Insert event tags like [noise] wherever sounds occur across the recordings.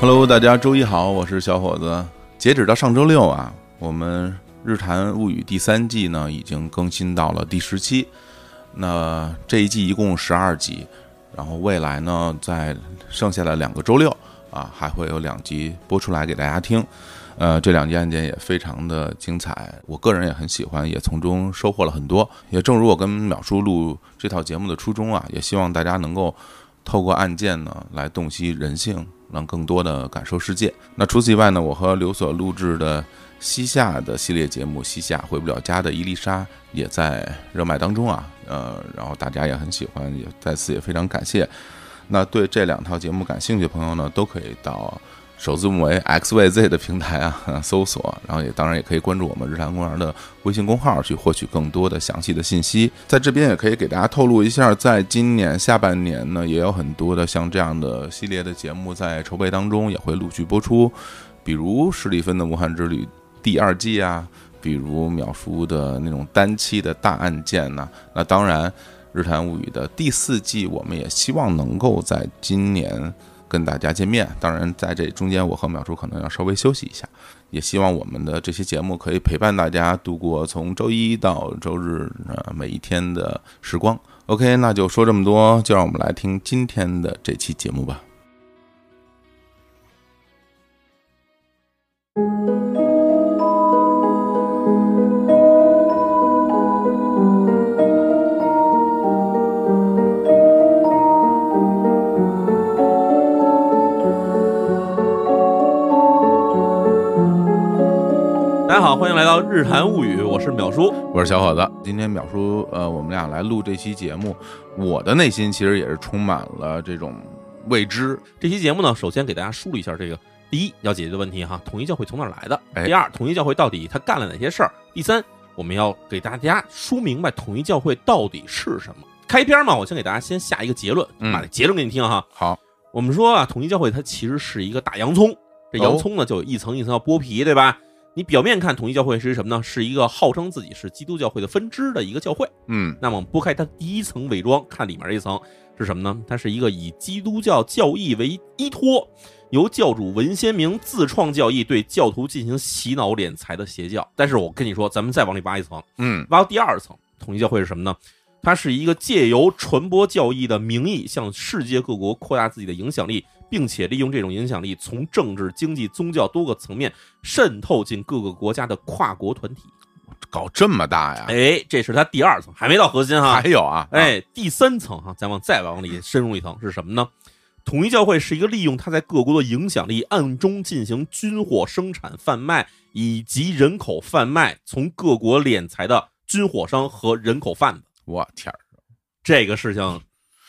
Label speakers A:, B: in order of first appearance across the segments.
A: Hello，大家周一好，我是小伙子。截止到上周六啊，我们《日谈物语》第三季呢已经更新到了第十期。那这一季一共十二集，然后未来呢，在剩下的两个周六啊，还会有两集播出来给大家听。呃，这两件案件也非常的精彩，我个人也很喜欢，也从中收获了很多。也正如我跟淼叔录这套节目的初衷啊，也希望大家能够透过案件呢来洞悉人性，让更多的感受世界。那除此以外呢，我和刘所录制的西夏的系列节目《西夏回不了家的伊丽莎》也在热卖当中啊，呃，然后大家也很喜欢，也在此也非常感谢。那对这两套节目感兴趣的朋友呢，都可以到首字母为 XYZ 的平台啊搜索，然后也当然也可以关注我们日坛公园的微信公号去获取更多的详细的信息。在这边也可以给大家透露一下，在今年下半年呢，也有很多的像这样的系列的节目在筹备当中，也会陆续播出，比如史蒂芬的《武汉之旅》第二季啊，比如秒叔的那种单期的大案件呐、那当然。《日谈物语》的第四季，我们也希望能够在今年跟大家见面。当然，在这中间，我和淼叔可能要稍微休息一下，也希望我们的这些节目可以陪伴大家度过从周一到周日呃每一天的时光。OK，那就说这么多，就让我们来听今天的这期节目吧。
B: 大家好，欢迎来到《日谈物语》，我是淼叔。
A: 我是小伙子，今天淼叔，呃，我们俩来录这期节目，我的内心其实也是充满了这种未知。
B: 这期节目呢，首先给大家梳理一下这个：第一，要解决的问题哈，统一教会从哪儿来的
A: 哎；
B: 第二，统一教会到底他干了哪些事儿；第三，我们要给大家说明白统一教会到底是什么。开篇嘛，我先给大家先下一个结论，
A: 嗯
B: 把这结论给你听哈。
A: 好，
B: 我们说啊，统一教会它其实是一个大洋葱，这
A: 哦
B: 洋葱呢就有一层一层要剥皮，对吧？你表面看统一教会是什么呢？是一个号称自己是基督教会的分支的一个教会。
A: 嗯
B: 那么我们剥开它第一层伪装，看里面这一层是什么呢？它是一个以基督教教义为依托，由教主文先明自创教义对教徒进行洗脑敛财的邪教。但是我跟你说，咱们再往里挖一层，
A: 嗯，
B: 挖到第二层，统一教会是什么呢？它是一个借由传播教义的名义，向世界各国扩大自己的影响力，并且利用这种影响力，从政治、经济、宗教多个层面渗透进各个国家的跨国团体。
A: 搞这么大呀？
B: 哎，这是它第二层，还没到核心哈，
A: 还有啊，啊，
B: 哎，第三层哈、咱往再往里深入一层是什么呢？统一教会是一个利用它在各国的影响力，暗中进行军火生产贩卖以及人口贩卖，从各国敛财的军火商和人口贩子。
A: 我天儿，
B: 这个事情，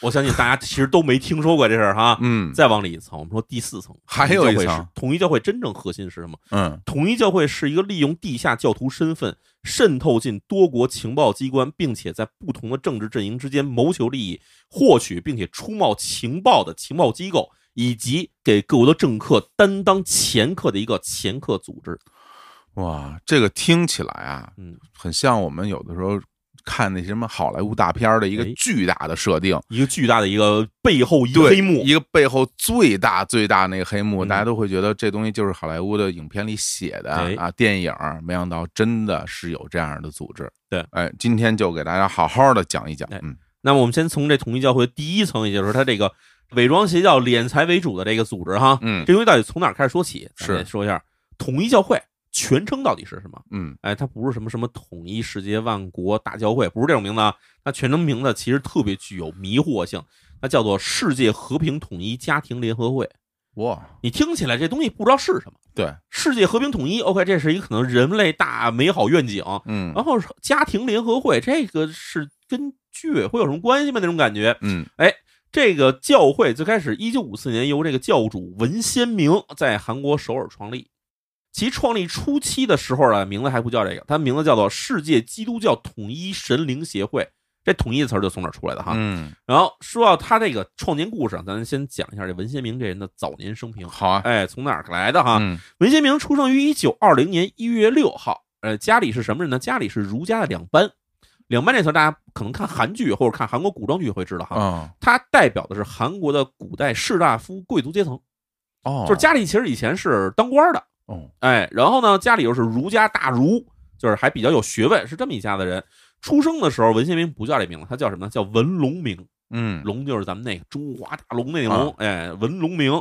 B: 我相信大家其实都没听说过这事儿哈。
A: 嗯
B: 再往里一层，我们说第四层，
A: 还有一层
B: 统一教会是统一教会真正核心是什么？
A: 嗯
B: 统一教会是一个利用地下教徒身份渗透进多国情报机关，并且在不同的政治阵营之间谋求利益、获取并且出卖情报的情报机构，以及给各国的政客担当掮客的一个掮客组织。
A: 哇，这个听起来啊，
B: 嗯，
A: 很像我们有的时候看那什么好莱坞大片儿的一个
B: 哎
A: 巨大的设定，
B: 一个巨大的一个背后一个
A: 对，
B: 黑幕。
A: 一个背后最大最大那个黑幕，
B: 嗯
A: 大家都会觉得这东西就是好莱坞的影片里写的
B: 哎
A: 啊，电影儿，没想到真的是有这样的组织。
B: 对，
A: 哎，今天就给大家好好的讲一讲
B: 哎，
A: 嗯
B: 那么我们先从这统一教会第一层，也就是它这个伪装邪教、敛财为主的这个组织哈，
A: 嗯
B: 这东西到底从哪儿开始说起？咱们
A: 是
B: 得说一下统一教会全称到底是什么？
A: 嗯
B: 哎，它不是什么什么统一世界万国大教会，不是这种名字啊。它全称名字其实特别具有迷惑性，它叫做世界和平统一家庭联合会。
A: 哇，
B: 你听起来这东西不知道是什么，
A: 对，
B: 世界和平统一，OK，这是一个可能人类大美好愿景。
A: 嗯
B: 然后家庭联合会，这个是跟居委会有什么关系吗？那种感觉。
A: 嗯
B: 这个教会最开始，一九五四年由这个教主文先明在韩国首尔创立。其创立初期的时候呢，名字还不叫这个，它名字叫做世界基督教统一神灵协会。这“统一”词儿就从哪儿出来的哈？
A: 嗯，
B: 然后说到他这个创建故事，啊，咱先讲一下这文先明这人的早年生平。
A: 好啊
B: 哎，从哪儿来的哈？
A: 嗯
B: 文先明出生于一九二零年一月六号，呃，家里是什么人呢？家里是儒家的两班。两班这词儿大家可能看韩剧或者看韩国古装剧会知道哈。
A: 啊
B: 它代表的是韩国的古代士大夫贵族阶层。
A: 哦，
B: 就是家里其实以前是当官的，
A: 哦，
B: 哎，然后呢，家里又是儒家大儒，就是还比较有学问，是这么一家的人。出生的时候，文先明不叫这名字，他叫什么呢？叫文龙明，
A: 嗯，
B: 龙就是咱们那个中华大龙那龙，哎，文龙明。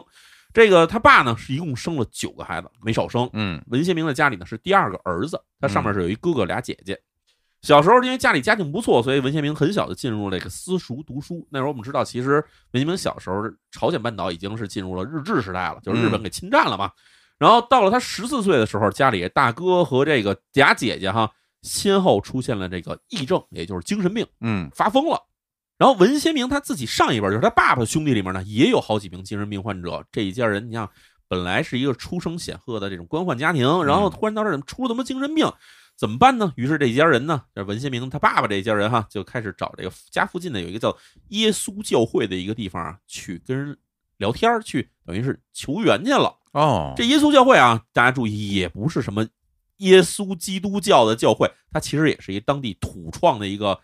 B: 这个他爸呢，是一共生了九个孩子，没少生。
A: 嗯，
B: 文先明的家里呢是第二个儿子，他上面是有一哥哥俩姐姐。小时候因为家里家境不错，所以文先明很小就进入了这个私塾读书。那时候我们知道，其实文先明小时候朝鲜半岛已经是进入了日治时代了，就是日本给侵占了嘛。然后到了他十四岁的时候，家里大哥和这个俩姐姐哈先后出现了这个癔症，也就是精神病，
A: 嗯，
B: 发疯了。然后文先明他自己上一辈儿，就是他爸爸兄弟里面呢，也有好几名精神病患者。这一家人，你想，本来是一个出生显赫的这种官宦家庭，然后突然到这儿怎么出了他妈精神病，怎么办呢？于是这一家人呢，这文先明他爸爸这一家人哈，就开始找这个家附近的有一个叫耶稣教会的一个地方啊，去跟人聊天儿，去等于是求援去了。
A: 哦，
B: 这耶稣教会啊，大家注意，也不是什么耶稣基督教的教会，它其实也是一当地土创的一个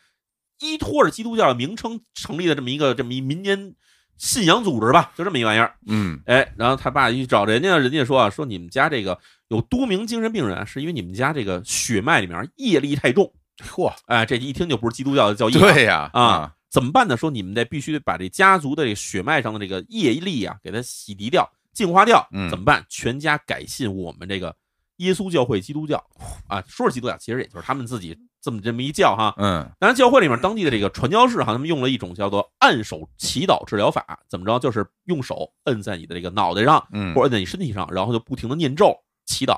B: 依托着基督教的名称成立的这么一个这么一民间信仰组织吧，就这么一玩意儿。
A: 嗯，
B: 哎，然后他爸一找人家，人家说啊，说你们家这个有多名精神病人啊，是因为你们家这个血脉里面业力太重。
A: 嚯，
B: 哎，这一听就不是基督教的教义啊。
A: 对呀，
B: 啊，怎么办呢？说你们得必须得把这家族的这个血脉上的这个业力啊，给它洗涤掉、净化掉。
A: 嗯
B: 怎么办？全家改信我们这个耶稣教会基督教啊，说是基督教，其实也就是他们自己这么这么一叫哈。
A: 嗯，
B: 当然，教会里面当地的这个传教士哈，他们用了一种叫做按手祈祷治疗法，怎么着？就是用手摁在你的这个脑袋上，
A: 嗯，
B: 或者摁在你身体上，然后就不停的念咒祈祷。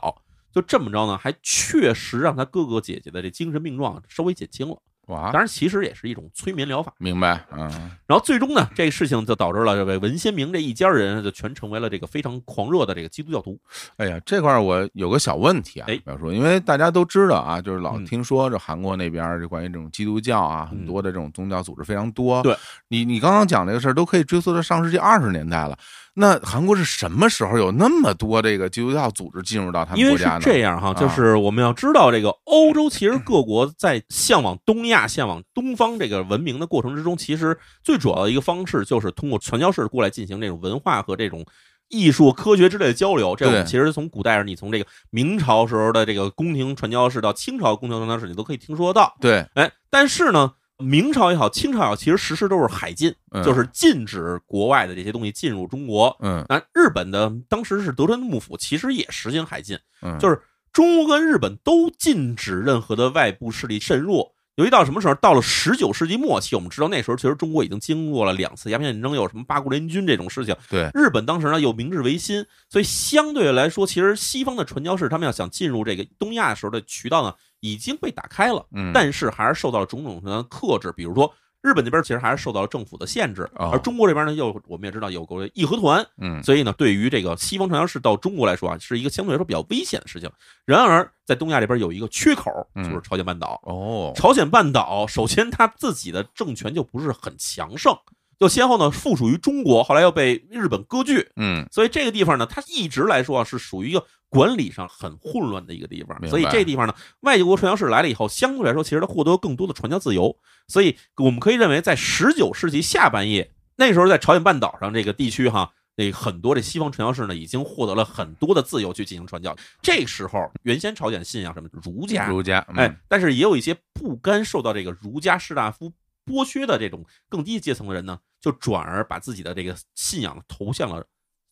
B: 就这么着呢，还确实让他哥哥姐姐的这精神病状稍微减轻了。
A: 哇
B: 当，然，其实也是一种催眠疗法。
A: 明白，嗯，
B: 然后最终呢，这个事情就导致了这位文先明这一家人就全成为了这个非常狂热的这个基督教徒。
A: 哎呀，这块儿我有个小问题啊
B: 哎，
A: 表叔，因为大家都知道啊，就是老
B: 嗯
A: 听说这韩国那边儿就关于这种基督教啊，很
B: 嗯
A: 多的这种宗教组织非常多。
B: 对，
A: 你你刚刚讲这个事儿，都可以追溯到上世纪二十年代了。那韩国是什么时候有那么多这个基督教组织进入到他们
B: 因为
A: 国
B: 是
A: 家呢？
B: 这样哈，
A: 啊
B: 就是我们要知道，这个欧洲其实各国在向往东亚、向往东方这个文明的过程之中，其实最主要的一个方式就是通过传教士过来进行这种文化和这种。艺术、科学之类的交流，这我们
A: 对
B: 其实从古代，你从这个明朝时候的这个宫廷传教士到清朝宫廷传教士，你都可以听说得到。
A: 对，
B: 哎，但是呢，明朝也好，清朝也好，其实实施都是海禁，
A: 嗯
B: 就是禁止国外的这些东西进入中国。
A: 嗯
B: 那日本的当时是德川幕府，其实也实行海禁，
A: 嗯，
B: 就是中国跟日本都禁止任何的外部势力渗入。由于到什么时候？到了十九世纪末期，我们知道那时候其实中国已经经过了两次鸦片战争，又有什么八国联军这种事情。
A: 对，
B: 日本当时呢又明治维新，所以相对来说，其实西方的传教士他们要想进入这个东亚的时候的渠道呢，已经被打开了。
A: 嗯，
B: 但是还是受到了种种的克制，比如说日本那边其实还是受到了政府的限制，
A: 哦
B: 而中国这边呢，又我们也知道有过义和团，
A: 嗯
B: 所以呢，对于这个西方传教士到中国来说啊，是一个相对来说比较危险的事情。然而在东亚这边有一个缺口，
A: 嗯
B: 就是朝鲜半岛。
A: 哦，
B: 朝鲜半岛首先它自己的政权就不是很强盛，就先后呢附属于中国，后来又被日本割据，
A: 嗯
B: 所以这个地方呢，它一直来说啊是属于一个管理上很混乱的一个地方
A: 明白。
B: 所以这地方呢，外国传教士来了以后，相对来说，其实它获得更多的传教自由。所以我们可以认为，在十九世纪下半叶，那时候在朝鲜半岛上这个地区哈。那很多这西方传教士呢，已经获得了很多的自由去进行传教。这时候，原先朝鲜信仰什么儒家，
A: 儒家，嗯
B: 哎，，但是也有一些不甘受到这个儒家士大夫剥削的这种更低阶层的人呢，就转而把自己的这个信仰投向了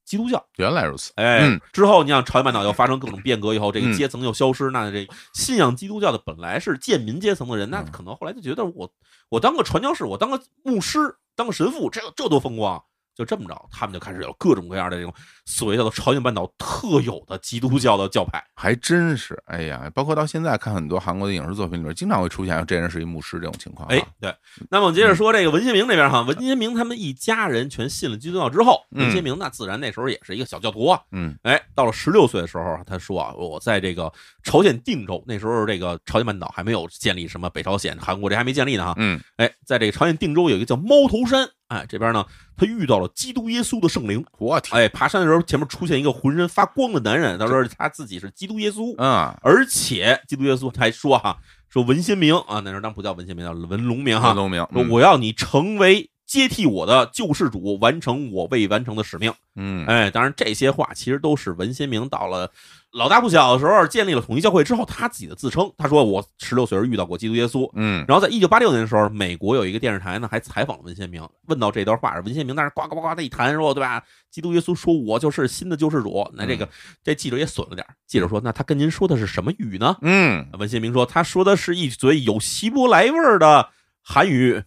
B: 基督教。
A: 原来如此，
B: 哎，
A: 嗯
B: 之后你像朝鲜半岛又发生各种变革以后，这
A: 嗯
B: 个阶层又消失，那这信仰基督教的本来是贱民阶层的人，那
A: 嗯
B: 可能后来就觉得我我当个传教士，我当个牧师，当个神父，这这多风光啊。就这么着，他们就开始有各种各样的这种所谓叫做朝鲜半岛特有的基督教的教派。
A: 还真是，哎呀，包括到现在看很多韩国的影视作品里边，经常会出现这人是一牧师这种情况、啊。嗯
B: 哎，对。那么我们接着说这个文先明这边哈，文先明他们一家人全信了基督教之后，
A: 嗯
B: 文先明那自然那时候也是一个小教徒啊。
A: 嗯
B: 哎，到了十六岁的时候，他说啊，我在这个朝鲜定州，那时候这个朝鲜半岛还没有建立什么北朝鲜、韩国这还没建立呢哈。
A: 嗯，
B: 哎，在这个朝鲜定州有一个叫猫头山，哎，这边呢他遇到了基督耶稣的圣灵。
A: 我天，
B: 哎，爬山的时候前面出现一个浑身发光的男人，他说他自己是基督耶稣。
A: 啊，
B: 而且基督耶稣还说哈、说文先明啊，那时候当然不叫文先明，叫文龙明哈、
A: 文龙明，
B: 说
A: 嗯
B: 我要你成为接替我的救世主，完成我未完成的使命。
A: 嗯
B: 哎，当然这些话其实都是文先明到了老大不小的时候建立了统一教会之后他自己的自称。他说我十六岁时遇到过基督耶稣。
A: 嗯
B: 然后在一九八六年的时候，美国有一个电视台呢还采访了文先明，问到这段话，文先明当时呱呱呱呱的一谈说，对吧？基督耶稣说我就是新的救世主。那这
A: 嗯
B: 个这记者也损了点儿，记者说那他跟您说的是什么语呢？
A: 嗯，
B: 文先明说他说的是一嘴有希伯来味儿的韩语。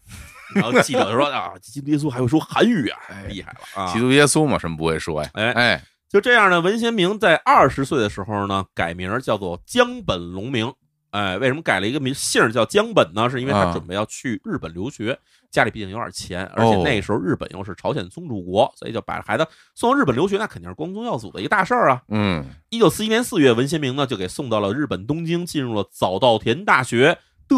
B: 然后
A: [laughs]
B: 记者说啊，基督耶稣还会说韩语啊，
A: 哎
B: 厉害了啊！
A: 基督耶稣嘛，什么不会说呀？
B: 哎
A: 哎，
B: 就这样呢，文先明在二十岁的时候呢，改名叫做江本龙明。哎，为什么改了一个名姓儿叫江本呢？是因为他
A: 啊
B: 准备要去日本留学，家里毕竟有点钱，而且
A: 哦
B: 那时候日本又是朝鲜宗主国，所以就把孩子送到日本留学，那肯定是光宗耀祖的一个大事儿啊。
A: 嗯
B: 一九四一年四月，文先明呢就给送到了日本东京，进入了早稻田大学的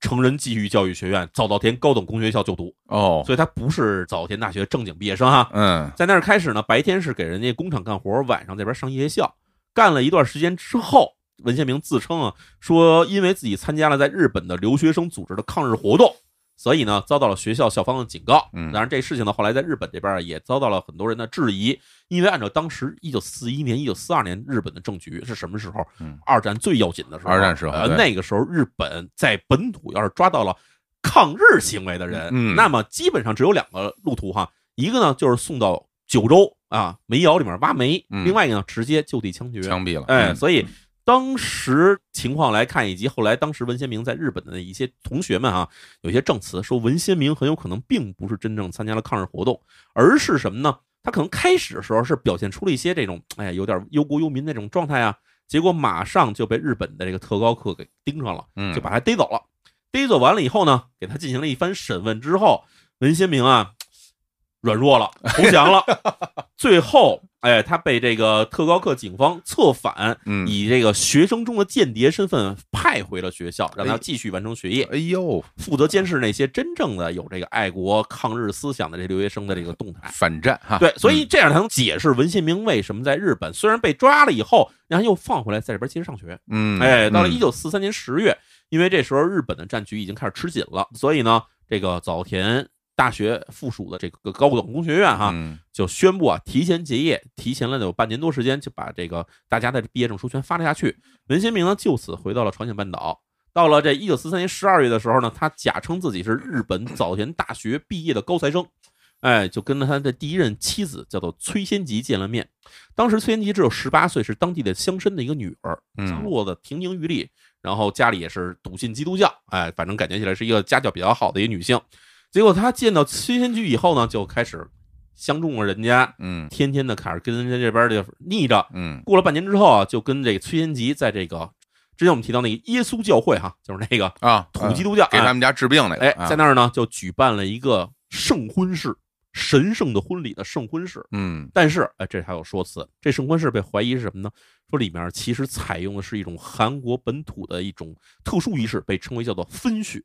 B: 成人继续教育学院早稻田高等工学校就读，
A: 哦，
B: 所以他不是早稻田大学正经毕业生哈、啊
A: 嗯
B: 在那儿开始呢，白天是给人家工厂干活，晚上这边上夜校。干了一段时间之后，文献明自称啊，说因为自己参加了在日本的留学生组织的抗日活动，所以呢遭到了学校校方的警告。
A: 嗯
B: 当然这事情呢，后来在日本这边啊也遭到了很多人的质疑，因为按照当时一九四一年、一九四二年日本的政局是什么时候？
A: 嗯
B: 二战最要紧的时候。
A: 二战时候
B: 呃，
A: 对
B: 那个时候日本在本土要是抓到了抗日行为的人，
A: 嗯
B: 那么基本上只有两个路途哈，一个呢就是送到九州啊煤窑里面挖煤，
A: 嗯
B: 另外一个呢直接就地枪决。
A: 枪毙了，
B: 哎，
A: 嗯
B: 所以当时情况来看，以及后来当时文先明在日本的一些同学们啊，有一些证词说文先明很有可能并不是真正参加了抗日活动，而是什么呢？他可能开始的时候是表现出了一些这种哎呀有点忧国忧民那种状态啊，结果马上就被日本的这个特高课给盯上了。
A: 嗯
B: 就把他逮走了。逮走完了以后呢，给他进行了一番审问之后，文先明啊软弱了，投
A: [laughs]
B: 降了。最后，哎，他被这个特高课警方策反，
A: 嗯，
B: 以这个学生中的间谍身份派回了学校，让他继续完成学业，
A: 哎呦，
B: 负责监视那些真正的有这个爱国抗日思想的这留学生的这个动
A: [laughs]
B: 态。
A: 反战哈，
B: 对，所以这样才能解释文先明为什么在日本虽然被抓了以后，然后又放回来，在这边接着上学。
A: 嗯，嗯，
B: 哎，到了
A: 嗯
B: 一，九四三年十月，因为这时候日本的战局已经开始吃紧了，所以呢，这个早田大学附属的这个高等工学院哈，
A: 嗯
B: 就宣布啊，提前结业，提前了有半年多时间，就把这个大家的毕业证书全发了下去。文先明呢，就此回到了朝鲜半岛。到了这一九四三年十二月的时候呢，他假称自己是日本早田大学毕业的高材生，哎，就跟他的第一任妻子叫做崔先吉见了面。当时崔先吉只有十八岁，是当地的乡绅的一个女儿，
A: 嗯
B: 落得亭亭玉立，然后家里也是笃信基督教，哎，反正感觉起来是一个家教比较好的一个女性。结果她见到崔先菊以后呢，就开始相中了人家，
A: 嗯
B: 天天的开始跟人家这边就腻着。
A: 嗯
B: 过了半年之后啊，就跟这个崔先吉在这个之前我们提到那个耶稣教会哈，就是那个
A: 啊，
B: 土基
A: 嗯
B: 督教，
A: 给他们家治病来了，
B: 哎，
A: 啊
B: 在那儿呢就举办了一个圣婚式，神圣的婚礼的圣婚式。
A: 嗯
B: 但是，哎，这还有说辞，这圣婚式被怀疑是什么呢？说里面其实采用的是一种韩国本土的一种特殊仪式，被称为叫做分血。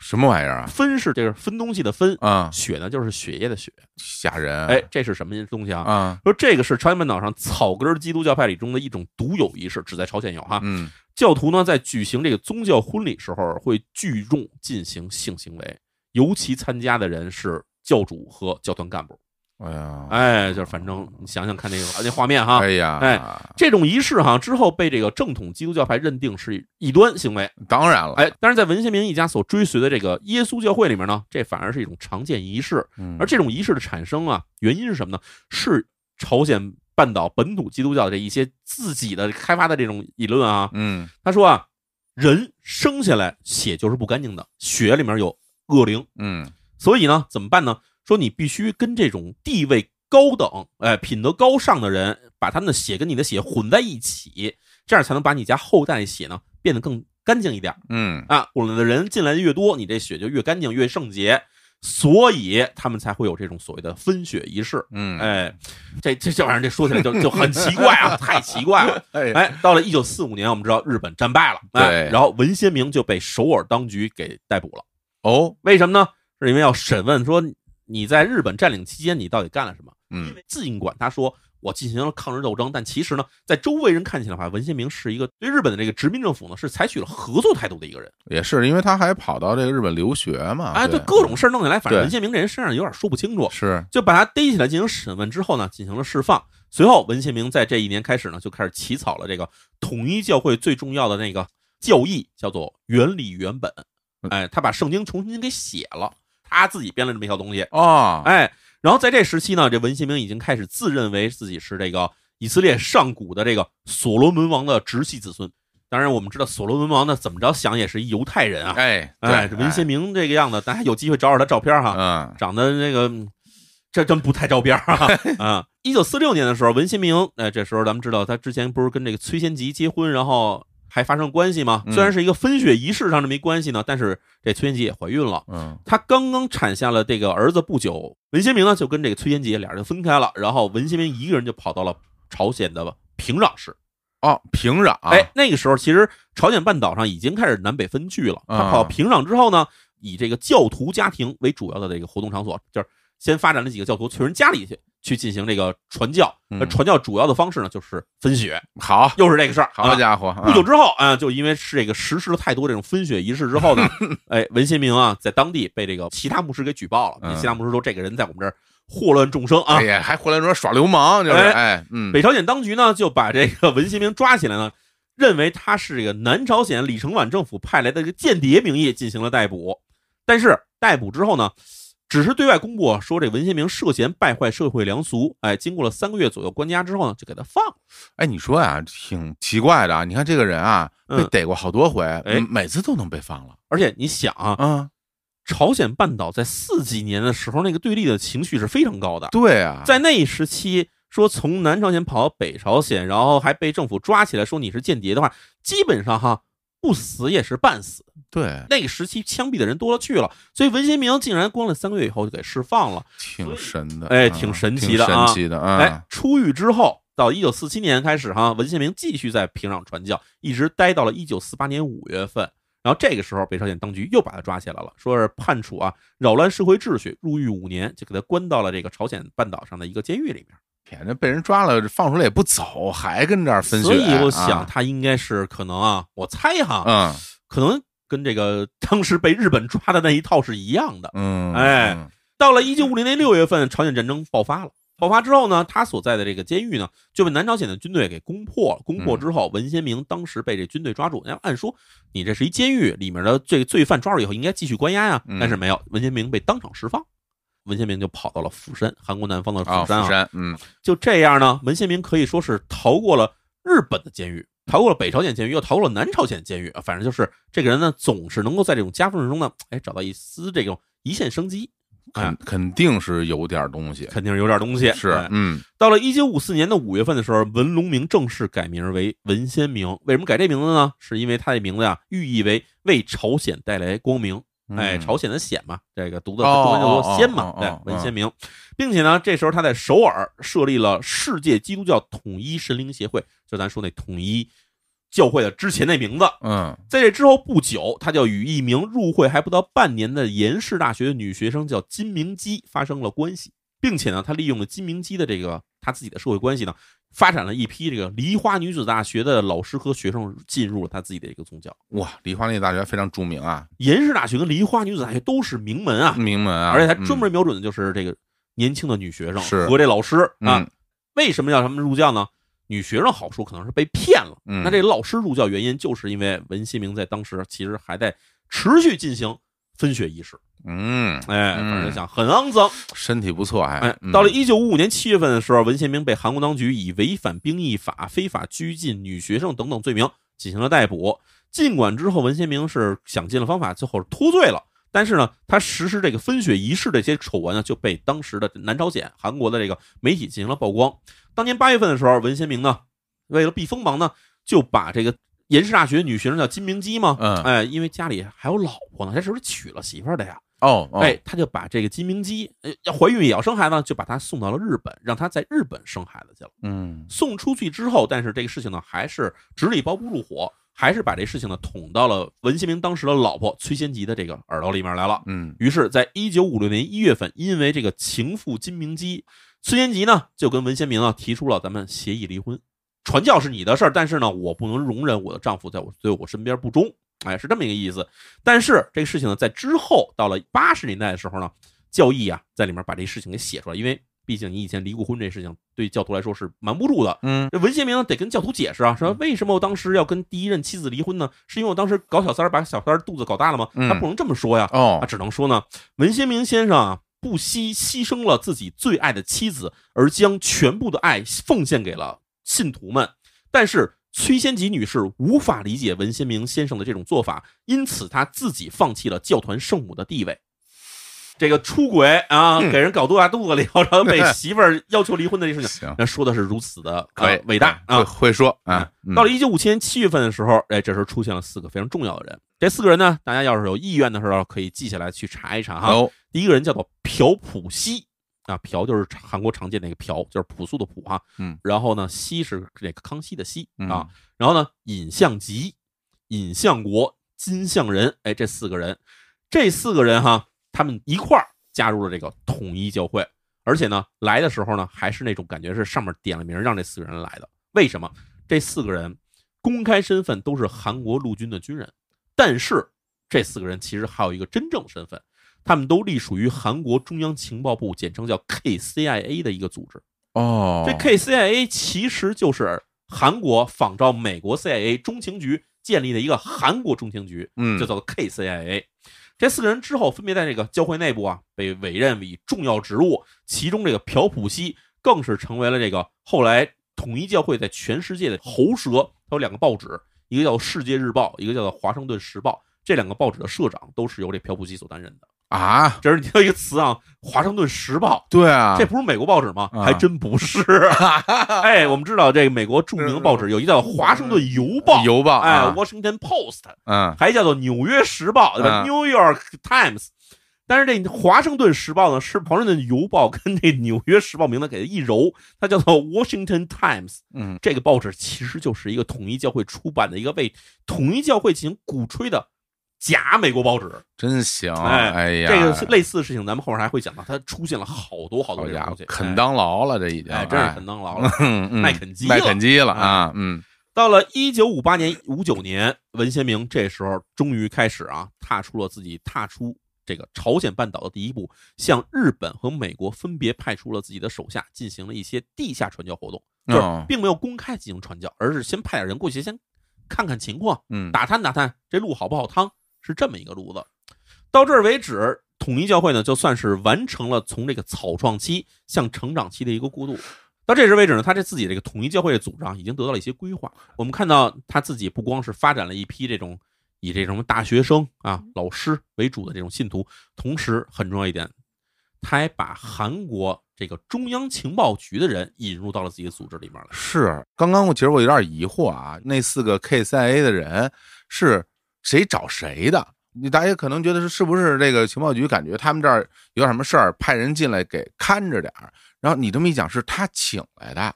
A: 什么玩意儿啊
B: 分是这个分东西的分，
A: 啊，
B: 血呢就是血液的血。
A: 吓人，
B: 哎，这是什么东西啊？
A: 啊，
B: 说这个是朝鲜半岛上草根儿基督教派里中的一种独有仪式，只在朝鲜有哈。
A: 嗯
B: 教徒呢在举行这个宗教婚礼时候，会聚众进行性行为，尤其参加的人是教主和教团干部。
A: 哎呀，
B: 哎，就是反正你想想看那个啊那画面哈，
A: 哎呀，哎，
B: 这种仪式哈、之后被这个正统基督教派认定是异端行为。
A: 当然了，
B: 哎，但是在文先明一家所追随的这个耶稣教会里面呢，这反而是一种常见仪式。
A: 嗯，
B: 而这种仪式的产生啊，原因是什么呢？是朝鲜半岛本土基督教的这一些自己的开发的这种理论啊。
A: 嗯
B: 他说啊，人生下来血就是不干净的，血里面有恶灵，
A: 嗯
B: 所以呢，怎么办呢？说你必须跟这种地位高等、哎、品德高尚的人，把他们的血跟你的血混在一起，这样才能把你家后代血呢变得更干净一点
A: 嗯
B: 啊。混的人进来的越多，你这血就越干净、越圣洁，所以他们才会有这种所谓的分血仪式。
A: 嗯，
B: 哎，这这这玩意儿，这说起来就就很奇
A: [laughs]
B: 怪啊，太奇怪了。
A: 哎
B: 哎，到了一九四五年，我们知道日本战败了，哎，
A: 对
B: 然后文先明就被首尔当局给逮捕了。
A: 哦，
B: 为什么呢？是因为要审问说你在日本占领期间，你到底干了什么？
A: 嗯
B: 因为尽管他说我进行了抗日斗争，但其实呢，在周围人看起来的话，文先明是一个对日本的这个殖民政府呢是采取了合作态度的一个人。
A: 也是因为他还跑到这个日本留学嘛，
B: 哎，
A: 啊对
B: 对，各种事儿弄起来，反正
A: 对
B: 文先明这人身上有点说不清楚，
A: 是
B: 就把他逮起来进行审问之后呢，进行了释放。随后，文先明在这一年开始呢，就开始起草了这个统一教会最重要的那个教义，叫做原理原本。哎，他把圣经重新给写了，他自己编了这么一套东西。
A: 哦，
B: 哎，然后在这时期呢，这文先明已经开始自认为自己是这个以色列上古的这个所罗门王的直系子孙。当然，我们知道所罗门王呢，怎么着想也是一犹太人啊。
A: 哎
B: 哎，
A: 对
B: 这啊文先明这个样子，大家有机会找找他照片哈。
A: 嗯
B: 长得那个，嗯这真不太照边儿
A: [laughs]
B: 啊！啊，一九四六年的时候，文先明，哎，这时候咱们知道他之前不是跟这个崔仙吉结婚，然后还发生关系吗？
A: 嗯
B: 虽然是一个分血仪式上这么一关系呢，但是这崔仙吉也怀孕了。
A: 嗯
B: 他刚刚产下了这个儿子不久，文先明呢就跟这个崔仙吉俩人就分开了，然后文先明一个人就跑到了朝鲜的平壤市。
A: 哦，平壤
B: 哎，那个时候其实朝鲜半岛上已经开始南北分居了。他
A: 啊
B: 跑到平壤之后呢，以这个教徒家庭为主要的这个活动场所，就是先发展了几个教徒去人家里去去进行这个传教。
A: 嗯
B: 而传教主要的方式呢，就是分血，
A: 好
B: 又是这个事儿。
A: 好
B: 啊
A: 家伙，嗯
B: 不久之后啊，就因为是这个实施了太多这种分血仪式之后呢，
A: [laughs]
B: 哎，文先明啊，在当地被这个其他牧师给举报了。
A: 嗯
B: 其他牧师说，这个人在我们这儿祸乱众生啊，
A: 哎呀，还回来说耍流氓，就是
B: 哎
A: 哎嗯
B: 北朝鲜当局呢就把这个文先明抓起来呢，认为他是这个南朝鲜李承晚政府派来的这个间谍名义进行了逮捕。但是逮捕之后呢，只是对外公布说这文先明涉嫌败坏社会良俗。哎，经过了三个月左右关押之后呢，就给他放了。
A: 哎，你说呀，挺奇怪的啊！你看这个人啊，被
B: 嗯
A: 逮过好多回，嗯
B: 哎
A: 每次都能被放了
B: 而且你想啊，
A: 啊！
B: 朝鲜半岛在四几年的时候，那个对立的情绪是非常高的。
A: 对啊，
B: 在那一时期，说从南朝鲜跑到北朝鲜，然后还被政府抓起来说你是间谍的话，基本上哈不死也是半死。
A: 对，
B: 那个时期枪毙的人多了去了，所以文先明竟然关了三个月以后就给释放了。
A: 挺神的，
B: 哎
A: 啊
B: 挺
A: 神
B: 神奇的啊
A: 神奇的啊
B: 哎！，出狱之后，到一九四七年开始哈，文先明继续在平壤传教，一直待到了一九四八年五月份。然后这个时候，北朝鲜当局又把他抓起来了，说是判处啊扰乱社会秩序，入狱五年，就给他关到了这个朝鲜半岛上的一个监狱里面。
A: 天，这被人抓了，放出来也不走，还跟这儿分
B: 所
A: 血，
B: 以我想，
A: 啊
B: 他应该是可能啊，我猜哈，
A: 嗯
B: 可能跟这个当时被日本抓的那一套是一样的。
A: 嗯，
B: 哎
A: 嗯，
B: 到了一九五零年六月份，朝鲜战争爆发了。爆发之后呢，他所在的这个监狱呢，就被南朝鲜的军队给攻破了。攻
A: 嗯
B: 破之后，文先明当时被这军队抓住。那按说你这是一监狱，里面的罪罪犯抓住以后应该继续关押呀，
A: 嗯
B: 但是没有，文先明被当场释放。文先明就跑到了釜山，韩国南方的
A: 啊，
B: 釜山
A: 釜
B: 啊。
A: 山，嗯，
B: 就这样呢，文先明可以说是逃过了日本的监狱，逃过了北朝鲜监狱，又逃过了南朝鲜监狱。啊反正就是这个人呢，总是能够在这种夹缝中呢，哎，找到一丝这种一线生机。哎
A: 肯肯定是有点东西，
B: 肯定是有点东西。
A: 是
B: 哎，
A: 嗯
B: 到了一九五四年的五月份的时候，文龙明正式改名为文先明。为什么改这名字呢？是因为他这名字呀、寓意为为朝鲜带来光明。哎，
A: 嗯
B: 朝鲜的鲜嘛，这个读的
A: 哦
B: 中文叫
A: 哦
B: 做
A: 哦
B: 鲜嘛
A: 哦，
B: 对
A: 哦，
B: 文先明，并且呢，这时候他在首尔设立了世界基督教统一神灵协会，就咱说那统一教会的之前那名字。
A: 嗯，
B: 在这之后不久，他就与一名入会还不到半年的延世大学的女学生叫金明基发生了关系，并且呢，他利用了金明基的这个他自己的社会关系呢，发展了一批这个梨花女子大学的老师和学生进入了他自己的一个宗教。
A: 哇，梨花那大学非常著名啊，
B: 延世大学跟梨花女子大学都是名门啊，
A: 名门啊，
B: 而且他
A: 嗯
B: 专门瞄准的就是这个年轻的女学生
A: 是
B: 和这老师啊
A: 嗯。
B: 为什么要他们入教呢？女学生好说，可能是被骗了。
A: 嗯
B: 那这老师入教原因，就是因为文先明在当时其实还在持续进行分血仪式，
A: 嗯，
B: 哎，
A: 嗯
B: 反正想很肮脏。
A: 身体不错，还
B: 哎，
A: 嗯
B: 到了一九五五年七月份的时候，文先明被韩国当局以违反兵役法、非法拘禁女学生等等罪名进行了逮捕。尽管之后文先明是想尽了方法，最后是脱罪了，但是呢，他实施这个分血仪式的一些丑闻呢，就被当时的南朝鲜、韩国的这个媒体进行了曝光。当年八月份的时候，文先明呢，为了避锋芒呢，就把这个延世大学女学生叫金明基嘛，
A: 嗯
B: 哎，因为家里还有老婆呢，他是不是娶了媳妇儿的呀？
A: 哦，哦
B: 哎，他就把这个金明基，呃，要怀孕也要生孩子呢，就把她送到了日本，让她在日本生孩子去了。
A: 嗯
B: 送出去之后，但是这个事情呢，还是纸里包不住火，还是把这事情呢捅到了文新明当时的老婆崔仙吉的这个耳朵里面来了。
A: 嗯
B: 于是，在一九五六年一月份，因为这个情妇金明基，孙延吉呢就跟文先明啊提出了咱们协议离婚，传教是你的事儿，但是呢，我不能容忍我的丈夫在我对我身边不忠，哎，是这么一个意思。但是这个事情呢，在之后到了八十年代的时候呢，教义啊在里面把这事情给写出来，因为毕竟你以前离过婚这事情对教徒来说是瞒不住的，
A: 嗯
B: 这文先明呢得跟教徒解释啊，说为什么我当时要跟第一任妻子离婚呢？是因为我当时搞小三儿，把小三儿肚子搞大了吗？
A: 嗯
B: 他不能这么说呀，啊，
A: 哦
B: 只能说呢，文先明先生啊，不惜牺牲了自己最爱的妻子，而将全部的爱奉献给了信徒们。但是崔仙吉女士无法理解文先明先生的这种做法，因此她自己放弃了教团圣母的地位。这个出轨啊，
A: 嗯
B: 给人搞肚大肚子里，然后被媳妇儿要求离婚的这事情，
A: 行，
B: 那说的是如此的
A: 可以
B: 呃伟大
A: 会
B: 啊！
A: 会说啊，嗯
B: 到了一九五七年七月份的时候，哎，这时候出现了四个非常重要的人。这四个人呢，大家要是有意愿的时候，可以记下来去查一查哈。
A: 哦
B: 第一个人叫做朴普熙啊，朴就是韩国常见那个朴，就是朴素的朴哈。
A: 嗯，
B: 然后呢，熙是这个康熙的熙
A: 嗯
B: 啊。然后呢，尹相吉、尹相国、金相仁，哎，这四个人，这四个人哈，他们一块儿加入了这个统一教会，而且呢，来的时候呢，还是那种感觉是上面点了名让这四个人来的。为什么？这四个人公开身份都是韩国陆军的军人，但是这四个人其实还有一个真正身份，他们都隶属于韩国中央情报部，简称叫 KCIA 的一个组织。
A: 哦，
B: 这 KCIA 其实就是韩国仿照美国 CIA 中情局建立的一个韩国中情局，
A: 嗯
B: 就叫做 KCIA。这四个人之后分别在这个教会内部啊被委任以重要职务，其中这个朴普熙更是成为了这个后来统一教会在全世界的喉舌。它有两个报纸，一个叫《世界日报》，一个叫做《华盛顿时报》。这两个报纸的社长都是由这朴普熙所担任的。
A: 啊，
B: 这是你听一个词啊，《华盛顿时报》。
A: 对啊，
B: 这不是美国报纸吗？
A: 啊
B: 还真
A: [laughs]
B: 不是。哎，我们知道这个美国著名的报纸有一叫《华盛顿邮报》，
A: 邮报
B: 哎，《
A: 啊
B: Washington Post》，
A: 嗯
B: 还叫做《纽约时报》，对吧
A: 啊
B: ？New York Times。但是这《华盛顿时报》呢，是华盛顿邮报跟这《纽约时报》名字给它一揉，它叫做《Washington Times》。
A: 嗯
B: 这个报纸其实就是一个统一教会出版的一个为统一教会进行鼓吹的假美国报纸。
A: 真行，
B: 哎
A: 哎呀，
B: 这个是类似的事情，咱们后面还会讲到，它出现了好多好多
A: 好
B: 这种
A: 家
B: 东
A: 伙啊
B: 西，，
A: 肯
B: 哎
A: 当劳了，这已经
B: 哎，
A: [laughs]
B: 真是肯当劳了。
A: 嗯嗯
B: 麦肯基
A: 麦
B: 了
A: 肯基了啊，嗯
B: 到了一九五八年、五九年，文先明这时候终于开始啊，踏出了自己踏出这个朝鲜半岛的第一步，向日本和美国分别派出了自己的手下，进行了一些地下传教活动，就是
A: 哦
B: 并没有公开进行传教，而是先派点人过去先看看情况，
A: 嗯，
B: 打探打探这路好不好趟，是这么一个路子。到这儿为止，统一教会呢，就算是完成了从这个草创期向成长期的一个过渡。到这时为止呢，他这自己这个统一教会的组织啊，已经得到了一些规划。我们看到他自己不光是发展了一批这种以这种大学生啊、老师为主的这种信徒，同时很重要一点，他还把韩国这个中央情报局的人引入到了自己的组织里面来。
A: 是刚刚我其实我有点疑惑啊，那四个 K 三 A 的人是谁找谁的？你大家可能觉得是是不是这个情报局感觉他们这儿有点什么事儿，派人进来给看着点儿。然后你这么一讲，是他请来的，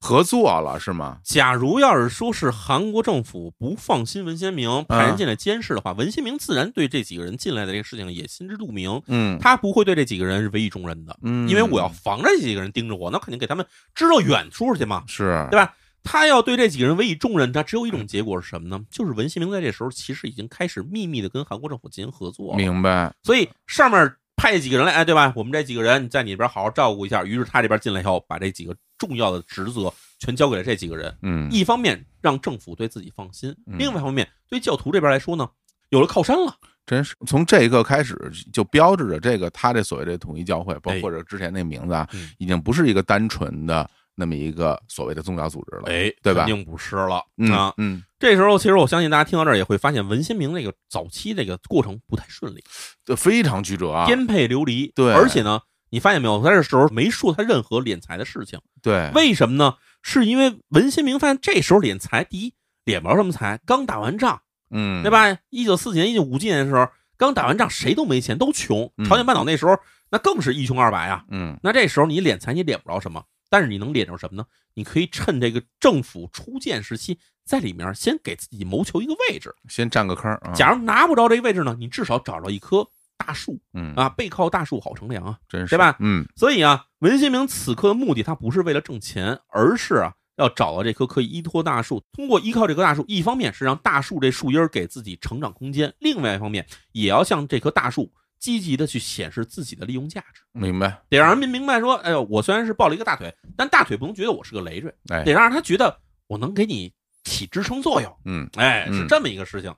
A: 合作了是吗？
B: 假如要是说是韩国政府不放心文先
A: 嗯
B: 明派人进来监视的话，文先明自然对这几个人进来的这个事情也心知肚明，
A: 嗯，
B: 他不会对这几个人是唯一中人的，
A: 嗯，
B: 因为我要防着这几个人盯着我，那肯定给他们支到远处去嘛，
A: 是
B: 对吧？他要对这几个人委以重任，他只有一种结果是什么呢？就是文先明在这时候其实已经开始秘密的跟韩国政府进行合作了，
A: 明白，
B: 所以上面派几个人来，哎，对吧？我们这几个人你在你这边好好照顾一下。于是他这边进来以后，把这几个重要的职责全交给了这几个人。
A: 嗯，
B: 一方面让政府对自己放心，
A: 嗯
B: 另外一方面对教徒这边来说呢，有了靠山了。
A: 真是从这一刻开始，就标志着这个他这所谓的统一教会，包
B: 哎
A: 括这之前那名字啊
B: 嗯，
A: 已经不是一个单纯的那么一个所谓的宗教组织了。
B: 哎，
A: 对吧
B: 肯定不是了、
A: 嗯
B: 啊！
A: 嗯，
B: 这时候，其实我相信大家听到这儿也会发现，文先明这个早期这个过程不太顺利，
A: 这非常曲折啊，
B: 颠沛流离。
A: 对
B: 而且呢，你发现没有，他这时候没说他任何敛财的事情，
A: 对，
B: 为什么呢？是因为文先明发现这时候敛财，第一敛不着什么财，刚打完仗，
A: 嗯，
B: 对？吧？一九四几年、一九五几年的时候，刚打完仗，谁都没钱，都穷。
A: 嗯
B: 朝鲜半岛那时候那更是一穷二白啊。
A: 嗯
B: 那这时候你敛财，你敛不着什么。但是你能敛着什么呢？你可以趁这个政府初建时期，在里面先给自己谋求一个位置。
A: 先占个坑儿啊。
B: 假如拿不着这个位置呢，你至少找着一棵大树
A: 嗯，
B: 啊，背靠大树好乘凉啊。
A: 真是
B: 对吧
A: 嗯，
B: 所以啊，文新明此刻的目的，他不是为了挣钱，而是啊，要找到这棵可以依托大树，通过依靠这棵大树，一方面是让大树这树荫儿给自己成长空间，另外一方面也要向这棵大树积极的去显示自己的利用价值，
A: 明白。
B: 得让人民明白说，哎呦，我虽然是抱了一个大腿，但大腿不能觉得我是个累赘，
A: 哎
B: 得让他觉得我能给你起支撑作用。
A: 嗯，
B: 哎，
A: 嗯
B: 是这么一个事情。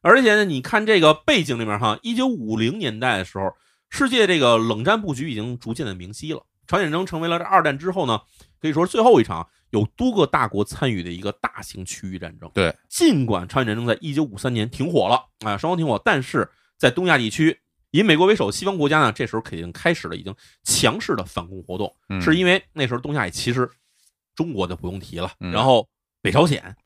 B: 而且呢，你看这个背景里面哈，一九五零年代的时候，世界这个冷战布局已经逐渐的明晰了。朝鲜战争成为了这二战之后呢，可以说是最后一场有多个大国参与的一个大型区域战争。
A: 对，
B: 尽管朝鲜战争在一九五三年停火了啊、双方停火，但是在东亚地区，以美国为首西方国家呢，这时候肯定开始了已经强势的反攻活动，
A: 嗯
B: 是因为那时候东亚也其实中国就不用提了，
A: 嗯
B: 然后北朝鲜，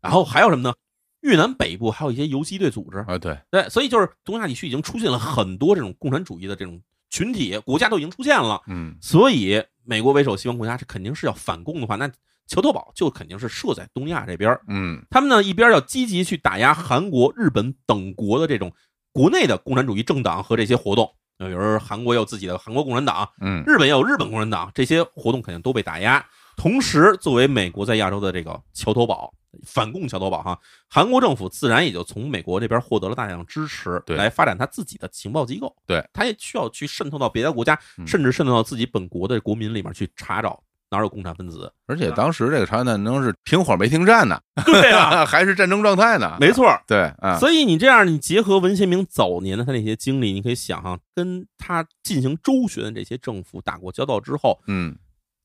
B: 然后还有什么呢？越南北部还有一些游击队组织，
A: 啊，对，
B: 对，所以就是东亚地区已经出现了很多这种共产主义的这种群体国家都已经出现了，
A: 嗯，
B: 所以美国为首西方国家这肯定是要反攻的话，那桥头堡就肯定是设在东亚这边儿。
A: 嗯，
B: 他们呢一边要积极去打压韩国、日本等国的这种国内的共产主义政党和这些活动，呃比如说韩国有自己的韩国共产党，
A: 嗯，
B: 日本也有日本共产党，这些活动肯定都被打压。同时，作为美国在亚洲的这个桥头堡，反共桥头堡哈，韩国政府自然也就从美国这边获得了大量支持，
A: 对
B: 来发展他自己的情报机构。
A: 对，
B: 他也需要去渗透到别的国家，
A: 嗯
B: 甚至渗透到自己本国的国民里面去查找哪有共产
A: [laughs]
B: 分子。
A: 而且当时这个朝鲜战争是停火没停战呢，
B: 对
A: [laughs]
B: 啊，
A: 还是战争状态呢。
B: 没错儿。
A: 对啊，
B: 所以你这样，你结合文先明早年的他那些经历，你可以想哈、跟他进行周旋的这些政府打过交道之后，
A: 嗯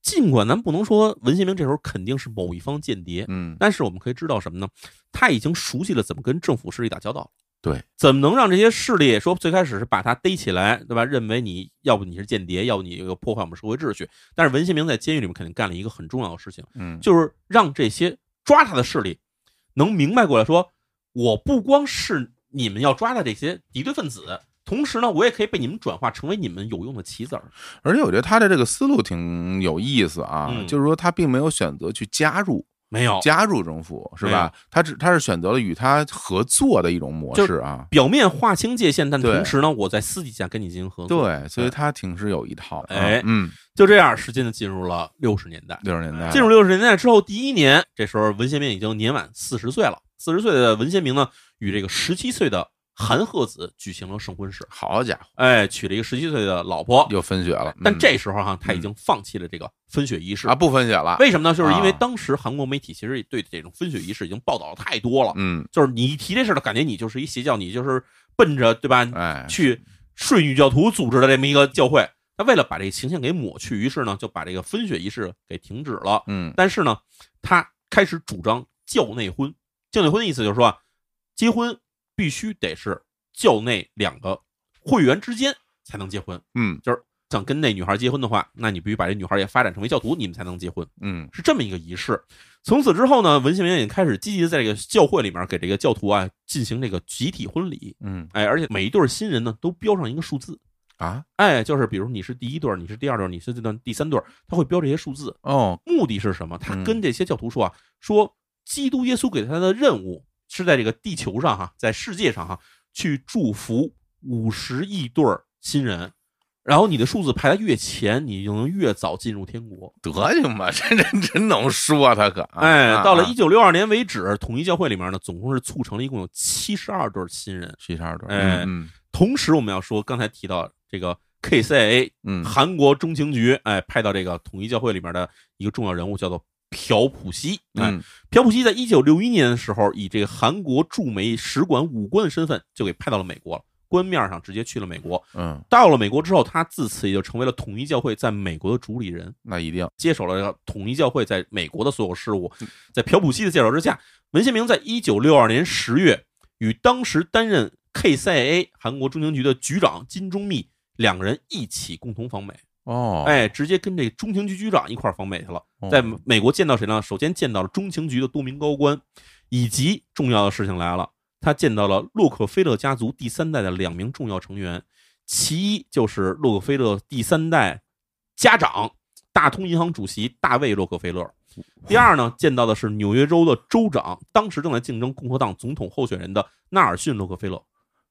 B: 尽管咱不能说文先明这时候肯定是某一方间谍，
A: 嗯，
B: 但是我们可以知道什么呢？他已经熟悉了怎么跟政府势力打交道。
A: 对，
B: 怎么能让这些势力说最开始是把他逮起来，对吧？认为你要不你是间谍，要不你有破坏我们社会秩序。但是文先明在监狱里面肯定干了一个很重要的事情，
A: 嗯，
B: 就是让这些抓他的势力能明白过来说，我不光是你们要抓的这些敌对分子，同时呢，我也可以被你们转化成为你们有用的棋子儿。
A: 而且我觉得他的这个思路挺有意思啊，
B: 嗯
A: 就是说他并没有选择去加入
B: 没有，
A: 加入政府，是
B: 没
A: 吧
B: 有？
A: 他只他是选择了与他合作的一种模
B: 就
A: 式啊。
B: 表面划清界限，但
A: 对
B: 同时呢，我在私底下跟你进行合作。
A: 对，所以他挺是有一套的啊。
B: 哎
A: 嗯，
B: 就这样，时间就进入了六十年代。
A: 六十年代
B: 进入六十年代之后，第一年，这时候文先明已经年满四十岁了。四十岁的文先明呢，与这个十七岁的韩鹤子举行了圣婚式，
A: 好家伙，
B: 哎，娶了一个十七岁的老婆。
A: 又分血了。嗯
B: 但这时候哈、他已经放弃了这个分血仪式
A: 啊。不分血了，
B: 为什么呢？就是因为
A: 啊
B: 当时韩国媒体其实对这种分血仪式已经报道的太多了，
A: 嗯，
B: 就是你一提这事儿，感觉你就是一邪教，你就是奔着对吧
A: 哎，
B: 去顺女教徒组织的这么一个教会。他为了把这个形象给抹去，于是呢就把这个分血仪式给停止了。
A: 嗯
B: 但是呢，他开始主张教内婚。教内婚的意思就是说啊，结婚必须得是教内两个会员之间才能结婚。
A: 嗯
B: 想跟那女孩结婚的话，那你必须把这女孩也发展成为教徒，你们才能结婚，
A: 嗯
B: 是这么一个仪式。从此之后呢，文献明也开始积极的在这个教会里面给这个教徒啊进行这个集体婚礼。
A: 嗯
B: 哎，而且每一对新人呢都标上一个数字，
A: 啊
B: 哎，就是比如你是第一对儿，你是第二对儿，你是这段第三对儿，他会标这些数字。
A: 哦
B: 目的是什么？他
A: 嗯
B: 跟这些教徒说啊，说基督耶稣给他的任务是在这个地球上哈，在世界上哈，去祝福五十亿对儿新人。然后你的数字排得越前，你就能越早进入天国。
A: 德行吧， [laughs] 这人真能说他可啊
B: 哎，
A: 啊
B: 到了
A: 啊
B: 一九六二年为止，统一教会里面呢，总共是促成了一共有七十二对儿新人。
A: 七十二度，
B: 哎
A: 嗯
B: 同时，我们要说刚才提到这个 KCA
A: 嗯嗯
B: 韩国中情局哎派到这个统一教会里面的一个重要人物叫做朴普熙。哎，
A: 嗯
B: 朴普熙在一九六一年的时候，以这个韩国驻美使馆武官的身份就给派到了美国了，官面上直接去了美国。
A: 嗯，
B: 到了美国之后，他自此也就成为了统一教会在美国的主理人，
A: 那一定
B: 接手了这个统一教会在美国的所有事务。在朴普熙的介绍之下，文先明在一九六二年十月与当时担任 KCA 韩国中情局的局长金钟密两个人一起共同访美。
A: 哦，
B: 哎，直接跟这中情局局长一块儿访美去了。
A: 哦，
B: 在美国见到谁呢？首先见到了中情局的多名高官，以及重要的事情来了，他见到了洛克菲勒家族第三代的两名重要成员，其一就是洛克菲勒第三代家长大通银行主席大卫·洛克菲勒。 [laughs] 第二呢，见到的是纽约州的州长，当时正在竞争共和党总统候选人的纳尔逊·洛克菲勒，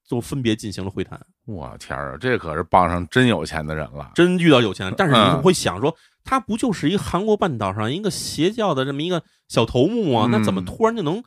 B: 就分别进行了会谈。
A: 我天儿啊，这可是傍上真有钱的人了。
B: 真遇到有钱人，但是
A: 嗯
B: 你会想说，他不就是一个韩国半岛上一个邪教的这么一个小头目吗？
A: 嗯
B: 那怎么突然就能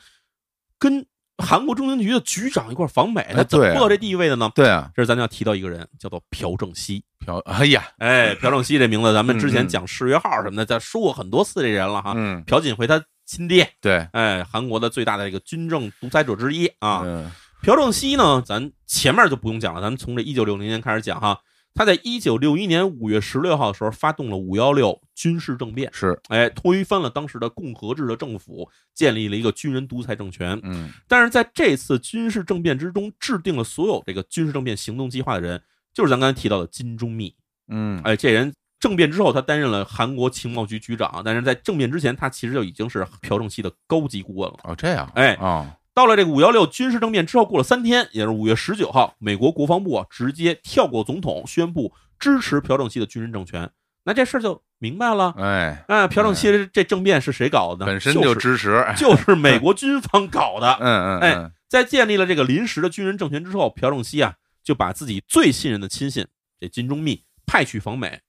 B: 跟韩国中情局的局长一块儿访美？他
A: 哎
B: 怎么
A: 对
B: 做这地位的呢？
A: 对啊，
B: 这是咱要提到一个人，叫做朴正熙。
A: 朴，哎呀，
B: 哎，朴正熙这名字，咱们之
A: 嗯
B: 前
A: 嗯
B: 讲世越号什么的，咱说过很多次这人了哈。
A: 嗯，
B: 朴槿惠他亲爹，
A: 对，
B: 哎，韩国的最大的这个军政独裁者之一啊。
A: 嗯
B: 朴正熙呢，咱前面就不用讲了，咱们从这一九六零年开始讲哈。他在一九六一年五月十六号的时候发动了五幺六军事政变，
A: 是，
B: 哎，推翻了当时的共和制的政府，建立了一个军人独裁政权。
A: 嗯
B: 但是在这次军事政变之中，制定了所有这个军事政变行动计划的人，就是咱刚才提到的金钟密。
A: 嗯，
B: 哎，这人政变之后，他担任了韩国情报局局长，但是在政变之前，他其实就已经是朴正熙的高级顾问了。
A: 哦，这样，
B: 哎
A: 哦，
B: 到了这个五幺六军事政变之后，过了三天，也是五月十九号，美国国防部啊直接跳过总统，宣布支持朴正熙的军人政权。那这事儿就明白了。
A: 哎，
B: 那、朴正熙这这政变是谁搞的呢？
A: 本身
B: 就
A: 就是支持，哎
B: 就是美国军方搞的。
A: 嗯嗯，
B: 哎
A: 嗯，
B: 在建立了这个临时的军人政权之后，朴正熙啊就把自己最信任的亲信这金钟密派去访美，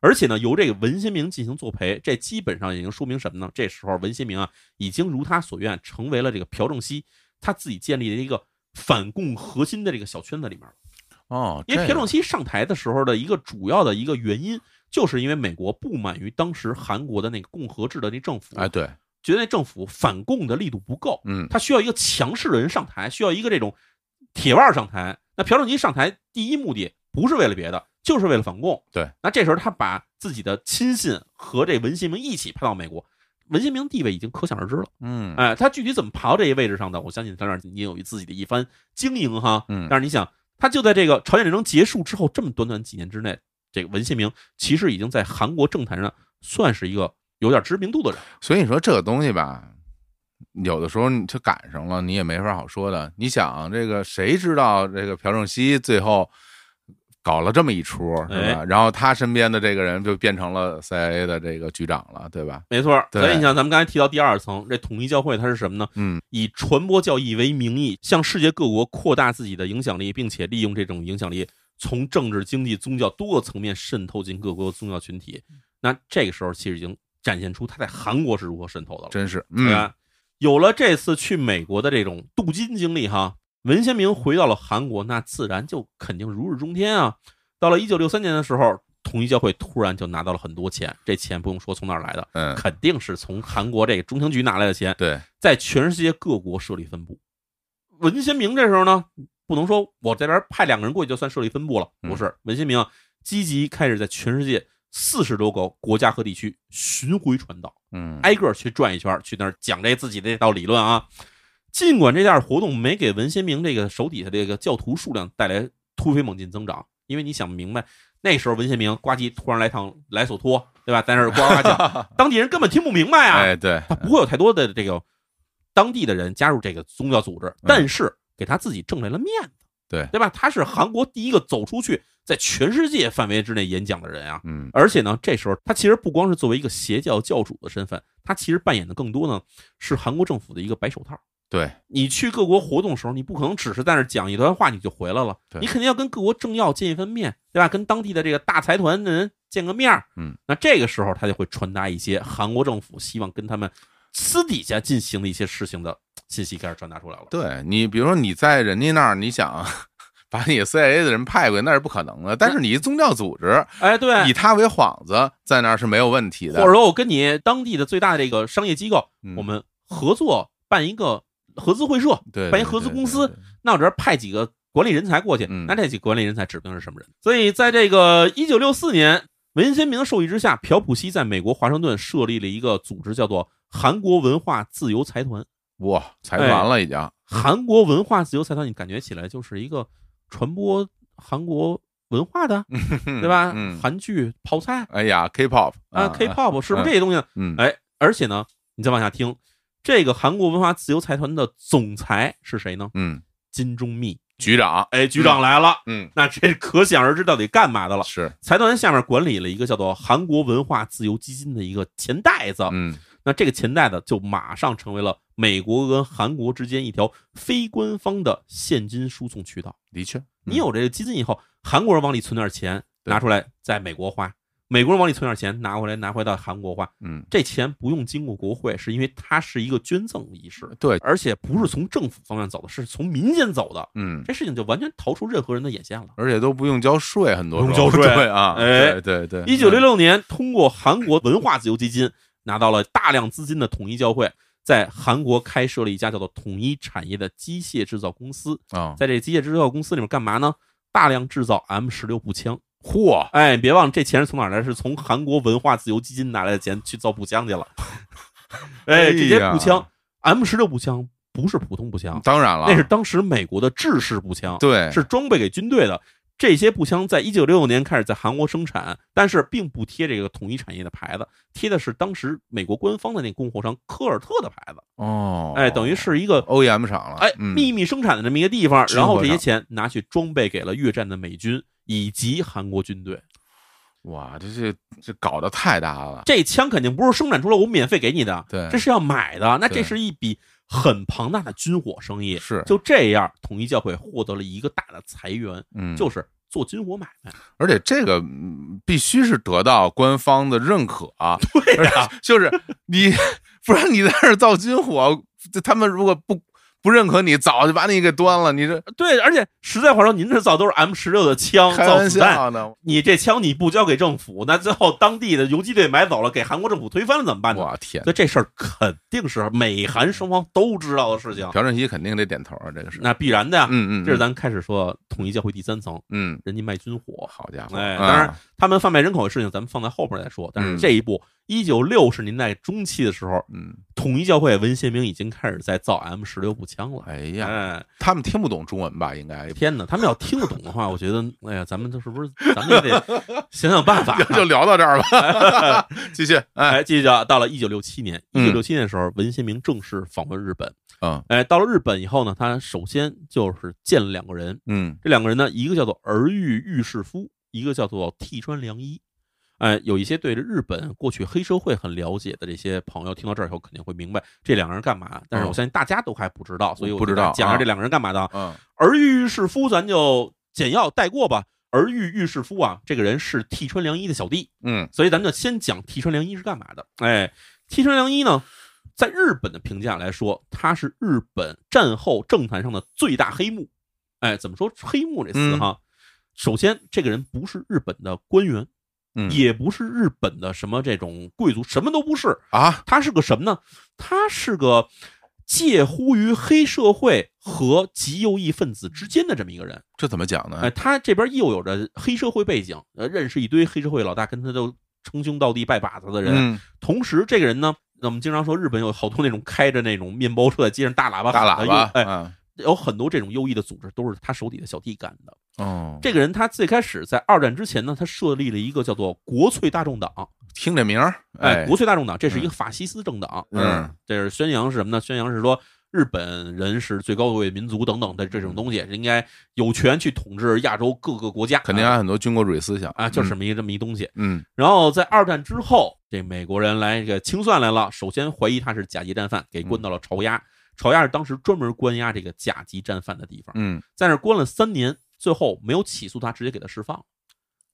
B: 而且呢由这个文先明进行作陪，这基本上已经说明什么呢？这时候文先明啊已经如他所愿，成为了这个朴正熙他自己建立的一个反共核心的这个小圈子里面。
A: 哦，
B: 因为
A: 这
B: 朴正熙上台的时候的一个主要的一个原因，就是因为美国不满于当时韩国的那个共和制的那政府
A: 样，哎，对，
B: 觉得那政府反共的力度不够，
A: 嗯，
B: 他需要一个强势的人上台，需要一个这种铁腕儿上台。那朴正熙上台第一目的不是为了别的，就是为了反共。
A: 对，
B: 那这时候他把自己的亲信和这文新明一起派到美国，文新明地位已经可想而知了。
A: 嗯，
B: 哎，他具体怎么爬到这一位置上的，我相信他那儿也有自己的一番经营哈。
A: 嗯
B: 但是你想，他就在这个朝鲜战争结束之后，这么短短几年之内，这个文新明其实已经在韩国政坛上算是一个有点知名度的人。
A: 所以你说这个东西吧，有的时候你就赶上了，你也没法好说的。你想这个，谁知道这个朴正熙最后搞了这么一出，是
B: 哎
A: 吧？然后他身边的这个人就变成了 CIA 的这个局长了，对吧？
B: 没错儿，
A: 对
B: 所以你想，咱们刚才提到第二层，这统一教会它是什么呢？
A: 嗯，
B: 以传播教义为名义，向世界各国扩大自己的影响力，并且利用这种影响力，从政治、经济、宗教多个层面渗透进各国宗教群体。那这个时候，其实已经展现出他在韩国是如何渗透的了。
A: 真是，
B: 对
A: 嗯，
B: 吧？有了这次去美国的这种镀金经历哈，文先明回到了韩国，那自然就肯定如日中天啊。到了一九六三年的时候，统一教会突然就拿到了很多钱，这钱不用说从哪儿来的，
A: 嗯，
B: 肯定是从韩国这个中情局拿来的钱，
A: 对，
B: 在全世界各国设立分部。文先明这时候呢，不能说我这边派两个人过去就算设立分部了，
A: 嗯
B: 不是。文先明啊积极开始在全世界四十多个国家和地区巡回传道。
A: 嗯，
B: 挨个儿去转一圈儿，去那儿讲这自己的这套理论啊。尽管这件活动没给文先明这个手底下这个教徒数量带来突飞猛进增长，因为你想明白，那时候文先明呱唧突然来趟来索托，对吧？在那儿呱
A: [laughs]
B: 呱讲，当地人根本听不明白啊，
A: 哎，对，
B: 他不会有太多的这个当地的人加入这个宗教组织，但是给他自己挣来了面子，
A: 嗯对
B: 对吧？他是韩国第一个走出去，在全世界范围之内演讲的人啊，
A: 嗯，
B: 而且呢，这时候他其实不光是作为一个邪教教主的身份，他其实扮演的更多呢是韩国政府的一个白手套。
A: 对，
B: 你去各国活动的时候，你不可能只是在那儿讲一段话你就回来了
A: 对，
B: 你肯定要跟各国政要见一番面，对吧？跟当地的这个大财团的人见个面儿
A: 嗯，
B: 那这个时候他就会传达一些韩国政府希望跟他们私底下进行的一些事情的信息，开始传达出来了。
A: 对你，比如说你在人家那儿，你想把你 CIA 的人派过去，那是不可能的。但是你一宗教组织，
B: 哎，对，
A: 以他为幌子，在那儿是没有问题的。
B: 或者说我跟你当地的最大的这个商业机构，
A: 嗯
B: 我们合作办一个合资会社，
A: 对，
B: 办
A: 对
B: 一合资
A: 对
B: 公
A: 对
B: 司
A: 对
B: 那我这儿派几个管理人才过去，
A: 嗯
B: 那这几个管理人才指不定是什么人。所以，在这个一九六四年，文先明的授意之下，朴普熙在美国华盛顿设立了一个组织，叫做韩国文化自由财
A: 嗯
B: 团。
A: 哇，财团了已经。
B: 韩国文化自由财团，你感觉起来就是一个传播韩国文化的，对吧？
A: 嗯，
B: 韩剧、泡菜
A: 哎呀，K-pop
B: 啊，K-pop 是不是
A: 嗯
B: 这些东西呢？
A: 嗯，
B: 哎，而且呢，你再往下听，这个韩国文化自由财团的总裁是谁呢？
A: 嗯，
B: 金钟密。
A: 局长，
B: 哎，局长来了，
A: 嗯，
B: [laughs] 那这可想而知到底干嘛的了。
A: 是，
B: 财团下面管理了一个叫做韩国文化自由基金的一个钱袋子，
A: 嗯，
B: 那这个钱袋子就马上成为了美国跟韩国之间一条非官方的现金输送渠道。
A: 的确，
B: 你有这个基金以后，韩国人往里存点钱，
A: 嗯对
B: 拿出来在美国花；美国人往里存点钱，拿回来拿回到韩国花。
A: 嗯，
B: 这钱不用经过国会，是因为它是一个捐赠仪式，
A: 嗯，对，
B: 而且不是从政府方面走的，是从民间走的。
A: 嗯，
B: 这事情就完全逃出任何人的眼线了。
A: 而且都不用交税，很多
B: 不用
A: 时候
B: 交税
A: 对啊，
B: 哎
A: 对对对，
B: 一九六六年，通过韩国文化自由基金拿到了大量资金的统一教会，在韩国开设了一家叫做统一产业的机械制造公司。
A: 嗯啊，
B: 在这机械制造公司里面干嘛呢？大量制造 M 十六步枪。
A: 嚯，
B: 哎，别忘了这钱是从哪儿来？是从韩国文化自由基金拿来的钱去造步枪去了。哎，这些步枪 M 十六步枪不是普通步枪，
A: 当然了，
B: 那是当时美国的制式步枪，
A: 对，
B: 是装备给军队的。这些步枪在一九六六年开始在韩国生产，但是并不贴这个统一产业的牌子，贴的是当时美国官方的那供货商科尔特的牌子。
A: 哦，
B: 哎，等于是一个
A: OEM 厂了，
B: 哎
A: 嗯
B: 秘密生产的这么一个地方，
A: 军火
B: 然后这些
A: 商
B: 钱拿去装备给了越战的美军以及韩国军队。
A: 哇，这这这搞得太大了，
B: 这枪肯定不是生产出来我免费给你的，
A: 对
B: 这是要买的。那这
A: 对
B: 是一笔很庞大的军火生意。
A: 是
B: 就这样，统一教会获得了一个大的财源，
A: 嗯，
B: 就是做军火买卖。
A: 而且这个嗯必须是得到官方的认可啊，
B: 对呀、
A: 就是你，不然你在这儿造军火，这他们如果不不认可你，早就把你给端了。你这
B: 对，而且实在话说，您这造都是 M 十六的枪，
A: 开
B: 造
A: 玩
B: 子弹。
A: 笑呢？
B: 你这枪你不交给政府，那最后当地的游击队买走了，给韩国政府推翻了怎么办呢？
A: 我天
B: 所，以这事儿肯定是美韩双方都知道的事情，
A: 朴正熙肯定得点头啊，这个是，
B: 那必然的呀。
A: 嗯嗯，
B: 这是咱开始说统一教会第三层，
A: 嗯，
B: 人家卖军火，
A: 好家伙，
B: 哎
A: 啊
B: 当然他们贩卖人口的事情，咱们放在后边再说。但是
A: 嗯
B: 这一步，一九六十年代中期的时候，
A: 嗯，
B: 统一教会文贤明已经开始在造 M 十六步枪了。
A: 哎呀，
B: 哎，
A: 他们听不懂中文吧？应
B: [laughs]
A: 该
B: 天哪！他们要听得懂的话，我觉得，哎呀，咱们这是不是咱们也
A: [laughs]
B: 得想想办法？啊
A: 就聊到这儿
B: [laughs]
A: 吧，继续，哎，
B: 哎，记着啊，到了一九六七年，一
A: 嗯
B: 九六七年的时候，文贤明正式访问日本。
A: 嗯
B: 哎，到了日本以后呢，他首先就是见了两个人，
A: 嗯
B: 这两个人呢，一个叫做儿玉玉士夫，一个叫做替川良一。哎，有一些对日本过去黑社会很了解的这些朋友，听到这儿以后肯定会明白这两个人干嘛。但是我
A: 嗯
B: 相信大家都还不知道，所以我
A: 不
B: 给
A: 知
B: 大家
A: 道
B: 讲一下
A: 啊
B: 这两个人干嘛的啊。
A: 嗯
B: 儿玉玉士夫，咱就简要带过吧。儿玉玉士夫啊，这个人是替川良一的小弟，
A: 嗯
B: 所以咱们就先讲替川良一是干嘛的。哎，替川良一呢，在日本的评价来说，他是日本战后政坛上的最大黑幕。哎，怎么说“黑幕”这词哈？首先，这个人不是日本的官员，
A: 嗯
B: 也不是日本的什么这种贵族，什么都不是。
A: 啊，
B: 他是个什么呢？他是个介乎于黑社会和极右翼分子之间的这么一个人。
A: 这怎么讲呢
B: 哎，？他这边又有着黑社会背景，呃，认识一堆黑社会老大，跟他都称兄道弟、拜把子的人。
A: 嗯，
B: 同时，这个人呢，我们经常说日本有好多那种开着那种面包车在街上大喇叭
A: 大
B: 喊
A: 喇
B: 的
A: 叭，
B: 右哎，
A: 嗯
B: 有很多这种右翼的组织都是他手底下小弟干的。
A: 哦，
B: 这个人他最开始在二战之前呢，他设立了一个叫做国粹大众党，
A: 听这名儿，
B: 哎，
A: 哎
B: 国粹大众党，这是一个法西斯政党，
A: 嗯，
B: 这是宣扬是什么呢？宣扬是说日本人是最高贵民族等等的这
A: 嗯
B: 种东西，应该有权去统治亚洲各个国家，
A: 肯定啊还有很多军国主义思想
B: 啊，就是这么一个这么一东西。
A: 嗯，
B: 然后在二战之后，这美国人来这个清算来了，首先怀疑他是甲级战犯，给
A: 嗯
B: 关到了巢押。巢押是当时专门关押这个甲级战犯的地方，
A: 嗯
B: 在那儿关了三年，最后没有起诉他，直接给他释放了。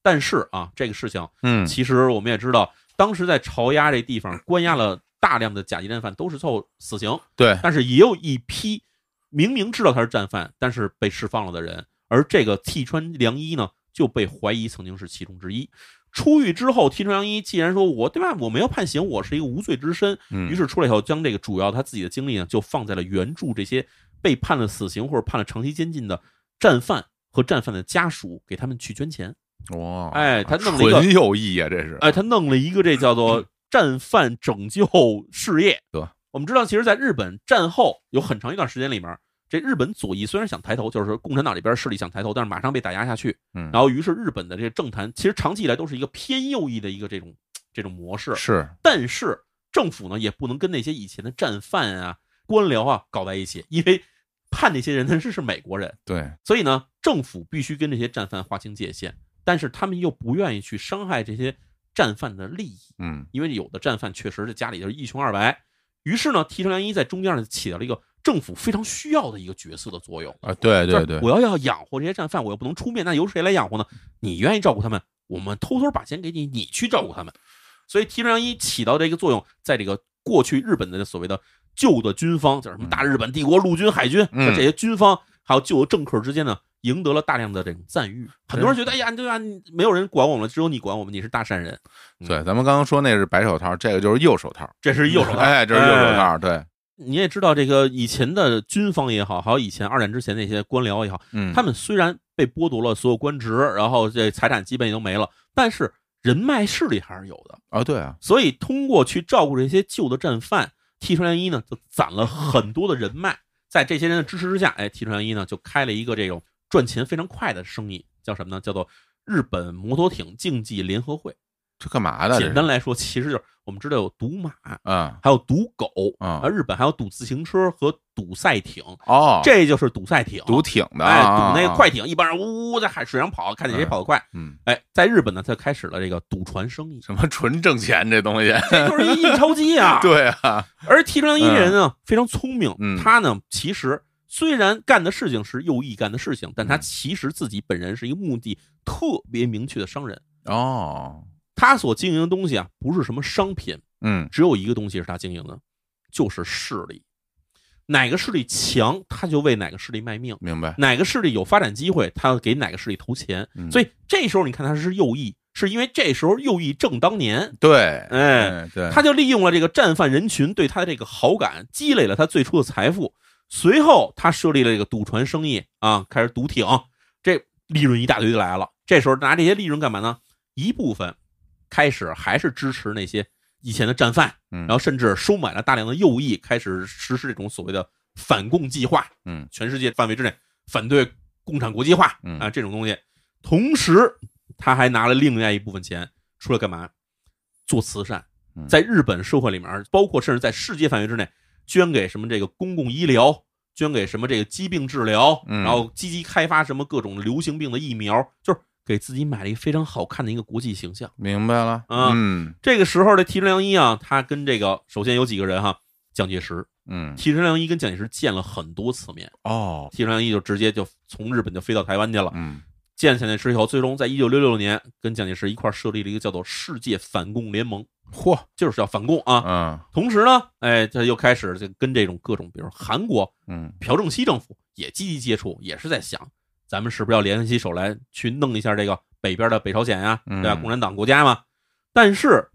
B: 但是啊，这个事情
A: 嗯
B: 其实我们也知道，当时在巢押这地方关押了大量的甲级战犯，都是凑死刑，
A: 对，
B: 但是也有一批明明知道他是战犯，但是被释放了的人。而这个替川良一呢，就被怀疑曾经是其中之一。出狱之后，替川良一既然说我对吧，我没有判刑，我是一个无罪之身，
A: 于
B: 于是出来以后，将这个主要他自己的精力呢，就放在了援助这些被判了死刑或者判了长期监禁的战犯和战犯的家属，给他们去捐钱。
A: 哇，
B: 哎他弄了一个
A: 纯右翼啊，这是，
B: 哎，他弄了一个这
A: [laughs]
B: 叫做战犯拯救事业。
A: 对，
B: 我们知道，其实，在日本战后有很长一段时间里面，这日本左翼虽然想抬头，就是说共产党这边势力想抬头，但是马上被打压下去。
A: 嗯
B: 然后，于是日本的这个政坛其实长期以来都是一个偏右翼的一个这种这种模式。
A: 是
B: 但是政府呢，也不能跟那些以前的战犯啊、官僚啊搞在一起，因为判这些人的人是美国人，
A: 对，
B: 所以呢，政府必须跟这些战犯划清界限，但是他们又不愿意去伤害这些战犯的利益，
A: 嗯
B: 因为有的战犯确实是家里就是一穷二白。于是呢，提成良一在中间呢起到了一个政府非常需要的一个角色的作用。
A: 啊，对
B: 就是
A: 对对，
B: 我要要养活这些战犯，我又不能出面，那由谁来养活呢？你愿意照顾他们，我们偷偷把钱给你，你去照顾他们。所以提成良一起到这个作用，在这个过去日本的所谓的旧的军方，就是什么大日本帝国陆军、海军，
A: 嗯
B: 就这些军方还有旧的政客之间呢，赢得了大量的这种赞誉。很多人觉得，哎呀，对吧？你没有人管我们了，只有你管我们，你是大善人。
A: 对，咱们刚刚说那是白手套，这个就是右手套，
B: 这是右手套，
A: 哎，这是右手套，对，
B: 你也知道，这个以前的军方也好，还有以前二战之前那些官僚也好，
A: 嗯，
B: 他们虽然被剥夺了所有官职，然后这财产基本也都没了，但是人脉势力还是有的。
A: 啊，对啊，
B: 所以通过去照顾这些旧的战犯，替川良一呢就攒了很多的人脉。在这些人的支持之下，哎，替川良一呢就开了一个这种赚钱非常快的生意，叫什么呢？叫做日本摩托艇竞技联合会。
A: 这干嘛的？这
B: 简
A: 是
B: 单来说，其实就是我们知道有赌马，
A: 嗯，
B: 还有赌狗
A: 啊
B: 而日本还有赌自行车和赌赛艇，
A: 哦，
B: 这就是赌赛艇。
A: 赌艇的
B: 哎，
A: 啊，
B: 赌那
A: 啊
B: 个快，艇，一般人呜呜在海水上跑，看见谁跑得快。
A: 嗯，
B: 哎，在日本呢，他开始了这个赌船生
A: [laughs]，
B: 意
A: 什么纯挣钱这东西，
B: 这就是一印钞机啊。，
A: 对啊，
B: 而提成一这人呢，非常聪明
A: 嗯，
B: 他呢其实虽然干的事情是右翼干的事情，但他
A: 嗯
B: 其实自己本人是一个目的特别明确的商人。
A: 哦，
B: 他所经营的东西啊，不是什么商品，
A: 嗯
B: 只有一个东西是他经营的，就是势力。哪个势力强，他就为哪个势力卖命。
A: 明白，
B: 哪个势力有发展机会，他要给哪个势力投钱。
A: 嗯
B: 所以这时候你看他是右翼，是因为这时候右翼正当年，
A: 对，
B: 哎，
A: 哎，对，
B: 他就利用了这个战犯人群对他的这个好感，积累了他最初的财富。随后他设立了这个赌船生意啊，开始赌艇，这利润一大堆就来了。这时候拿这些利润干嘛呢？一部分开始还是支持那些以前的战犯，
A: 嗯
B: 然后甚至收买了大量的右翼，开始实施这种所谓的反共计划。
A: 嗯，
B: 全世界范围之内反对共产国际化
A: 嗯
B: 啊这种东西。同时，他还拿了另外一部分钱出来干嘛？做慈善
A: 嗯，
B: 在日本社会里面，包括甚至在世界范围之内，捐给什么这个公共医疗，捐给什么这个疾病治疗，
A: 嗯
B: 然后积极开发什么各种流行病的疫苗，就是给自己买了一个非常好看的一个国际形象。
A: 明白了，
B: 啊
A: 嗯
B: 这个时候的提纯良一啊，他跟这个首先有几个人哈，蒋介石，
A: 嗯，
B: 提纯良一跟蒋介石见了很多次面。
A: 哦，
B: 提上一就直接就从日本就飞到台湾去了。
A: 嗯
B: 见蒋介石以后，最终在一九六六年跟蒋介石一块儿设立了一个叫做世界反共联盟，
A: 嚯，
B: 就是要反共啊。
A: 嗯
B: 同时呢，哎，他又开始就跟这种各种，比如韩国
A: 嗯，
B: 朴正熙政府也积极接触，也是在想，咱们是不是要联系手来去弄一下这个北边的北朝鲜呀、
A: 嗯
B: 对吧？共产党国家嘛。但是，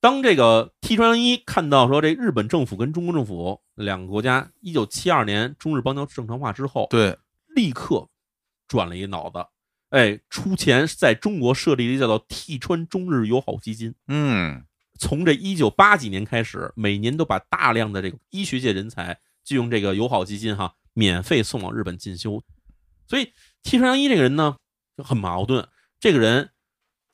B: 当这个 T 川一看到说这日本政府跟中国政府两个国家一九七二年中日邦交正常化之后，
A: 对，
B: 立刻转了一脑子，哎，出钱在中国设立了一个叫做“替川中日友好基金”。
A: 嗯
B: 从这一九八几年开始，每年都把大量的这个医学界人才就用这个友好基金哈，免费送往日本进修。所以替川良一这个人呢，就很矛盾。这个人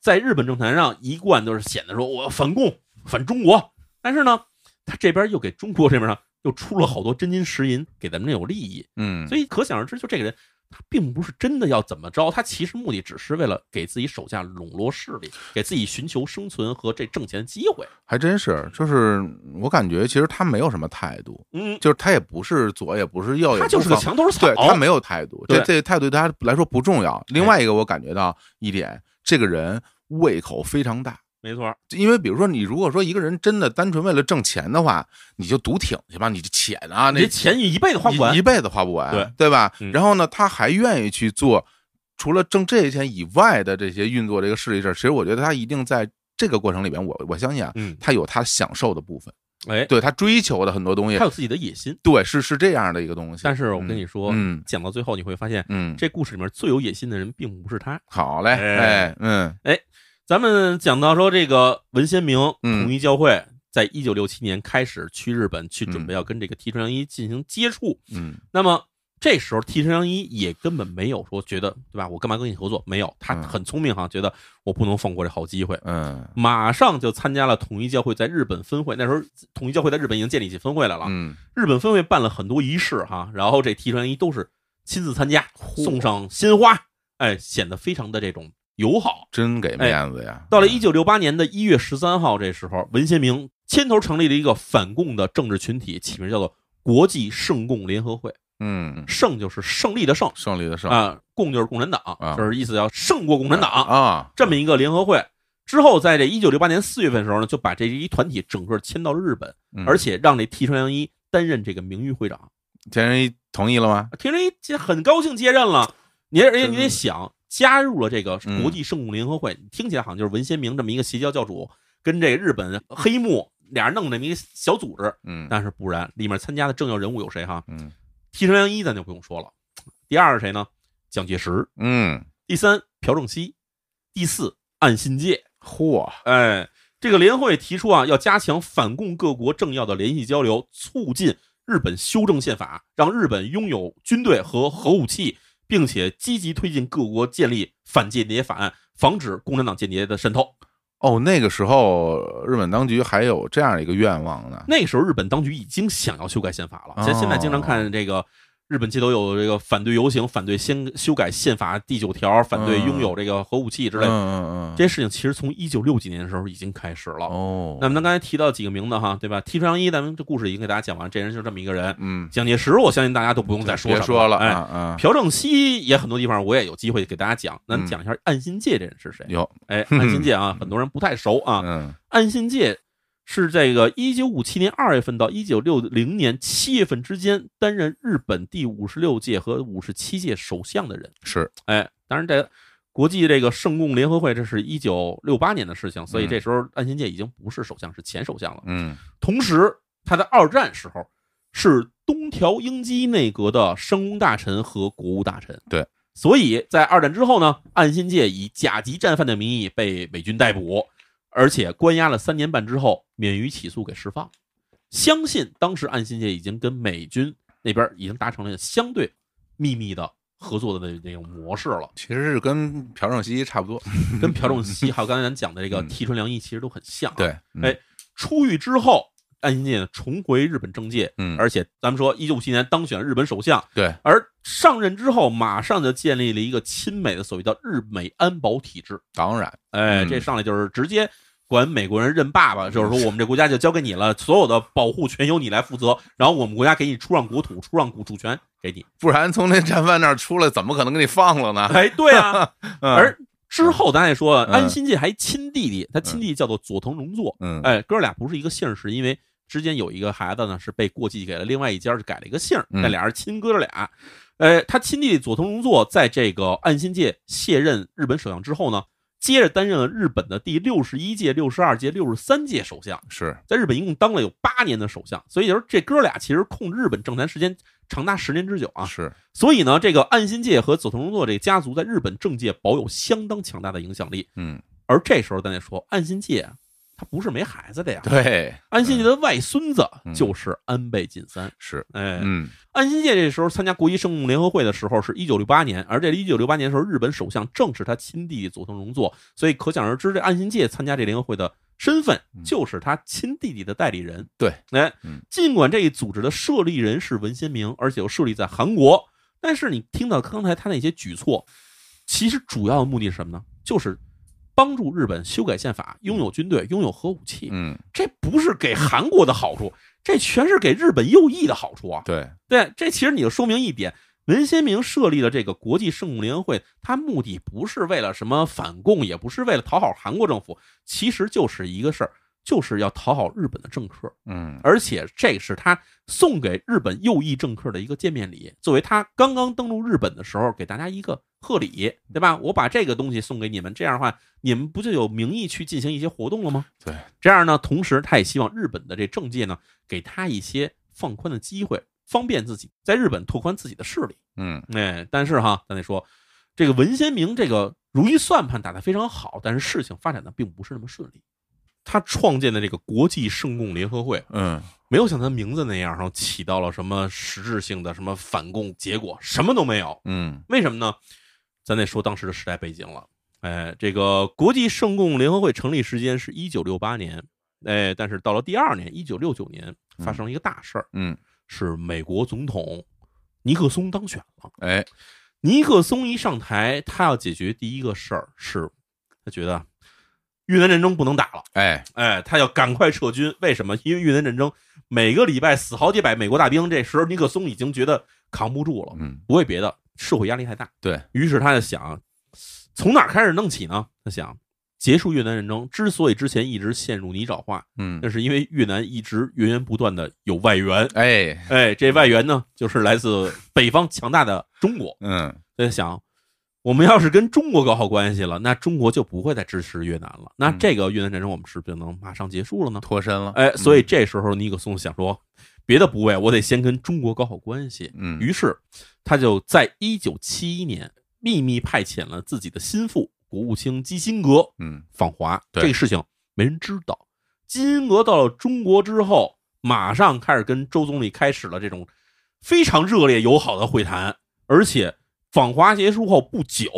B: 在日本政坛上一贯都是显得说我要反共、反中国，但是呢，他这边又给中国这边呢又出了好多真金实银，给咱们这有利益。
A: 嗯，
B: 所以可想而知，就这个人，他并不是真的要怎么着，他其实目的只是为了给自己手下笼络势力，给自己寻求生存和这挣钱的机会。
A: 还真是，就是我感觉其实他没有什么态度，
B: 嗯，
A: 就是他也不是左，也不是右，也
B: 他
A: 不
B: 就是个
A: 防
B: 墙头草
A: 对，他没有态度，这
B: 对哎
A: 这态度对他来说不重要。另外一个，我感觉到一点，这个人胃口非常大。
B: 没错儿，
A: 因为比如说，你如果说一个人真的单纯为了挣钱的话，你就赌挺去吧，你这钱啊，
B: 你
A: 那
B: 这钱你一辈子花不完
A: 一一。辈子花不完，
B: 对
A: 吧？
B: 嗯
A: 然后呢，他还愿意去做除了挣这些钱以外的这些运作这个势力事儿。其实我觉得他一定在这个过程里边，我我相信啊，
B: 嗯，
A: 他有他享受的部分，
B: 哎，
A: 对他追求的很多东西
B: 他，有自己的野心。
A: 对，是是这样的一个东西。
B: 但是我跟你说，
A: 嗯
B: 讲到最后你会发现，
A: 嗯，
B: 这故事里面最有野心的人并不是他。
A: 好嘞，
B: 哎
A: 哎，嗯
B: 咱们讲到说这个文先明
A: 嗯
B: 统一教会。在一嗯九六七年开始去日本，去准备要跟这个提纯良一进行接触。
A: 嗯
B: 那么这时候替身良一也根本没有说觉得对吧？我干嘛跟你合作？没有，他
A: 嗯
B: 很聪明哈，觉得我不能放过这好机会，
A: 嗯
B: 马上就参加了统一教会在日本分会。那时候统一教会在日本已经建立起分会来了，
A: 嗯，
B: 日本分会办了很多仪式哈，然后这替身良一都是亲自参加，送上鲜花，哎，显得非常的这种友好。
A: 真给面子呀！
B: 到了一九六八年的一月十三号，这时候文先明牵头成立了一个反共的政治群体，起名叫做国际圣共联合会。
A: 嗯，
B: 胜就是胜利的胜
A: 胜利的胜
B: 啊、共就是共产党，
A: 啊
B: 就是意思要胜过共产党、
A: 啊，
B: 这么一个联合会。之后，在这一九六八年四月份的时候呢，就把这一团体整个迁到了日本，
A: 嗯
B: 而且让这替川良一担任这个名誉会长。
A: 田仁一同意了吗？
B: 田中一接很高兴接任了。你而且
A: 真
B: 你
A: 的
B: 得想，加入了这个
A: 嗯
B: 国际圣母联合会，听起来好像就是文先明这么一个邪教教主跟这个日本黑幕俩人弄这么一个小组织，
A: 嗯
B: 但是不然，里面参加的政要人物有谁哈？
A: 嗯
B: 替身良一咱就不用说了，第二是谁呢？蒋介石，
A: 嗯，
B: 第三朴正熙，第四岸信介。
A: 嚯，
B: 哎，这个联会提出啊，要加强反共各国政要的联系交流，促进日本修正宪法，让日本拥有军队和核武器，并且积极推进各国建立反间谍法案，防止共产党间谍的渗透。
A: 哦，那个时候日本当局还有这样一个愿望呢。
B: 那个时候，日本当局已经想要修改宪法了。
A: 哦
B: 咱现在经常看这个。日本街头有这个反对游行、反对先修改宪法第九条、反对拥有这个核武器之类
A: 嗯
B: 的，
A: 嗯嗯，
B: 这些事情其实从一九六几年的时候已经开始了。
A: 哦，
B: 那么咱刚才提到几个名字哈，对吧？替川一，咱们这故事已经给大家讲完，这人就这么一个人。
A: 嗯，
B: 蒋介石，我相信大家都不用再说
A: 别
B: 什么
A: 说了，
B: 哎，
A: 啊，
B: 朴正熙也很多地方我也有机会给大家讲。咱
A: 嗯
B: 讲一下岸信介这人是谁？
A: 有，
B: 哎，岸信介啊，很多人不太熟啊。
A: 嗯
B: 岸信介是这个一九五七年二月份到一九六零年七月份之间担任日本第五十六届和五十七届首相的人。
A: 是，
B: 哎，当然这国际这个圣共联合会，这是一九六八年的事情，所以
A: 嗯
B: 这时候岸信介已经不是首相，是前首相了。
A: 嗯
B: 同时，他在二战时候是东条英机内阁的商工大臣和国务大臣。
A: 对，
B: 所以在二战之后呢，岸信介以甲级战犯的名义被美军逮捕，而且关押了三年半之后，免于起诉给释放。相信当时岸信介已经跟美军那边已经达成了相对秘密的合作的那那种模式了，
A: 其实是跟朴正熙差不多，
B: 跟朴正熙还有刚才咱讲的这个
A: 嗯
B: 提纯良一其实都很像、啊。
A: 对，嗯
B: [laughs] 哎出狱之后，岸信介呢重回日本政界，
A: 嗯
B: 而且咱们说，一九五七年当选日本首相，
A: 对，
B: 而上任之后，马上就建立了一个亲美的所谓叫日美安保体制。
A: 当然，
B: 哎，
A: 嗯
B: 这上来就是直接管美国人认爸爸，就是说我们这国家就交给你了，所有的保护全由你来负责，然后我们国家给你出让国土、出让股主权给你。
A: 不然从那战犯那儿出来，怎么可能给你放了呢？
B: 哎，对
A: [laughs]
B: 啊，
A: 嗯
B: 而之后咱也说，
A: 嗯
B: 安新介还亲弟弟，他亲弟弟叫做佐藤荣作，
A: 嗯
B: 哎，哥俩不是一个姓儿，是因为之间有一个孩子呢是被过继给了另外一家，是改了一个姓儿，
A: 嗯
B: 那俩人亲哥俩。呃，他亲弟弟佐藤荣作在这个岸信介卸任日本首相之后呢，接着担任了日本的第六十一届、六十二届、六十三届首相，
A: 是，
B: 在日本一共当了有八年的首相，所以就是这哥俩其实控制日本政坛时间长达十年之久啊。
A: 是，
B: 所以呢，这个岸信介和佐藤荣作这个家族在日本政界保有相当强大的影响力。
A: 嗯，
B: 而这时候咱得说，岸信介啊他不是没孩子的呀，
A: 对，
B: 安信介的外孙子
A: 嗯
B: 就是安倍晋三。
A: 是，
B: 哎，
A: 嗯
B: 安信介这时候参加国际圣母联合会的时候是一九六八年，而这一九六八年的时候，日本首相正是他亲弟弟佐藤荣作，所以可想而知，这安信介参加这联合会的身份
A: 嗯
B: 就是他亲弟弟的代理人。
A: 对，
B: 哎
A: 嗯，
B: 尽管这一组织的设立人是文先明，而且又设立在韩国，但是你听到刚才他那些举措，其实主要的目的是什么呢？就是帮助日本修改宪法，拥有军队，拥有核武器。
A: 嗯，
B: 这不是给韩国的好处，这全是给日本右翼的好处啊！
A: 对，
B: 对，这其实你就说明一点，文先明设立的这个国际圣母联合会，它目的不是为了什么反共，也不是为了讨好韩国政府，其实就是一个事儿，就是要讨好日本的政客，
A: 嗯
B: 而且这是他送给日本右翼政客的一个见面礼，作为他刚刚登陆日本的时候给大家一个贺礼，对吧？我把这个东西送给你们，这样的话，你们不就有名义去进行一些活动了吗？
A: 对，
B: 这样呢，同时他也希望日本的这政界呢，给他一些放宽的机会，方便自己在日本拓宽自己的势力。
A: 嗯，
B: 哎，但是哈，咱得说，这个文先明这个如意算盘打得非常好，但是事情发展的并不是那么顺利。他创建的这个国际圣共联合会，
A: 嗯，
B: 没有像他名字那样，然后起到了什么实质性的什么反共结果，什么都没有。
A: 嗯，
B: 为什么呢？咱得说当时的时代背景了。哎，这个国际圣共联合会成立时间是一九六八年，哎，但是到了第二年，一九六九年发生了一个大事儿，
A: 嗯，
B: 是美国总统尼克松当选了。
A: 哎，
B: 尼克松一上台，他要解决第一个事儿是，他觉得越南战争不能打了，
A: 哎，
B: 哎，他要赶快撤军。为什么？因为越南战争每个礼拜死好几百美国大兵，这时候尼克松已经觉得扛不住了，
A: 嗯，
B: 不为别的，社会压力太大。
A: 对
B: 于是他就想，从哪儿开始弄起呢？他想结束越南战争。之所以之前一直陷入泥沼化，
A: 嗯
B: 那，是因为越南一直源源不断的有外援。
A: 哎，
B: 哎，这外援呢，就是来自北方强大的中国。
A: 嗯，
B: 在想，我们要是跟中国搞好关系了，那中国就不会再支持越南了。那
A: 嗯
B: 这个越南战争我们是不是就能马上结束了呢？
A: 脱身了，
B: 哎，所以
A: 嗯
B: 这时候尼克松想说，别的不为，我得先跟中国搞好关系。
A: 嗯，嗯，
B: 于是，他就在一九七一年秘密派遣了自己的心腹国务卿基辛格
A: 嗯，
B: 访华。
A: 对
B: 这个事情没人知道。基辛格到了中国之后，马上开始跟周总理开始了这种非常热烈友好的会谈，而且访华结束后不久，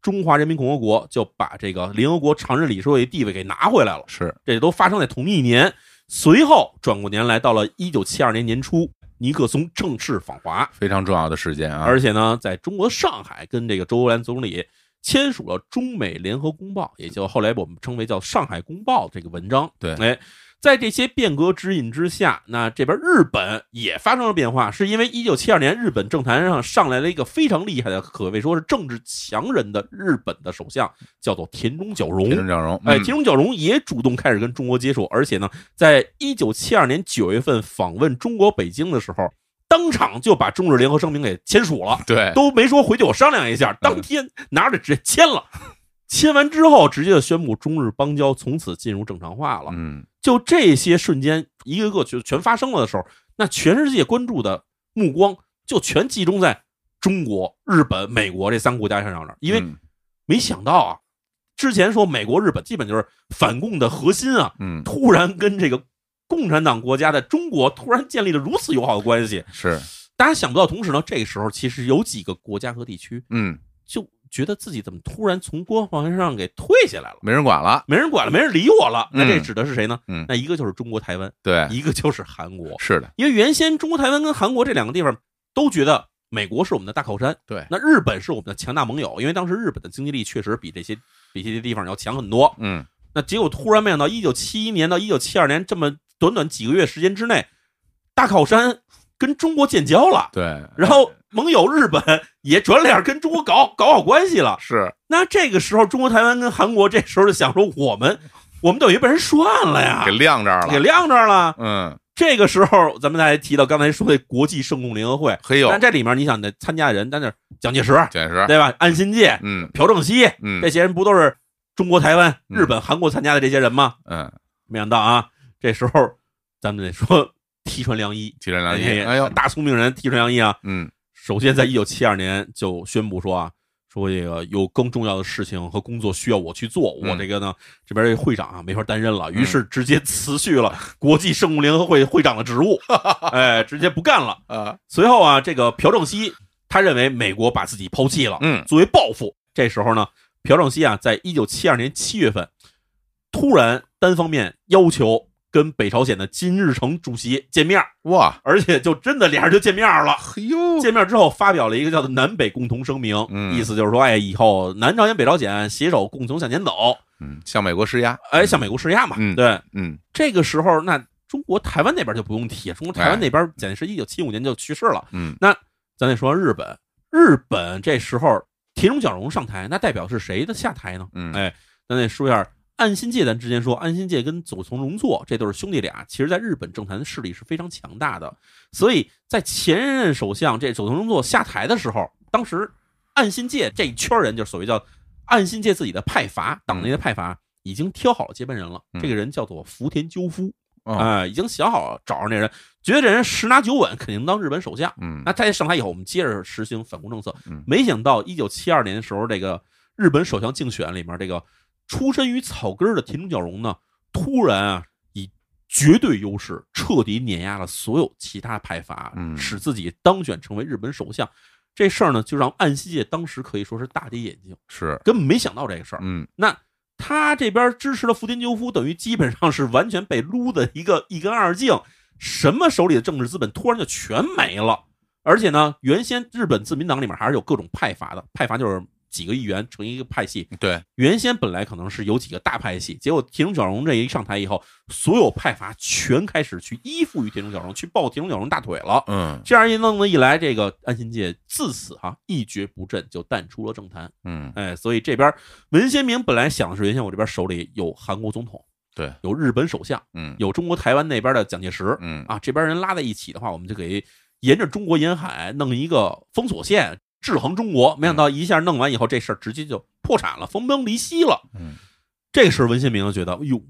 B: 中华人民共和国就把这个联合国常任理事会地位给拿回来了。
A: 是，
B: 这都发生在同一年。随后转过年来，到了一九七二年年初，尼克松正式访华。
A: 非常重要的事件啊，
B: 而且呢，在中国上海跟这个周恩来总理签署了《中美联合公报》，也就后来我们称为叫《上海公报》这个文章。
A: 对
B: 哎，在这些变革指引之下，那这边日本也发生了变化，是因为一九七二年日本政坛上上来了一个非常厉害的，可谓说是政治强人的日本的首相，叫做田中角荣。
A: 田中角荣，
B: 哎，
A: 嗯
B: 田中角荣也主动开始跟中国接触，而且呢，在一九七二年九月份访问中国北京的时候，当场就把中日联合声明给签署了，
A: 对，
B: 都没说回去我商量一下，
A: 嗯
B: 当天拿着直接签了。签完之后，直接就宣布中日邦交从此进入正常化了。
A: 嗯，
B: 就这些瞬间，一个个就全发生了的时候，那全世界关注的目光就全集中在中国、日本、美国这三个国家身上了，因为
A: 嗯
B: 没想到啊，之前说美国、日本基本就是反共的核心啊，
A: 嗯，
B: 突然跟这个共产党国家的中国突然建立了如此友好的关系，
A: 是，
B: 大家想不到。同时呢，这个时候其实有几个国家和地区
A: 嗯，
B: 就觉得自己怎么突然从光环上给退下来了，
A: 没人管了，
B: 没人管了，没人理我了。那这
A: 嗯
B: 指的是谁呢？
A: 嗯哎
B: 那一个就是中国台湾，
A: 对，
B: 一个就是韩国。
A: 是的，
B: 因为原先中国台湾跟韩国这两个地方都觉得美国是我们的大靠山，
A: 对，
B: 那日本是我们的强大盟友，因为当时日本的经济力确实比这些比这些地方要强很多。
A: 嗯，
B: 那结果突然没想到，一九七一年到一九七二年这么短短几个月时间之内，大靠山跟中国建交了，
A: 对，
B: 然后盟友日本也转脸跟中国搞搞好关系了。
A: 是，
B: 那这个时候，中国台湾跟韩国这时候就想说，我们我们等于被人涮了呀
A: 给，晾这儿
B: 啊给
A: 了，
B: 晾这儿了。
A: 嗯，
B: 这个时候，咱们才提到刚才说的国际圣共联合会，
A: 嘿呦
B: 但，这里面你想的参加的人，但是蒋介石
A: 简直，
B: 对吧？安新介、
A: 嗯
B: 朴正熙
A: 嗯
B: 这些人不都是中国台湾、
A: 嗯
B: 日本、韩国参加的这些人吗？
A: 嗯，
B: 没想到啊，这时候咱们得说 [laughs] 提川良一，
A: 提着良心，哎呦，
B: 大聪明人提川良一啊， [laughs]
A: 嗯，
B: 首先在一九七二年就宣布说啊，说这个有更重要的事情和工作需要我去做，
A: 嗯
B: 我这个呢这边这会长啊没法担任了，于是直接辞去了国际圣母联合会会长的
A: [laughs]
B: 职务，哎，直接不干了。
A: 啊，
B: 随后啊，这个朴正熙他认为美国把自己抛弃了，
A: 嗯，
B: 作为报复，这时候呢，朴正熙啊，在一九七二年七月份，突然单方面要求跟北朝鲜的金日成主席见面儿，
A: 哇，
B: 而且就真的俩人就见面儿了。
A: 嘿呦，
B: 见面之后，发表了一个叫做“南北共同声明”，
A: 哦嗯
B: 意思就是说，哎，以后南朝鲜、北朝鲜携手共同向前走，
A: 嗯，向美国施压，
B: 哎，向美国施压嘛。
A: 嗯
B: 对，
A: 嗯，
B: 这个时候，那中国台湾那边就不用提，中国
A: 哎
B: 台湾那边简直是一九七五年就去世了。
A: 嗯，
B: 咱得说日本，日本这时候田中角荣上台，那代表是谁的下台呢？
A: 嗯，
B: 哎咱得说一下岸信介，咱之前说岸信介跟佐藤荣作这对儿兄弟俩，其实在日本政坛的势力是非常强大的，所以在前任首相这佐藤荣作下台的时候，当时岸信介这一圈人，就是所谓叫岸信介自己的派阀，党内的派阀。已经挑好了接班人了，
A: 嗯
B: 这个人叫做福田赳夫，
A: 哦
B: 啊、已经想好了找着那人，觉得这人十拿九稳，肯定当日本首相。
A: 嗯，
B: 那他上台以后，我们接着实行反共政策
A: 嗯。
B: 没想到一九七二年的时候，这个日本首相竞选里面，这个出身于草根儿的田中角荣呢，突然啊，以绝对优势彻底碾压了所有其他派阀，
A: 嗯
B: 使自己当选成为日本首相。这事儿呢，就让岸信介当时可以说是大跌眼镜，
A: 是，
B: 根本没想到这个事儿。
A: 嗯，
B: 那他这边支持的福田赳夫，等于基本上是完全被撸的一个一干二净，什么手里的政治资本突然就全没了。而且呢，原先日本自民党里面还是有各种派阀的，派阀就是几个议员成一个派系。
A: 对，
B: 原先本来可能是有几个大派系，结果田中角荣这一上台以后，所有派阀全开始去依附于田中角荣，去抱田中角荣大腿了。
A: 嗯
B: 这样一弄呢一来，这个安信介自此哈、一蹶不振，就淡出了政坛。
A: 嗯，
B: 哎，所以这边文先明本来想的是，原先我这边手里有韩国总统，
A: 对，
B: 有日本首相，
A: 嗯
B: 有中国台湾那边的蒋介石
A: 嗯
B: 啊，这边人拉在一起的话，我们就给沿着中国沿海弄一个封锁线，制衡中国。没想到一下弄完以后，这事儿直接就破产了，分崩离析了。
A: 嗯
B: 这个时候，文先明就觉得，哎呦，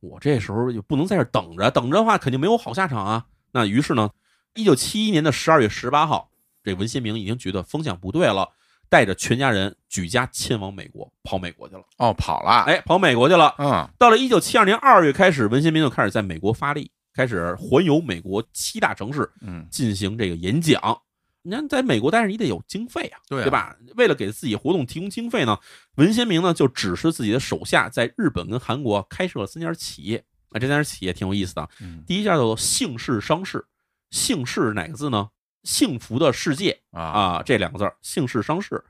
B: 我这时候也不能在这儿等着，等着的话肯定没有好下场啊。那于是呢，一九七一年的十二月十八号，这文先明已经觉得风向不对了，带着全家人举家迁往美国，跑美国去了。
A: 哦，跑了，，
B: 哎，跑美国去了。
A: 嗯
B: 到了一九七二年二月开始，文先明就开始在美国发力，开始环游美国七大城市
A: 嗯
B: 进行这个演讲。你看，在美国待着，你得有经费啊，
A: 对啊
B: 对吧？为了给自己活动提供经费呢，文先明呢就指示自己的手下在日本跟韩国开设了三家企业啊，这三家企业挺有意思的啊。
A: 嗯
B: 第一家叫做姓氏商事，姓氏哪个字呢？幸福的世界
A: 啊，
B: 啊，这两个字儿，姓氏商事，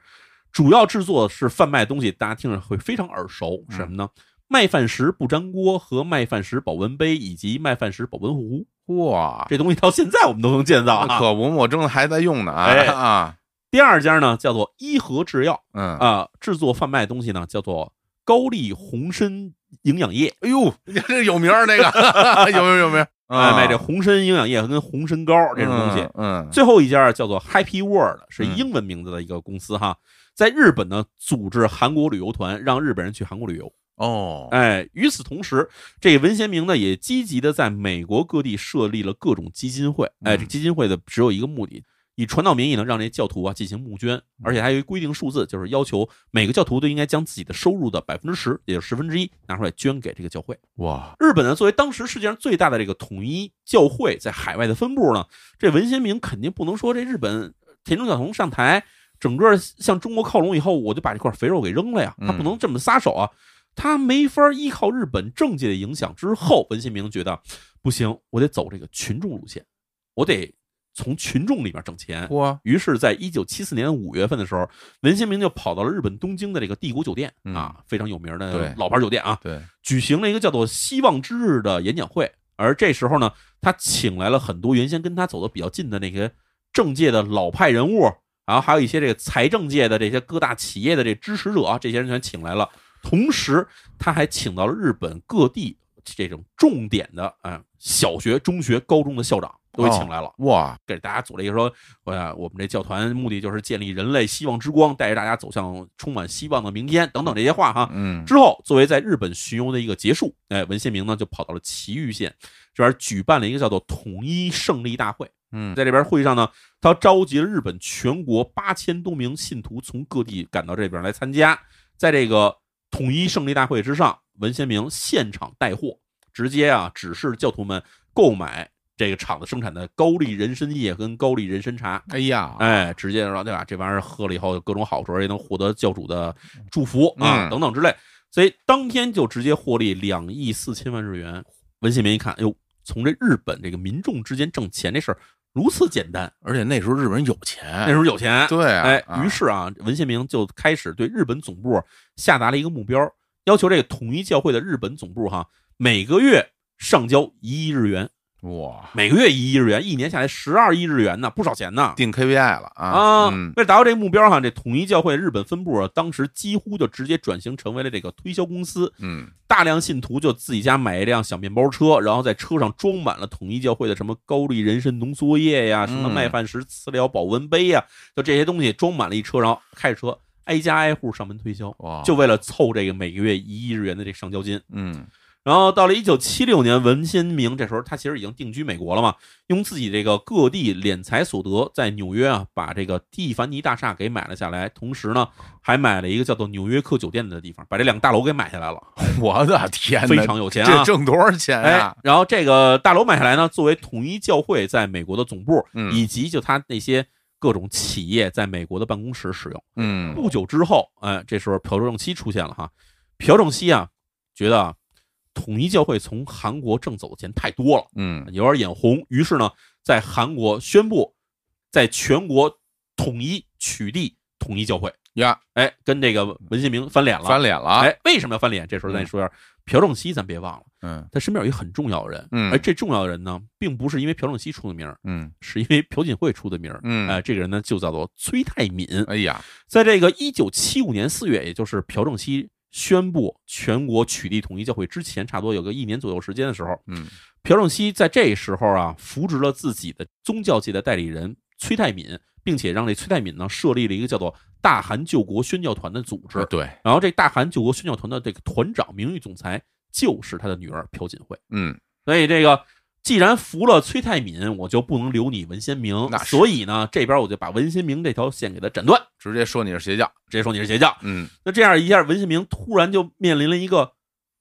B: 主要制作是贩卖东西，大家听着会非常耳熟，
A: 嗯
B: 什么呢？麦饭石不粘锅和麦饭石保温杯以及麦饭石保温壶，
A: 哇，
B: 这东西到现在我们都能见到
A: 那
B: 啊。
A: 可不嘛，我正还在用呢啊
B: 哎
A: 啊，
B: 第二家呢叫做伊和制药
A: 嗯，
B: 啊、制作贩卖的东西呢叫做高丽红参营养液，
A: 哎呦，你这有名儿那 [laughs] 个，有名儿有名儿，
B: 哎，
A: 啊
B: 卖这红参营养液跟红参膏这种东西。，
A: 嗯
B: 最后一家叫做 Happy World，是
A: 嗯
B: 英文名字的一个公司哈，在日本呢组织韩国旅游团，让日本人去韩国旅游。
A: 哦，
B: 哎，与此同时，这文贤明呢也积极的在美国各地设立了各种基金会。哎，
A: 嗯
B: 这基金会的只有一个目的，以传道名义呢让这教徒啊进行募捐，而且还有一规定数字，就是要求每个教徒都应该将自己的收入的百分之十，也就是十分之一拿出来捐给这个教会。
A: 哇，
B: 日本呢，作为当时世界上最大的这个统一教会在海外的分部呢，这文先明肯定不能说这日本田中角荣上台，整个向中国靠拢以后，我就把这块肥肉给扔了呀，
A: 嗯
B: 他不能这么撒手啊。他没法依靠日本政界的影响之后，文先明觉得不行，我得走这个群众路线，我得从群众里面挣钱。
A: 哇，
B: 于是，在一九七四年五月份的时候，文先明就跑到了日本东京的这个帝国酒店
A: 嗯
B: 啊，非常有名
A: 对
B: 的老牌酒店啊，
A: 对，
B: 举行了一个叫做“希望之日”的演讲会。而这时候呢，他请来了很多原先跟他走的比较近的那个政界的老派人物，然后还有一些这个财政界的这些各大企业的这支持者啊，这些人全请来了。同时，他还请到了日本各地这种重点的啊、呃小学、中学、高中的校长都给请来了。
A: 哇，
B: 给大家组了一个说，呃，我们这教团目的就是建立人类希望之光，带着大家走向充满希望的明天，等等这些话哈。
A: 嗯，
B: 之后，作为在日本巡游的一个结束，哎，文献明呢就跑到了崎玉县这边举办了一个叫做“统一胜利大会”。
A: 嗯，
B: 在这边会上呢，他召集了日本全国八千多名信徒从各地赶到这边来参加。在这个统一胜利大会之上，文先明现场带货，直接啊指示教徒们购买这个厂子生产的高丽人参液跟高丽人参茶。
A: 哎呀，
B: 哎，直接说对吧？这玩意儿喝了以后，各种好处，也能获得教主的祝福啊，
A: 嗯
B: 等等之类。所以当天就直接获利两亿四千万日元。文信民一看，哎呦，从这日本这个民众之间挣钱这事儿如此简单，
A: 而且那时候日本人有
B: 那时
A: 钱，
B: 候有钱，
A: 哎对啊，
B: 哎，
A: 啊
B: 于是啊，文先明就开始对日本总部下达了一个目标，要求这个统一教会的日本总部哈，每个月上交一亿日元，
A: 啊哇，
B: 每个月一亿日元，一年下来十二亿日元呢，不少钱呢。
A: 定 KPI 了啊，
B: 啊
A: 嗯，，
B: 为了达到这个目标哈，这统一教会日本分部啊，当时几乎就直接转型成为了这个推销公司，
A: 嗯，
B: 大量信徒就自己家买一辆小面包车，然后在车上装满了统一教会的什么高丽人参浓缩液呀、什么
A: 嗯
B: 麦饭石磁疗保温杯呀、就这些东西装满了一车，然后开着车挨家挨户上门推销，
A: 哇，
B: 就为了凑这个每个月一亿日元的这上交金。
A: 嗯
B: 然后到了一九七六年，文先明这时候他其实已经定居美国了嘛，用自己这个各地敛财所得，在纽约啊把这个蒂凡尼大厦给买了下来，同时呢还买了一个叫做纽约客酒店的地方，把这两个大楼给买下来了，
A: 我的天哪，
B: [laughs] 非常有钱啊
A: 哎这！挣多少钱
B: 哎
A: 啊？，
B: 然后这个大楼买下来呢，作为统一教会在美国的总部，
A: 嗯
B: 以及就他那些各种企业在美国的办公室使用。
A: 嗯
B: 不久之后，哎，这时候朴正熙出现了哈。朴正熙啊，觉得啊，统一教会从韩国挣走的钱太多了，
A: 嗯
B: 有点眼红，于是呢，在韩国宣布在全国统一取缔统一教会。
A: 呀，
B: 哎，跟这个文新明翻脸了。
A: 翻脸了啊，
B: 哎，为什么要翻脸？这时候咱说一下，朴正熙，咱别忘了。
A: 嗯
B: 他身边有一个很重要的人，哎
A: 嗯
B: 而这重要的人呢，并不是因为朴正熙出的名儿，
A: 嗯
B: 是因为朴槿惠出的名儿。
A: 嗯
B: 哎，这个人呢就叫做崔泰敏。
A: 哎呀，
B: 在这个一九七五年四月，也就是朴正熙宣布全国取缔统一教会之前，差不多有个一年左右时间的时候，
A: 嗯
B: 朴正熙在这时候啊，扶植了自己的宗教界的代理人崔泰敏，并且让这崔泰敏呢设立了一个叫做大韩救国宣教团的组织。
A: 对，
B: 然后这大韩救国宣教团的这个团长、名誉总裁就是他的女儿朴槿惠。
A: 嗯
B: 所以这个既然服了崔泰敏，我就不能留你文先明
A: 那。是
B: 所以呢，这边我就把文先明这条线给他斩断，
A: 直接说你是邪教，
B: 直接说你是邪教。
A: 嗯
B: 那这样一下，文先明突然就面临了一个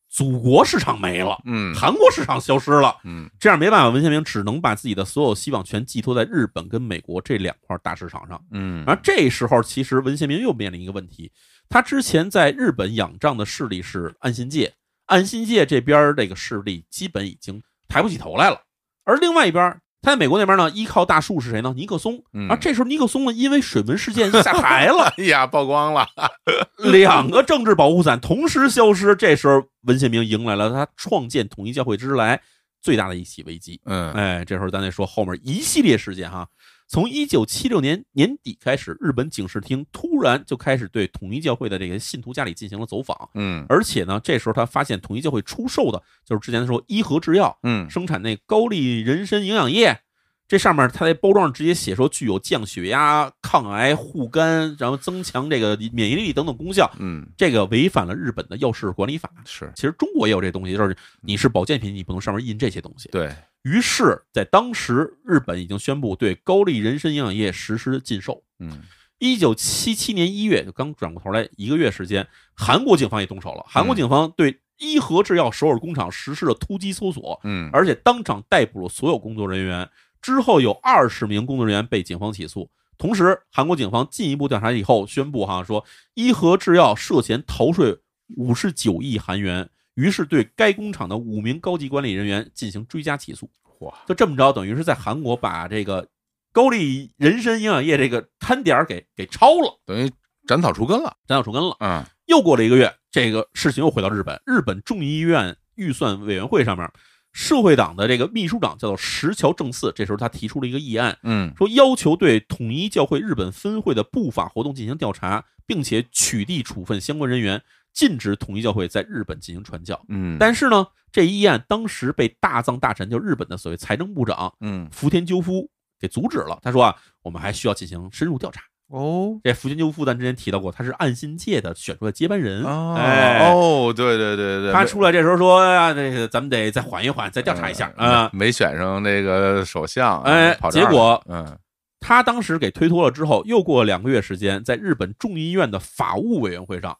B: 祖国市场没了，
A: 嗯
B: 韩国市场消失了。
A: 嗯
B: 这样没办法，文先明只能把自己的所有希望全寄托在日本跟美国这两块大市场上。
A: 嗯，
B: 而这时候，其实文先明又面临一个问题，他之前在日本仰仗的势力是岸信介，岸信介这边儿这个势力基本已经抬不起头来了，而另外一边儿，他在美国那边呢，依靠大树是谁呢？尼克松
A: 嗯。
B: 而这时候，尼克松呢，因为水门事件下 [laughs] 台了，
A: 哎呀，曝光了， [laughs]
B: 两个政治保护伞同时消失。这时候，文先明迎来了他创建统一教会之来最大的一起危机。
A: 嗯
B: 哎，这时候咱得说后面一系列事件哈。从一九七六年年底开始，日本警视厅突然就开始对统一教会的这个信徒家里进行了走访，
A: 嗯
B: 而且呢，这时候他发现统一教会出售的就是之前说伊和制药
A: 嗯
B: 生产那高丽人参营养液，这上面它在包装上直接写说具有降血压、抗癌、护肝，然后增强这个免疫力等等功效，
A: 嗯，
B: 这个违反了日本的药事管理法。
A: 是
B: 其实中国也有这东西，就是你是保健品，你不能上面印这些东西。
A: 对，
B: 于是，在当时，日本已经宣布对高丽人参营养液实施禁售。
A: 嗯
B: 一九七七年一月，就刚转过头来一个月时间，韩国警方也动手了。韩国警方对伊和制药首尔工厂实施了突击搜索，
A: 嗯
B: 而且当场逮捕了所有工作人员。之后有二十名工作人员被警方起诉。同时，韩国警方进一步调查以后宣布，哈说伊和制药涉嫌逃税五十九亿韩元，于是对该工厂的五名高级管理人员进行追加起诉。
A: 哇，
B: 就这么着，等于是在韩国把这个高丽人参营养液这个摊点儿给给抄了，
A: 等于斩草除根了，
B: 斩草除根了。
A: 嗯
B: 又过了一个月，这个事情又回到日本，日本众议院预算委员会上面，社会党的这个秘书长叫做石桥正次，这时候他提出了一个议案，
A: 嗯
B: 说要求对统一教会日本分会的不法活动进行调查，并且取缔处分相关人员，禁止统一教会在日本进行传教。
A: 嗯，
B: 但是呢，这一议案当时被大藏大臣，就日本的所谓财政部长
A: 嗯
B: 福田赳夫给阻止了。他说啊，我们还需要进行深入调查。
A: 哦
B: 这福田赳夫咱之前提到过，他是岸信介的选出的接班人。
A: 哦
B: 哎，
A: 哦，对对对对，
B: 他
A: 没
B: 出来这时候说啊，这个咱们得再缓一缓，再调查一下啊。
A: 嗯没没选上那个首相，啊
B: 哎
A: 跑这儿
B: 结果
A: 了嗯
B: 他当时给推脱了之后，又过了两个月时间，在日本众议院的法务委员会上，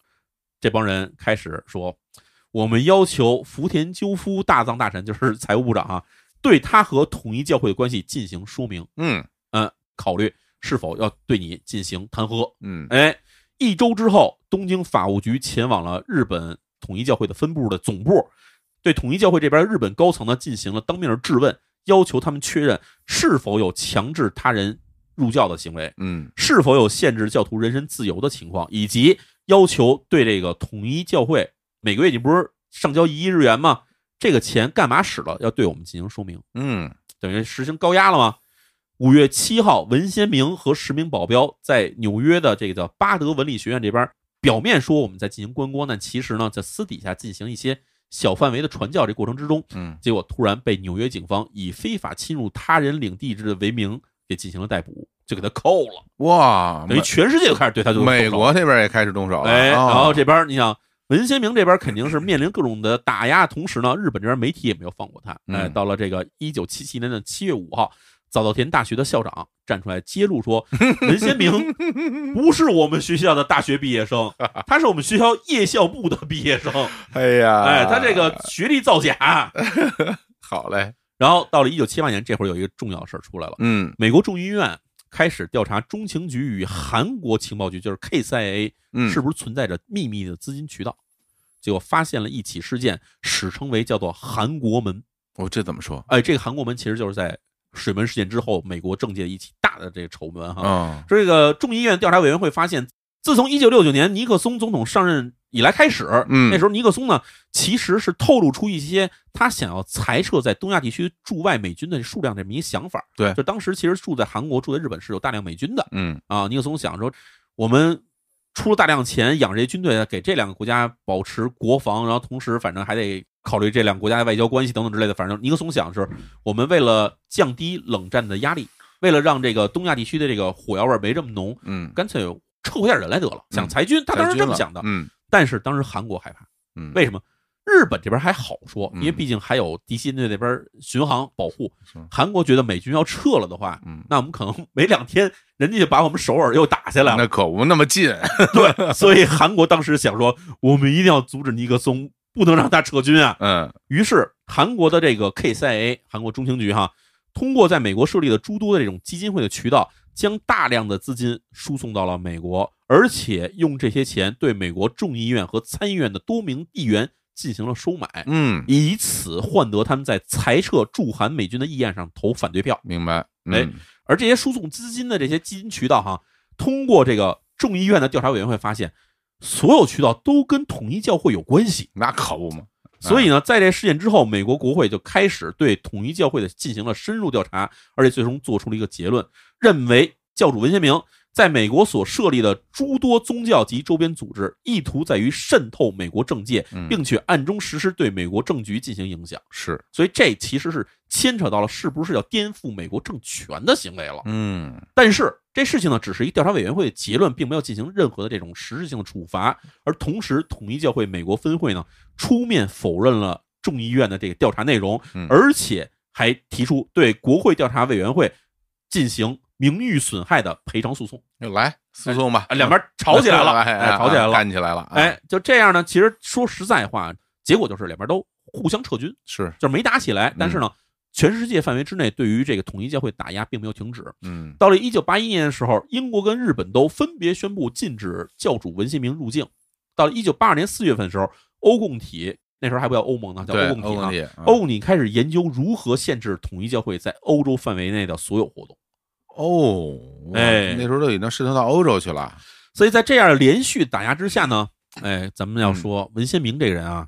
B: 这帮人开始说，我们要求福田赳夫大藏大臣，就是财务部长啊，对他和统一教会的关系进行说明，
A: 嗯
B: 嗯，考虑是否要对你进行弹劾。
A: 嗯
B: 哎，一周之后，东京法务局前往了日本统一教会的分部的总部，对统一教会这边日本高层呢进行了当面的质问，要求他们确认是否有强制他人入教的行为，
A: 嗯
B: 是否有限制教徒人身自由的情况，以及要求对这个统一教会每个月你不是上交一亿日元吗？这个钱干嘛使了？要对我们进行说明。
A: 嗯
B: 等于实行高压了吗？五月七号，文先明和十名保镖在纽约的这个叫巴德文理学院这边，表面说我们在进行观光，但其实呢，在私底下进行一些小范围的传教这过程之中，
A: 嗯
B: 结果突然被纽约警方以非法侵入他人领地之为名给进行了逮捕，就给他扣了，
A: 哇，
B: 等于
A: 美
B: 全世界都开始对他就动手
A: 美国那边也开始动手了，
B: 哎，
A: 哦
B: 然后这边你想，文先明这边肯定是面临各种的打压，同时呢，日本这边媒体也没有放过他。
A: 嗯
B: 哎，到了这个一九七七年的七月五号，早稻田大学的校长站出来揭露
A: [laughs]
B: 说，文先明不是我们学校的大学毕
A: [laughs]
B: 业生，他是我们学校夜校部的毕业生。
A: 哎呀，
B: 哎，他这个学历造假。
A: 好嘞，
B: 然后到了一九七八年，这会儿有一个重要事儿出来了，
A: 嗯
B: 美国众议院开始调查中情局与韩国情报局，就是 KCIA
A: 嗯，
B: 是不是存在着秘密的资金渠道？结果发现了一起事件，史称为叫做“韩国门
A: 我哦这怎么说”。？
B: 哎，这个韩国门其实就是在水门事件之后，美国政界一起大的这个丑闻哈。
A: 嗯
B: 这个众议院调查委员会发现，自从一九六九年尼克松总统上任以来开始，
A: 嗯
B: 那时候尼克松呢其实是透露出一些他想要裁撤在东亚地区驻外美军的数量这么一个想法。
A: 对
B: 就当时其实住在韩国、住在日本是有大量美军的
A: 嗯
B: 啊。尼克松想说，我们。出了大量钱养这些军队，给这两个国家保持国防，然后同时反正还得考虑这两个国家的外交关系等等之类的。反正尼克松想的是，我们为了降低冷战的压力，为了让这个东亚地区的这个火药味儿没这么浓，
A: 嗯，
B: 干脆撤回点人来得了，想
A: 嗯
B: 裁军，他当时这么想的。
A: 嗯
B: 但是当时韩国害怕，
A: 嗯，
B: 为什么？日本这边还好说，
A: 嗯
B: 因为毕竟还有敌新队那边巡航保护
A: 是。
B: 韩国觉得美军要撤了的话，
A: 嗯，
B: 那我们可能 [laughs] 没两天，人家就把我们首尔又打下来了。
A: 那可不那么近，
B: 对，所以韩国当时想说，我们一定要阻止尼克松，不能让他撤军啊。
A: 嗯
B: 于是韩国的这个 KCIA 韩国中情局哈，通过在美国设立的诸多的这种基金会的渠道，将大量的资金输送到了美国，而且用这些钱对美国众议院和参议院的多名议员进行了收买，
A: 嗯，
B: 以此换得他们在裁撤驻韩美军的议案上投反对票。
A: 明白，嗯
B: 哎，而这些输送资金的这些基金渠道哈，通过这个众议院的调查委员会发现，所有渠道都跟统一教会有关系。
A: 那可不嘛，
B: 所以呢，在这事件之后，美国国会就开始对统一教会的进行了深入调查，而且最终做出了一个结论，认为教主文先明在美国所设立的诸多宗教及周边组织，意图在于渗透美国政界
A: 嗯，
B: 并且暗中实施对美国政局进行影响。
A: 是，
B: 所以这其实是牵扯到了是不是要颠覆美国政权的行为了。
A: 嗯
B: 但是这事情呢，只是一个调查委员会的结论，并没有进行任何的这种实质性的处罚。而同时，统一教会美国分会呢，出面否认了众议院的这个调查内容
A: 嗯，
B: 而且还提出对国会调查委员会进行名誉损害的赔偿诉讼。
A: 就来诉讼吧啊
B: 啊，，两边吵起
A: [laughs]
B: 来了，哎，吵起来了。
A: 干起来了，
B: 哎，就这样呢，其实说实在话，结果就是两边都互相撤军，
A: 是，
B: 就是没打起来。但是呢，全世界范围之内对于这个统一教会打压并没有停止。
A: 嗯
B: 到了一九八一年的时候，英国跟日本都分别宣布禁止教主文先明入境。到了一九八二年四月份的时候，欧共体那时候还不叫欧盟呢，叫
A: 对，
B: 欧
A: 欧嗯
B: 共体啊。
A: 体，
B: 欧共体开始研究如何限制统一教会在欧洲范围内的所有活动。
A: 哦，哇
B: 哎
A: 那时候都已经渗透到欧洲去了，
B: 所以在这样连续打压之下呢，哎，咱们要
A: 嗯
B: 说文先明这个人啊，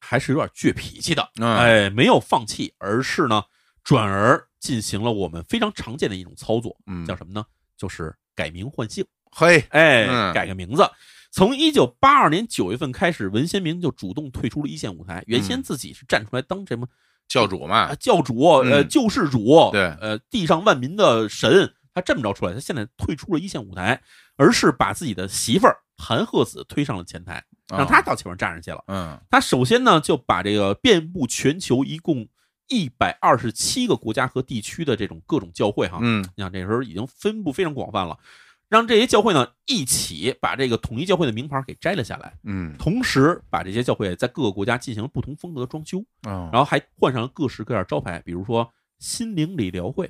B: 还是有点倔脾气的。
A: 嗯
B: 哎，没有放弃，而是呢，转而进行了我们非常常见的一种操作，
A: 嗯，
B: 叫什么呢？就是改名换姓。
A: 嘿，
B: 哎，
A: 嗯
B: 改个名字。从一九八二年九月份开始，文先明就主动退出了一线舞台。原
A: 嗯
B: 先自己是站出来当什么
A: 教主嘛
B: 啊，教主、呃
A: 嗯
B: 救世主，
A: 对
B: 呃地上万民的神，他这么着出来。他现在退出了一线舞台，而是把自己的媳妇儿韩鹤子推上了前台，
A: 啊
B: 让他，到前面站上去了。
A: 嗯
B: 他首先呢就把这个遍布全球一共一百二十七个国家和地区的这种各种教会哈，
A: 嗯
B: 你想这时候已经分布非常广泛了，让这些教会呢一起把这个统一教会的名牌给摘了下来，
A: 嗯，
B: 同时把这些教会在各个国家进行了不同风格的装修，
A: 哦，
B: 然后还换上了各式各样的招牌，比如说心灵理疗会、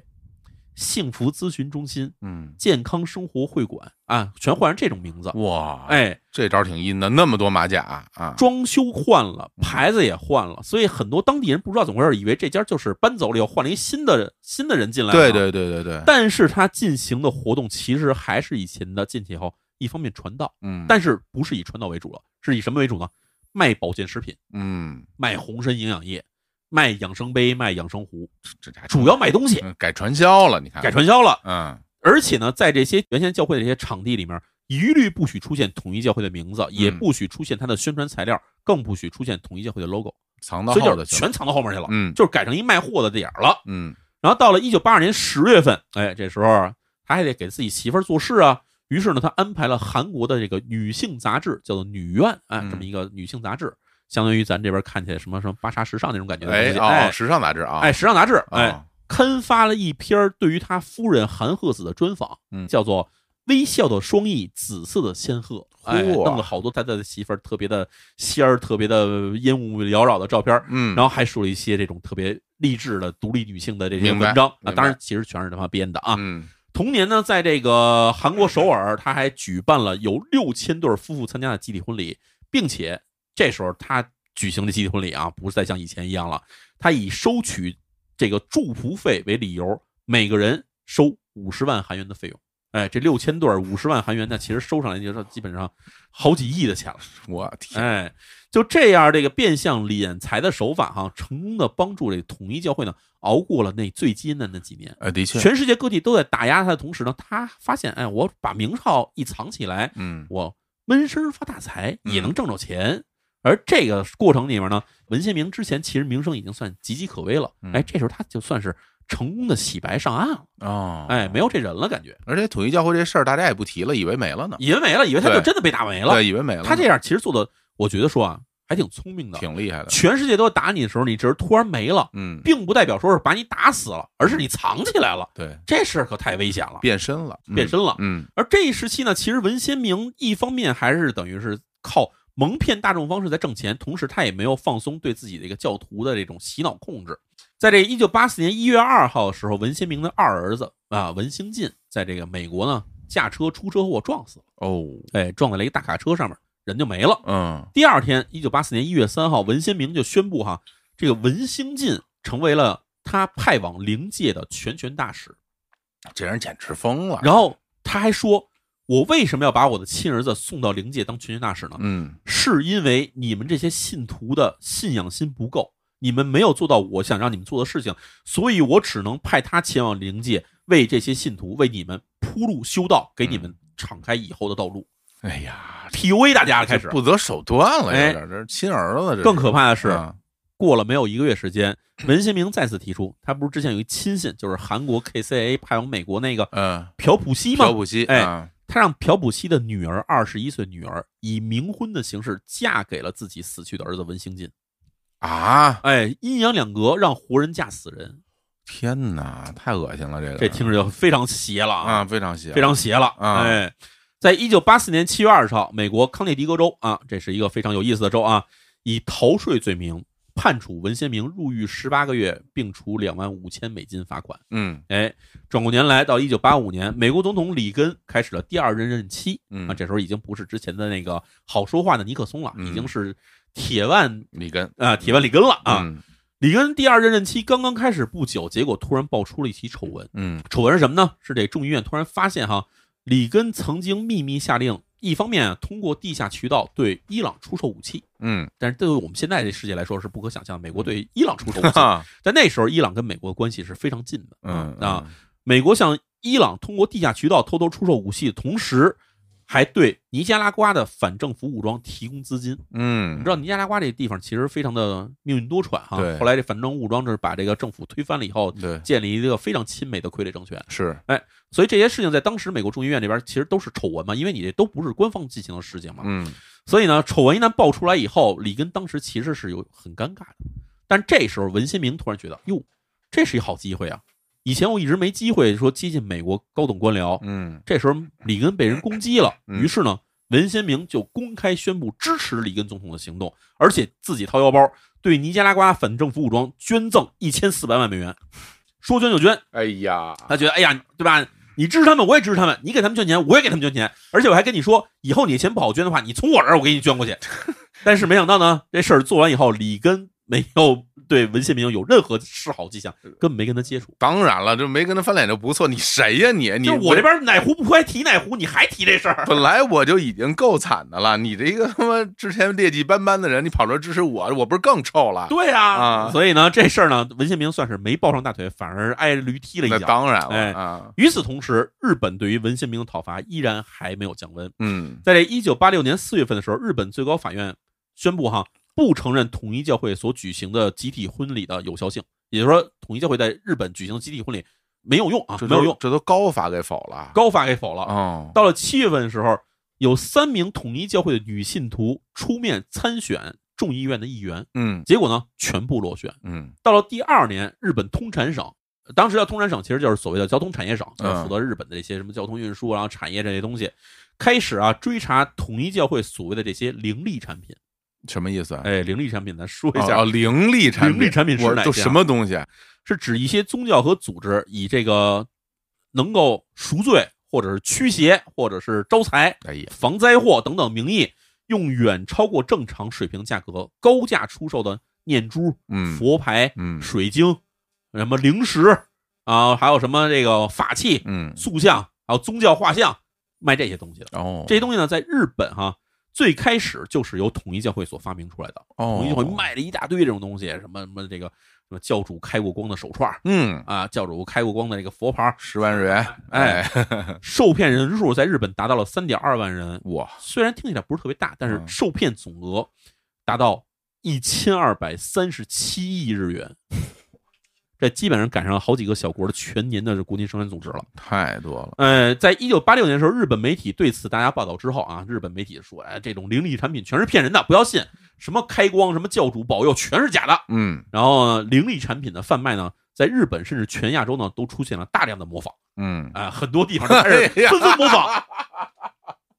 B: 幸福咨询中心、
A: 嗯，
B: 健康生活会馆啊，全换成这种名字。
A: 哇，，
B: 哎，
A: 这招挺阴的，那么多马甲啊，
B: 装修换了，牌子也换了，所以很多当地人不知道怎么回事，以为这家就是搬走了以后换了一新的新的人进来。
A: 对。对对对对，
B: 但是他进行的活动其实还是以前的进去以后，一方面传道，
A: 嗯，
B: 但是不是以传道为主了，是以什么为主呢？卖保健食品、
A: 嗯，
B: 卖红参营养液、卖养生杯、卖养生壶，
A: 这这还
B: 主要卖东西，
A: 嗯改传销了，你看，
B: 改，传销了。
A: 嗯
B: 而且呢，在这些原先教会的这些场地里面，一律不许出现统一教会的名字，也不许出现它的宣传材料，更不许出现统一教会的 logo，
A: 藏到
B: 所以
A: 后头
B: 就是
A: 去了，
B: 全藏到后面去了，
A: 嗯
B: 就是改成一卖货的点儿了。
A: 嗯
B: 然后到了一九八二年十月份，哎，这时候他还得给自己媳妇儿做事啊，于是呢，他安排了韩国的这个女性杂志，叫做《女院》哎，
A: 嗯
B: 这么一个女性杂志，相当于咱这边看起来什么什么芭莎时尚那种感觉的东
A: 哎
B: 西，
A: 哦，
B: 哎
A: 时尚杂志啊，
B: 哎，时尚杂志，哎，
A: 啊，
B: 刊发了一篇对于他夫人韩鹤子的专访，
A: 嗯
B: 叫做《微笑的双翼，紫色的仙鹤》，哎，
A: 嚯
B: 弄了好多他的媳妇儿特别的仙儿，特别的烟雾缭绕的照片，
A: 嗯，
B: 然后还说了一些这种特别励志的独立女性的这些
A: 明白
B: 文章啊，
A: 明白
B: 当然其实全是他妈编的啊。
A: 嗯
B: 同年呢，在这个韩国首尔，他还举办了有六千对夫妇参加的集体婚礼，并且这时候他举行的集体婚礼啊，不再像以前一样了，他以收取这个祝福费为理由，每个人收五十万韩元的费用。哎，这六千对五十万韩元呢，其实收上来就是基本上好几亿的钱了。
A: 我天，
B: 哎，就这样，这个变相敛财的手法哈、成功的帮助这个统一教会呢，熬过了那最艰难的几年。
A: 呃，的确，
B: 全世界各地都在打压他的同时呢，他发现，哎，我把明朝一藏起来，
A: 嗯
B: 我闷声发大财
A: 嗯
B: 也能挣着钱。而这个过程里面呢，文先明之前其实名声已经算岌岌可危了
A: 嗯，
B: 哎，这时候他就算是成功的洗白上岸了，
A: 哦，
B: 哎，没有这人了，感觉
A: 而且统一教会这事儿大家也不提了，以为没了呢，
B: 以为没了，以为他就
A: 哦对
B: 真的被打没了。
A: 对，以为没了呢，
B: 他这样其实做的，我觉得说啊，还挺聪明的。
A: 挺厉害的，
B: 全世界都打你的时候，你这人突然没了，
A: 嗯，
B: 并不代表说是把你打死了，而是你藏起来了，
A: 对，
B: 这事儿可太危险了。
A: 变身了，嗯
B: 变身了
A: 嗯
B: 而这一时期呢，其实文先明一方面还是等于是靠蒙骗大众方式在挣钱，同时他也没有放松对自己的一个教徒的这种洗脑控制。在这一九八四年一月二号的时候，文先明的二儿子啊文兴进在这个美国呢驾车出车祸撞死了，
A: 哦，
B: 哎，撞在了一个大卡车上面，人就没了。
A: 嗯
B: 第二天，一九八四年一月三号，文先明就宣布哈，这个文兴进成为了他派往灵界的全权大使。
A: 这人简直疯了，
B: 然后他还说：“我为什么要把我的亲儿子送到灵界当全权大使呢？
A: 嗯
B: 是因为你们这些信徒的信仰心不够，你们没有做到我想让你们做的事情，所以我只能派他前往灵界，为这些信徒为你们铺路修道，给
A: 嗯
B: 你们敞开以后的道路。
A: 哎呀，
B: PUA 大家了开
A: 这
B: 始。
A: 不择手段了，有
B: 哎
A: 点这是亲儿子，这
B: 更可怕的是，
A: 啊
B: 过了没有一个月时间，文先明再次提出，他不是之前有一亲信，就是韩国 KCA 派往美国那个
A: 嗯，
B: 朴普熙吗
A: 朴？普熙，
B: 哎
A: 啊
B: 他让朴普熙的女儿，二十一岁女儿，以冥婚的形式嫁给了自己死去的儿子文兴进。
A: 啊，
B: 哎，阴阳两隔，让活人嫁死人，
A: 天哪，太恶心了，这个
B: 这听着就非常邪了
A: 啊，！非常邪，
B: 非常邪了！
A: 啊
B: 哎，在一九八四年七月二十号，美国康涅狄格州啊，这是一个非常有意思的州啊，以逃税罪名判处文先明入狱十八个月，并处两万五千美金罚款。
A: 嗯
B: 哎，转过年来到一九八五年，美国总统里根开始了第二任任期。
A: 嗯
B: 啊，这时候已经不是之前的那个好说话的尼克松了，
A: 嗯
B: 已经是铁腕
A: 里根
B: 啊、铁腕里根了啊。
A: 嗯
B: 里根第二任任期刚刚开始不久，结果突然爆出了一起丑闻。
A: 嗯
B: 丑闻是什么呢？是这众议院突然发现哈，里根曾经秘密下令，一方面、啊、通过地下渠道对伊朗出售武器，
A: 嗯，
B: 但是对于我们现在这世界来说是不可想象，美国对伊朗出售武
A: [laughs]
B: 器。
A: 哈，
B: 在那时候，伊朗跟美国关系是非常近的。
A: 嗯
B: 啊，，美国向伊朗通过地下渠道偷偷出售武器的同时，还对尼加拉瓜的反政府武装提供资金。
A: 嗯，
B: 你知道尼加拉瓜这个地方其实非常的命运多舛哈
A: 对。
B: 后来这反政府武装就是把这个政府推翻了以后，
A: 对
B: 建立一个非常亲美的傀儡政权。
A: 是，
B: 所以这些事情在当时美国众议院这边其实都是丑闻嘛，因为你这都不是官方进行的事情嘛。
A: 嗯
B: 所以呢，丑闻一旦爆出来以后，里根当时其实是有很尴尬的。但这时候文先明突然觉得，哟，这是一好机会啊！以前我一直没机会说接近美国高等官僚，
A: 嗯
B: 这时候里根被人攻击了，
A: 嗯
B: 于是呢，文先明就公开宣布支持里根总统的行动，而且自己掏腰包对尼加拉瓜反政府武装捐赠一千四百万美元，说捐就捐。
A: 哎呀，
B: 他觉得，哎呀，对吧？你支持他们，我也支持他们；你给他们捐钱，我也给他们捐钱。而且我还跟你说，以后你的钱不好捐的话，你从我这儿我给你捐
A: [laughs]
B: 过去。但是没想到呢，这事儿做完以后，里根没有对文献明有任何示好迹象，根本没跟他接触。
A: 当然了，这没跟他翻脸就不错，你谁呀你啊你
B: 就我这边哪壶不开提哪壶，你还提这事儿？
A: 本来我就已经够惨的了，你这个他妈之前劣迹斑斑的人，你跑这支持我，我不是更臭了？
B: 对啊，
A: 啊
B: 所以呢，这事儿呢，文献明算是没抱上大腿，反而挨着驴踢了
A: 那
B: 一脚。
A: 当然
B: 哎
A: 了啊，
B: 与此同时，日本对于文献明的讨伐依然还没有降温。
A: 嗯
B: 在这一九八六年四月份的时候，日本最高法院宣布哈不承认统一教会所举行的集体婚礼的有效性，也就是说，统一教会在日本举行的集体婚礼没有用啊，
A: 这
B: 没
A: 都
B: 有用。
A: 这都高法给否了。
B: 高法给否了。
A: 哦，
B: 到了七月份的时候，有三名统一教会的女信徒出面参选众议院的议员，
A: 嗯
B: 结果呢全部落选。
A: 嗯
B: 到了第二年，日本通产省，当时叫通产省，其实就是所谓的交通产业省，就
A: 嗯
B: 是负责日本的这些什么交通运输啊，然后产业这些东西，开始啊追查统一教会所谓的这些灵力产品。
A: 什么意思啊？
B: 哎，灵力产品，咱说一
A: 哦，
B: 下
A: 哦，灵力产品，
B: 灵力产品是
A: 我
B: 哪
A: 都
B: 些啊
A: 什么东西啊？
B: 是指一些宗教和组织以这个能够赎罪，或者是驱邪，或者是招财、
A: 哎呀，
B: 防灾祸等等名义，用远超过正常水平价格高价出售的念珠、
A: 嗯
B: 佛牌、
A: 嗯
B: 水晶、什么零食啊，还有什么这个法器、
A: 嗯，
B: 塑像，还有宗教画像，卖这些东西的。
A: 哦，
B: 这些东西呢，在日本哈、最开始就是由统一教会所发明出来的。
A: 哦
B: 统一教会卖了一大堆这种东西，什么什么这个什么教主开过光的手串儿
A: 嗯，
B: 啊，教主开过光的这个佛牌
A: [laughs]
B: 儿，
A: 十万日元，
B: 哎
A: 哎，
B: 受骗人数在日本达到了三点二万人，
A: 哇，
B: 虽然听起来不是特别大，但是
A: 嗯
B: 受骗总额达到一千二百三十七亿
A: [laughs]
B: 日元，这基本上赶上了好几个小国的全年的国内生产总值了。
A: 太多了，
B: 呃，在一九八六年的时候，日本媒体对此大家报道之后啊，日本媒体说，哎，这种灵力产品全是骗人的，不要信，什么开光、什么教主保佑，全是假的。
A: 嗯
B: 然后呢灵力产品的贩卖呢，在日本甚至全亚洲呢，都出现了大量的模仿
A: 嗯，
B: 啊、很多地
A: [laughs]
B: 方都开始
A: 哎呀
B: 纷纷模仿。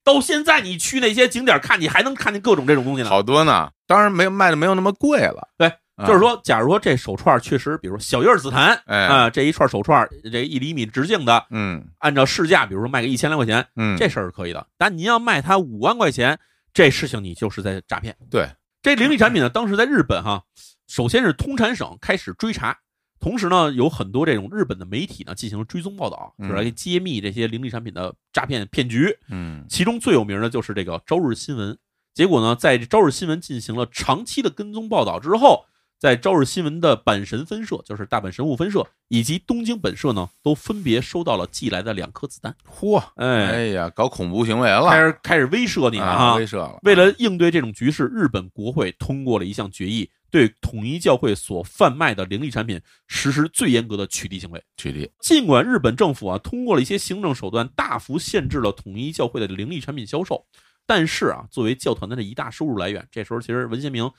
B: 到现在你去那些景点看，你还能看见各种这种东西呢。
A: 好多呢，当然没有卖的没有那么贵了，
B: 对
A: 啊，
B: 就是说，假如说这手串确实，比如说小叶儿紫檀，
A: 哎
B: 啊、这一串手串这一厘米直径的，
A: 嗯
B: 按照市价，比如说卖个一千来块钱，
A: 嗯，
B: 这事儿是可以的。但您要卖它五万块钱，这事情你就是在诈骗。
A: 对，
B: 这灵力产品呢，当时在日本哈，首先是通产省开始追查，同时呢，有很多这种日本的媒体呢进行了追踪报道，
A: 嗯
B: 就是来揭秘这些灵力产品的诈骗骗局。
A: 嗯
B: 其中最有名的就是这个《朝日新闻》。结果呢，在《朝日新闻》进行了长期的跟踪报道之后，在《朝日新闻》的阪神分社，就是大阪神户分社以及东京本社呢，都分别收到了寄来的两颗子弹。
A: 嚯，
B: 哎
A: 哎呀，搞恐怖行为了，
B: 开始开始威慑你了
A: 啊，
B: 啊！
A: 威慑了，
B: 为了应对这种局势，日本国会通过了一项决议，对统一教会所贩卖的灵力产品实施最严格的取缔行为。
A: 举例，
B: 尽管日本政府啊通过了一些行政手段，大幅限制了统一教会的灵力产品销售，但是啊，作为教团的这一大收入来源，这时候其实文贤明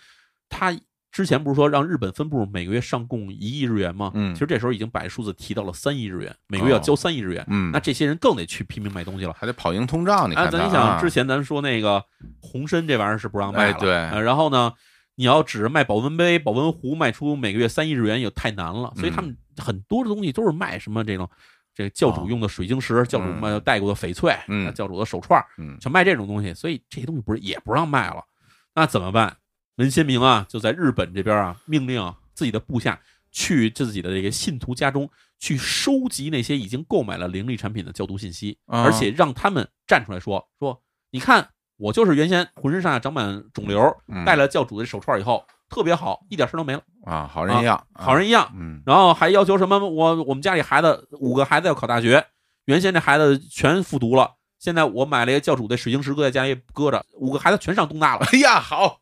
B: 他之前不是说让日本分部每个月上供一亿日元吗？
A: 嗯
B: 其实这时候已经把这数字提到了三亿日元，每个月要交三亿日元。
A: 嗯
B: 那，这些人更得去拼命卖东西了。
A: 还得跑赢通胀，你
B: 啊，
A: 看他
B: 咱
A: 啊，
B: 你想之前咱说那个红参这玩意儿是不让卖
A: 哎
B: 了，
A: 对
B: 呃然后呢，你要指着卖保温杯、保温壶卖出每个月三亿日元也太难了，所
A: 嗯
B: 以他们很多的东西都是卖什么这种，这个教主用的水晶石，教主卖带过的翡翠，
A: 哦嗯
B: 啊教主的手串，
A: 嗯
B: 全卖这种东西，所以这些东西不是也不让卖了，那怎么办？文先明啊，就在日本这边啊，命令啊自己的部下去自己的这个信徒家中去收集那些已经购买了灵力产品的教徒信息，
A: 啊
B: 嗯而且让他们站出来说说，你看我就是原先浑身上下长满肿瘤，
A: 嗯
B: 戴了教主的手串以后特别好，一点事儿都没了，
A: 啊，好人一样，啊
B: 好，人一样。
A: 嗯
B: 然后还要求什么？我我们家里孩子五个孩子要考大学，原先这孩子全复读了，现在我买了一个教主的水晶石搁在家里搁着，五个孩子全上东大了。
A: 哎呀，好，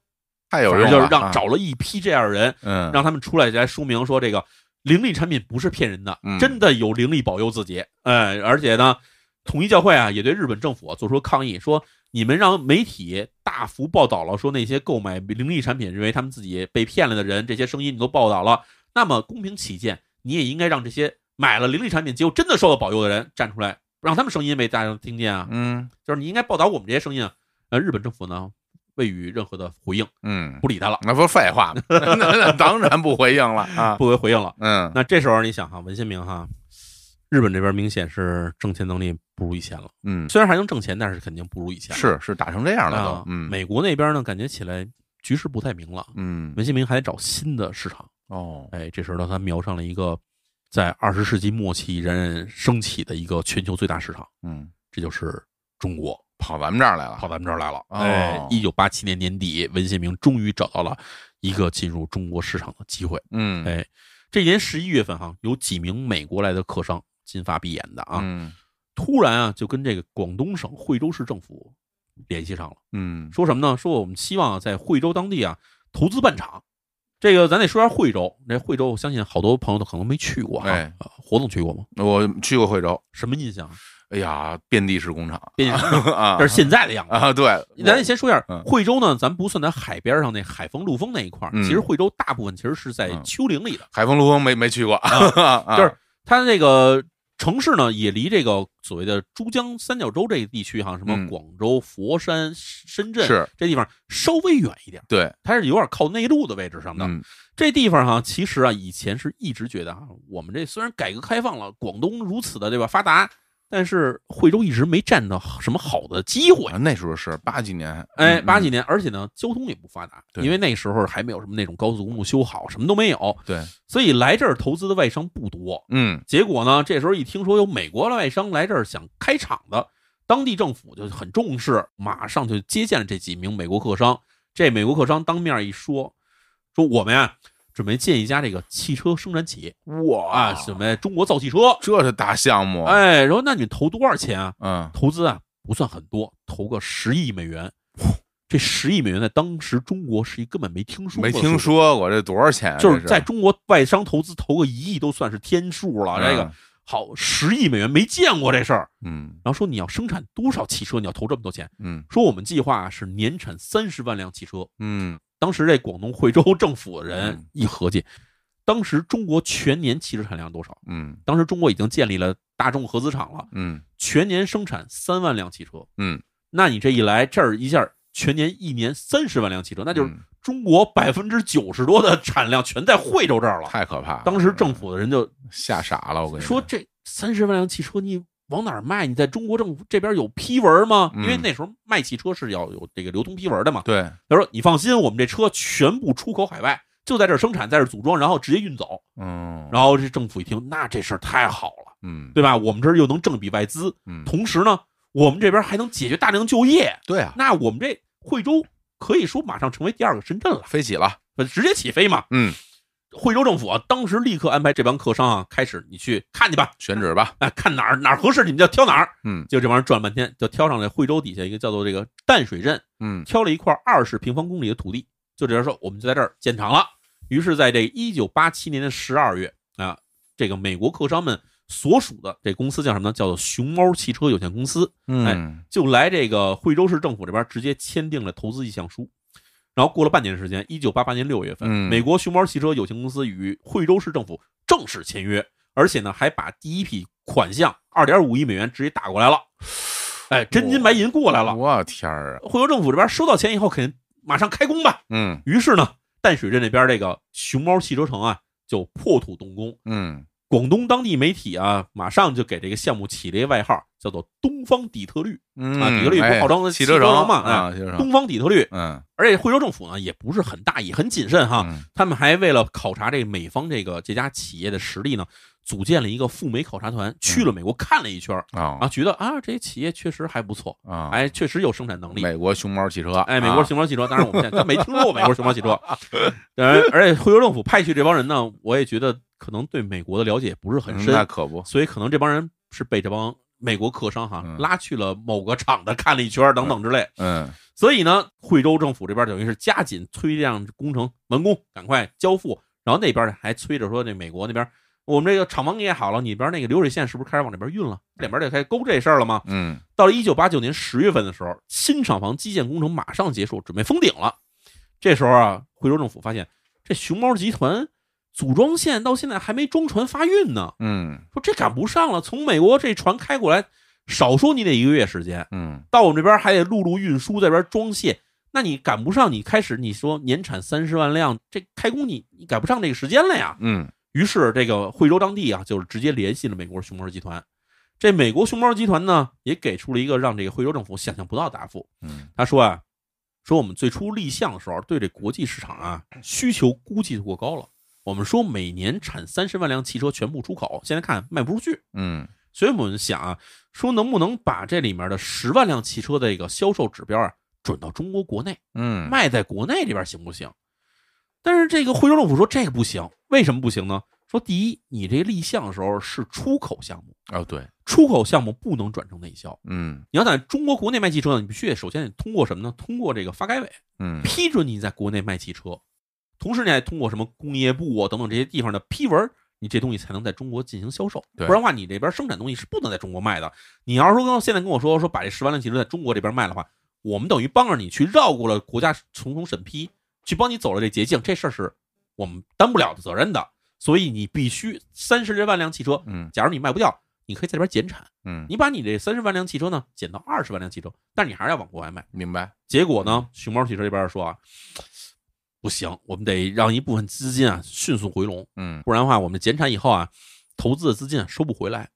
A: 太有
B: 反
A: 用
B: 正
A: 了，
B: 就是让
A: 啊，
B: 找了一批这样的人，
A: 嗯，
B: 让他们出来来说明说这个灵力产品不是骗人的
A: 嗯，
B: 真的有灵力保佑自己。哎，而且呢，统一教会啊也对日本政府啊做出抗议，说你们让媒体大幅报道了，说那些购买灵力产品认为他们自己被骗了的人，这些声音你都报道了。那么公平起见，你也应该让这些买了灵力产品结果真的受到保佑的人站出来，让他们声音被大家听见啊。
A: 嗯
B: 就是你应该报道我们这些声音啊。呃，日本政府呢未予任何的回应，
A: 嗯，
B: 不理他了，
A: 那不是废话吗？ [laughs] 那那当然不回应了啊，
B: 不为回应了。
A: 嗯，
B: 那这时候你想哈，文先明哈，日本这边明显是挣钱能力不如以前了，
A: 嗯，
B: 虽然还能挣钱，但是肯定不如以前了。
A: 是是打成这样了
B: 啊
A: 都，，嗯
B: 美国那边呢，感觉起来局势不太明了，
A: 嗯
B: 文先明还得找新的市场。
A: 哦，
B: 哎，这时候呢，他瞄上了一个在二十世纪末期冉冉升起的一个全球最大市场，
A: 嗯，
B: 这就是中国，
A: 跑咱们这儿来了，
B: 跑咱们这儿来了。
A: 哦
B: 哎，一九八七年年底，文先明终于找到了一个进入中国市场的机会。
A: 嗯，
B: 哎，这年十一月份哈、有几名美国来的客商，金发碧眼的啊，
A: 嗯
B: 突然啊就跟这个广东省惠州市政府联系上了，
A: 嗯
B: 啊说什么呢？说我们希望在惠州当地啊投资办厂。这个咱得说一下惠州，那惠州我相信好多朋友都可能没去过啊。
A: 哎
B: 呃活动去过吗？
A: 我去过惠州，
B: 什么印象？啊
A: 哎呀，遍地是工厂 [laughs]
B: 毕竟
A: 啊
B: 这是现在的样子。
A: 啊，对，
B: 咱得先说一下
A: 嗯
B: 惠州呢，咱不算咱海边上那海风陆风那一块儿，
A: 嗯
B: 其实惠州大部分其实是在
A: 嗯
B: 丘陵里的，
A: 海丰陆丰没没去过， [laughs] 啊就
B: 就是它啊这个城市呢也离这个所谓的珠江三角洲这个地区哈，什么
A: 嗯
B: 广州、佛山、深圳
A: 是
B: 这地方稍微远一点，
A: 对，
B: 它是有点靠内陆的位置上的。
A: 嗯
B: 这地方哈、其实啊，以前是一直觉得啊，我们这虽然改革开放了，广东如此的对吧发达，但是惠州一直没占到什么好的机会。
A: 啊那时候是八几年，
B: 哎，
A: 嗯
B: 八
A: 嗯
B: 几年，而且呢，交通也不发达，
A: 对
B: 因为那时候还没有什么那种高速公路修好，什么都没有，
A: 对，
B: 所以来这儿投资的外商不多。
A: 嗯
B: 结果呢，这时候一听说有美国的外商来这儿想开厂的，当地政府就很重视，马上就接见了这几名美国客商。这美国客商当面一说，说我们呀、准备建一家这个汽车生产企业啊，
A: 哇哦
B: 准备中国造汽车。
A: 这是大项目，
B: 哎，然后那你投多少钱啊？
A: 嗯，
B: 投资啊不算很多，投个十亿美元。这十亿美元在当时中国是一根本没听说过
A: 没
B: 的数字，
A: 听说过这多少钱啊？
B: 就
A: 这
B: 是在中国外商投资投个一亿都算是天数了。这个好，十亿美元没见过这事儿。
A: 嗯
B: 然后说你要生产多少汽车，你要投这么多钱？
A: 嗯
B: 说我们计划是年产三十万辆汽车。
A: 嗯
B: 当时这广东惠州 [laughs] 政府的人
A: 嗯
B: 一合计，当时中国全年汽车产量多少？
A: 嗯
B: 当时中国已经建立了大众合资厂了，
A: 嗯
B: 全年生产三万辆汽车。
A: 嗯，
B: 那你这一来这儿一下，全年一年三十万辆汽车，那
A: 那
B: 就是中国百分之九十多的产量全在惠州这儿了。
A: 太可怕了。
B: 当时政
A: 嗯
B: 府的人就
A: 吓傻了，我跟你
B: 说：“这三十万辆汽车你往哪儿卖？你在中国政府这边有批文吗？因
A: 嗯
B: 为那时候卖汽车是要有这个流通批文的嘛。
A: 对，
B: 他说你放心，我们这车全部出口海外，就在这儿生产，在这儿组装，然后直接运走。”
A: 嗯，
B: 然后这政府一听，那这事儿太好了，
A: 嗯
B: 对吧？我们这儿又能挣笔外资，
A: 嗯，
B: 同时呢，我们这边还能解决大量就业。
A: 对啊，
B: 那我们这惠州可以说马上成为第二个深圳了，
A: 飞起了，
B: 直接起飞嘛。
A: 嗯，
B: 惠州政府啊，当时立刻安排这帮客商啊，开始你去看去吧，
A: 选址吧，
B: 啊，看哪儿哪儿合适你们就挑哪儿。
A: 嗯
B: 就这玩意儿转半天，就挑上了惠州底下一个叫做这个淡水镇，
A: 嗯
B: 挑了一块二十平方公里的土地，就这样说，我们就在这儿建厂了。于是，在这一九八七年的十二月啊，这个美国客商们所属的这公司叫什么呢？叫做熊猫汽车有限公司。
A: 嗯，
B: 就来这个惠州市政府这边直接签订了投资意向书。然后过了半年时间，一九八八年六月份，
A: 嗯
B: 美国熊猫汽车有限公司与惠州市政府正式签约，而且呢还把第一批款项二点五亿美元直接打过来了，哎，真金白银过来了。
A: 我天儿啊，
B: 惠州政府这边收到钱以后，肯定马上开工吧。
A: 嗯
B: 于是呢，淡水镇那边这个熊猫汽车城啊就破土动工。
A: 嗯，
B: 广东当地媒体啊，马上就给这个项目起了一个外号，叫做“东方底特律”。
A: 嗯
B: 啊底特律不
A: 哎
B: 号称
A: 汽
B: 汽车
A: 车
B: 城
A: 城
B: 嘛哎
A: 啊，汽车城，
B: 东方底特律，
A: 嗯
B: 而且惠州政府呢也不是很大意，很谨慎哈。
A: 嗯
B: 他们还为了考察这美方这个这家企业的实力呢，组建了一个赴美考察团，去
A: 嗯
B: 了美国看了一圈儿啊，
A: 啊
B: 觉得啊这些企业确实还不错，
A: 啊，
B: 哎，确实有生产能力。
A: 美国熊猫汽车，
B: 哎，美国
A: 啊
B: 熊猫汽车，当然我们现在真没听说
A: [laughs]
B: 过美国熊猫汽车。呃，而且惠州政府派去这帮人呢，我也觉得可能对美国的了解不是很
A: 嗯
B: 深，
A: 那可不，
B: 所以可能这帮人是被这帮美国客商哈
A: 嗯
B: 拉去了某个厂子看了一圈儿等等之类。
A: 嗯
B: 所以呢，惠州政府这边等于是加紧催让工程完工，赶快交付。然后那边还催着说，这美国那边我们这个厂房也好了，你边那个流水线是不是开始往这边运了？两边就开始勾这事儿了吗？
A: 嗯
B: 到了一九八九年十月份的时候，新厂房基建工程马上结束，准备封顶了。这时候啊，惠州政府发现这熊猫集团组装线到现在还没装船发运呢，
A: 嗯
B: 说这赶不上了。从美国这船开过来，少说你得一个月时间。
A: 嗯
B: 到我们这边还得陆路运输，在这边装卸，那你赶不上。你开始你说年产三十万辆，这开工你你赶不上这个时间了呀。
A: 嗯
B: 于是这个惠州当地啊，就是直接联系了美国熊猫集团。这美国熊猫集团呢，也给出了一个让这个惠州政府想象不到的答复。
A: 嗯
B: 他说啊，说我们最初立项的时候，对这国际市场啊需求估计过高了。我们说每年产三十万辆汽车全部出口，现在看卖不出去，
A: 嗯
B: 所以我们想啊，说能不能把这里面的十万辆汽车的这个销售指标啊，转到中国国内，
A: 嗯，
B: 卖在国内这边行不行？但是这个惠州政府说这个不行，为什么不行呢？说第一，你这立项的时候是出口项目，
A: 哦对，
B: 出口项目不能转成内销。
A: 嗯
B: 你要在中国国内卖汽车呢，你必须得首先得通过什么呢？通过这个发改委
A: 嗯
B: 批准你在国内卖汽车。同时，你还通过什么工业部啊等等这些地方的批文，你这东西才能在中国进行销售。不
A: 对
B: 然的话，你这边生产东西是不能在中国卖的。你要是说现在跟我说说把这十万辆汽车在中国这边卖的话，我们等于帮着你去绕过了国家重重审批，去帮你走了这捷径，这事儿是我们担不了责任的。所以你必须三十万辆汽车，
A: 嗯
B: 假如你卖不掉，你可以在这边减产，
A: 嗯，
B: 你把你这三十万辆汽车呢减到二十万辆汽车，但是你还是要往国外卖。
A: 明白。
B: 结果呢，熊猫汽车这边说啊，不行，我们得让一部分资金啊迅速回笼，
A: 嗯
B: 不然的话，我们减产以后啊，投资的资金啊收不回来。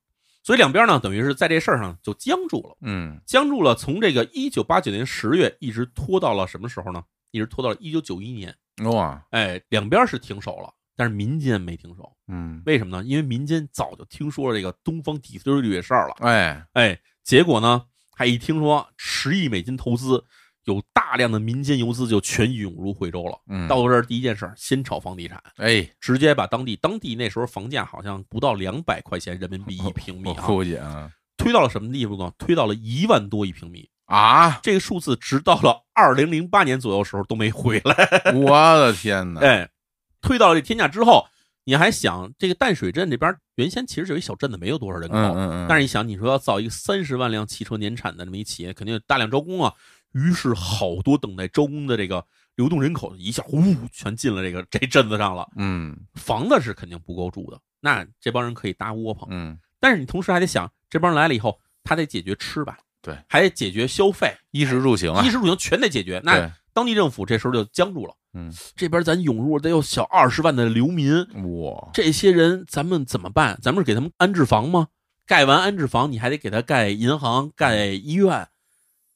B: 所以两边呢，等于是在这事儿上就僵住了，
A: 嗯
B: 僵住了。从这个一九八九年十月一直拖到了什么时候呢？一直拖到了一九九一年。
A: 哇
B: 哎，两边是停手了，但是民间没停手。
A: 嗯
B: 为什么呢？因为民间早就听说了这个东方底特律这事儿了。
A: 哎
B: 哎，结果呢，还一听说十亿美金投资，有大量的民间游资就全涌入惠州了。
A: 嗯
B: 到这儿第一件事儿，先炒房地产，
A: 哎，
B: 直接把当地当地那时候房价好像不到两百块钱人民币一平米
A: 我
B: 啊，
A: 估计啊
B: 推到了什么地步呢？推到了一万多一平米。
A: 啊，
B: 这个数字直到了 [laughs] 二零零八年左右时候都没回来。
A: [laughs] 我的天哪！
B: 哎，推到了这天价之后，你还想这个淡水镇这边原先其实有一小镇子没有多少人口，
A: 嗯嗯嗯，
B: 但是你想，你说要造一个三十万辆汽车年产的这么一企业，肯定有大量招工啊。于是好多等待招工的这个流动人口一下呜全进了这个这镇子上了。
A: 嗯
B: 房子是肯定不够住的，那这帮人可以搭窝棚。
A: 嗯，
B: 但是你同时还得想，这帮人来了以后，他得解决吃吧，
A: 对，
B: 还得解决消费，
A: 衣食住行啊
B: 衣，食住行全得解决。那
A: 对，
B: 当地政府这时候就僵住了，
A: 嗯，
B: 这边咱涌入了得有小二十万的流民，
A: 哇，
B: 这些人咱们怎么办？咱们是给他们安置房吗？盖完安置房，你还得给他盖银行、盖医院。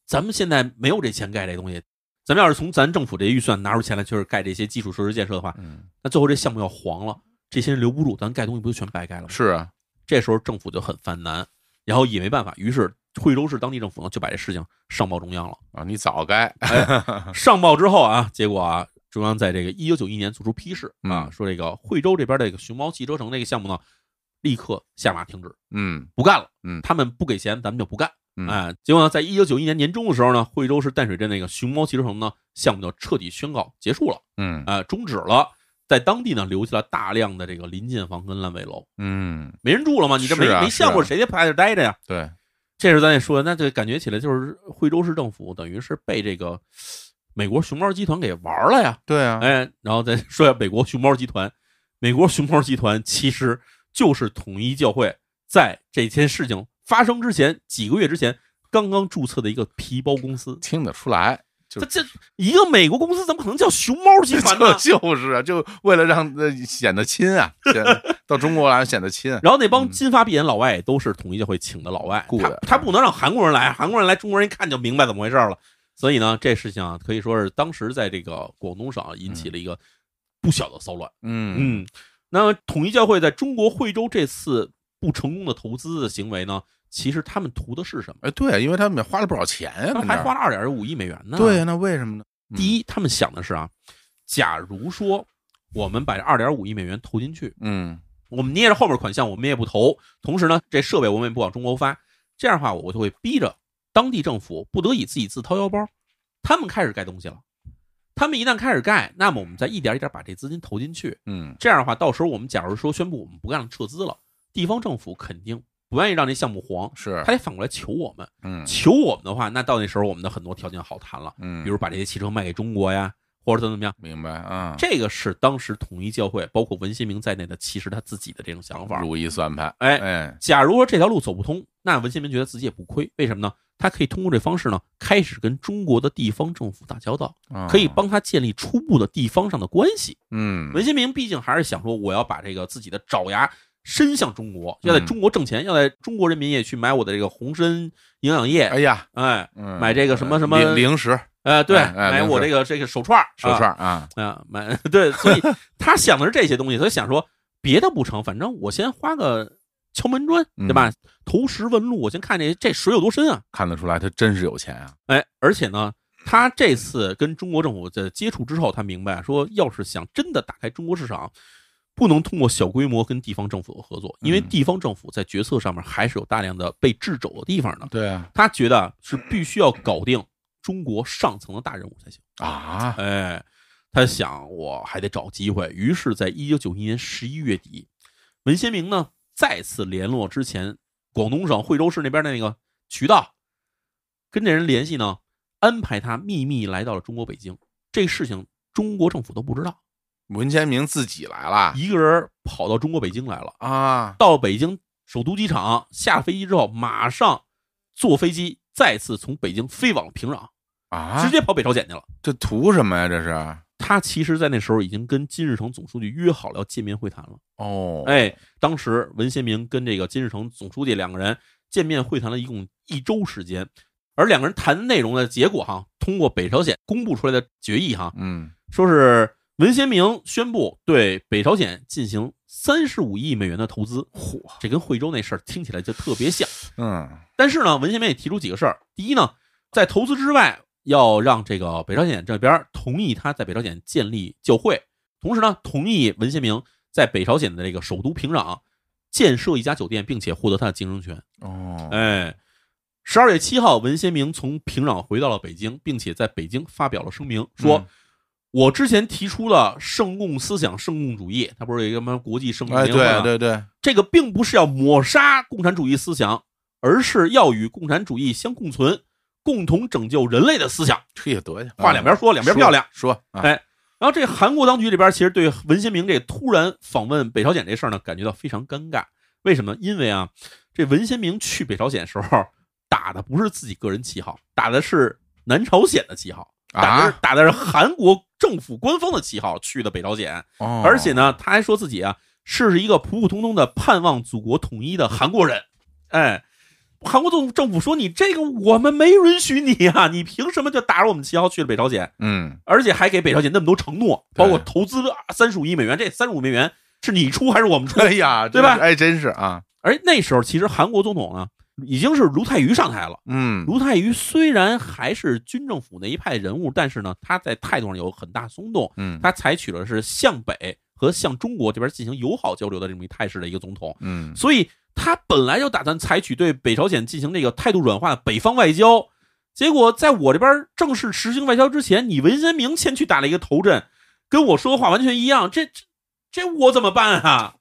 B: 咱们现在没有这钱盖这东西。咱们要是从咱政府这预算拿出钱来，就是盖这些基础设施建设的话，
A: 嗯，
B: 那最后这项目要黄了，这些人留不住，咱盖东西不就全白盖了吗？
A: 是啊，
B: 这时候政府就很犯难，然后也没办法，于是惠州市当地政府呢就把这事情上报中央了。
A: 啊，你早该， [laughs]
B: 上报之后啊，结果啊，中央在这个一九九一年做出批示啊，
A: 嗯
B: 说这个惠州这边的这个熊猫汽车城这个项目呢，立刻下马停止，
A: 嗯
B: 不干了。
A: 嗯
B: 他们不给钱，咱们就不干。
A: 嗯
B: 哎，结果呢，在一九九一年年中的时候呢，惠州市淡水镇那个熊猫汽车城呢项目就彻底宣告结束了，
A: 嗯
B: 啊，终止了。在当地呢，留下了大量的这个临建房跟烂尾楼，
A: 嗯，
B: 没人住了嘛，你这没、
A: 是啊
B: 没项目，
A: 是啊
B: 谁得趴这儿待着呀？
A: 对，
B: 这时候咱也说，那这感觉起来就是惠州市政府等于是被这个美国熊猫集团给玩了呀。
A: 对啊，
B: 哎，然后再说一下美国熊猫集团，美国熊猫集团其实就是统一教会在这件事情发生之前几个月之前刚刚注册的一个皮包公司。
A: 听得出来，就？
B: 这这一个美国公司怎么可能叫熊猫集团呢
A: [laughs] 就是啊，就为了让呃显得亲啊，显 [laughs] 得到中国来显得亲，
B: 然后那帮金发碧眼老外也都是统一教会请的老外，
A: 嗯雇
B: 他
A: 的
B: 他不能让韩国人来，韩国人来中国人一看就明白怎么回事了。所以呢，这事情啊，可以说是当时在这个广东省啊引起了一个不小的骚乱。
A: 嗯
B: 嗯，那么统一教会在中国惠州这次不成功的投资的行为呢，其实他们图的是什么？
A: 哎，对啊，因为他们也花了不少钱呀，
B: 他
A: 跟
B: 们还
A: 这哎儿
B: 花了二点五亿美元呢。
A: 对啊，那为什么呢？嗯
B: 第一，他们想的是啊，假如说我们把这二点五亿美元投进去，
A: 嗯
B: 我们捏着后面款项我们也不投，同时呢，这设备我们也不往中国发，这样的话我就会逼着当地政府不得已自己自掏腰包，他们开始盖东西了。他们一旦开始盖，那么我们再一点一点把这资金投进去，
A: 嗯，
B: 这样的话，到时候我们假如说宣布我们不干了，撤资了，地方政府肯定不愿意让这项目黄，
A: 是
B: 他，得反过来求我们。
A: 嗯
B: 求我们的话，那到那时候我们的很多条件好谈了，
A: 嗯，
B: 比如把这些汽车卖给中国呀，或者怎么怎么样。
A: 明白啊，
B: 这个是当时统一教会，包括文新明在内的，其实他自己的这种想法。
A: 如意算盘，
B: 哎
A: 哎，
B: 假如说这条路走不通，那文新明觉得自己也不亏，为什么呢？他可以通过这方式呢，开始跟中国的地方政府打交道，
A: 啊
B: 可以，帮他建立初步的地方上的关系。
A: 嗯，
B: 文新明毕竟还是想说，我要把这个自己的爪牙伸向中国，要在
A: 嗯
B: 中国挣钱，要在中国人民也去买我的这个红参营养液，
A: 哎呀，
B: 哎，
A: 嗯
B: 买这个什么什么
A: 零零食
B: 呃，对，
A: 哎哎
B: 买我这个这个手串儿
A: 手串啊，
B: 啊，啊买
A: [laughs]
B: 对，所以他想的是这些东西，他想说别的不成，反正我先花个敲门砖，
A: 嗯
B: 对吧？投石问路，我先看这这水有多深啊，
A: 看得出来他真是有钱啊，
B: 哎，而且呢。他这次跟中国政府的接触之后，他明白说，要是想真的打开中国市场，不能通过小规模跟地方政府合作，因为
A: 嗯
B: 地方政府在决策上面还是有大量的被掣肘的地方的。
A: 对啊，
B: 他觉得是必须要搞定中国上层的大人物才行。
A: 啊，
B: 哎，他想，我还得找机会。于是，在一九九一年十一月底，文先明呢再次联络之前广东省惠州市那边的那个渠道，跟这人联系呢，安排他秘密来到了中国北京。这事情中国政府都不知道，
A: 文先明自己来了
B: 一个人跑到中国北京来了。
A: 啊，
B: 到北京首都机场下飞机之后，马上坐飞机再次从北京飞往平壤，
A: 啊
B: 直，接跑北朝鲜去了。
A: 这图什么呀？这是
B: 他其实，在那时候已经跟金日成总书记约好了要见面会谈了。
A: 哦，，
B: 哎，当时文先明跟这个金日成总书记两个人见面会谈了一共一周时间，而两个人谈的内容的结果哈，通过北朝鲜公布出来的决议哈，
A: 嗯，
B: 说是文先明宣布对北朝鲜进行三十五亿美元的投资，嚯，这跟惠州那事儿听起来就特别像。
A: 嗯，
B: 但是呢，文先明也提出几个事儿。第一呢，在投资之外，要让这个北朝鲜这边儿同意他在北朝鲜建立教会，同时呢，同意文先明在北朝鲜的这个首都平壤建设一家酒店，并且获得他的经营权。
A: 哦，
B: 哎，十二月七号，文先明从平壤回到了北京，并且在北京发表了声明，说。
A: 嗯
B: 我之前提出了圣共思想、圣共主义，他不是有一个什么国际圣共
A: 哎，
B: 联合会吗
A: 对对对，
B: 这个并不是要抹杀共产主义思想，而是要与共产主义相共存，共同拯救人类的思想。
A: 这也得去，
B: 话两边说，两边漂亮。
A: 啊说，说啊
B: 哎然后这个韩国当局这边其实对文先明这突然访问北朝鲜这事儿呢，感觉到非常尴尬。为什么？因为啊，这文先明去北朝鲜时候打的不是自己个人旗号，打的是南朝鲜的旗号，打的是
A: 啊，
B: 打的是韩国政府官方的旗号去的北朝鲜。
A: 哦
B: 而且，呢，他还说自己啊是一个普普通通的盼望祖国统一的韩国人。哎，韩国政政府说你这个我们没允许你啊，你凭什么就打着我们旗号去了北朝鲜？
A: 嗯，
B: 而且还给北朝鲜那么多承诺，
A: 对
B: 包括投资三十五亿美元，这三十五美元是你出 [laughs] 还是我们出？
A: 哎呀，
B: 对
A: 真
B: 吧
A: 是哎，真是啊，
B: 而那时候其实韩国总统呢已经是卢泰愚上台了。
A: 嗯，
B: 卢泰愚虽然还是军政府那一派人物，但是呢，他在态度上有很大松动，
A: 嗯，
B: 他采取了是向北和向中国这边进行友好交流的这么一态势的一个总统，
A: 嗯，
B: 所以他本来就打算采取对北朝鲜进行这个态度软化的北方外交，结果在我这边正式实行外交之前，你文先明先去打了一个头阵，跟我说的话完全一样，这这这我怎么办啊？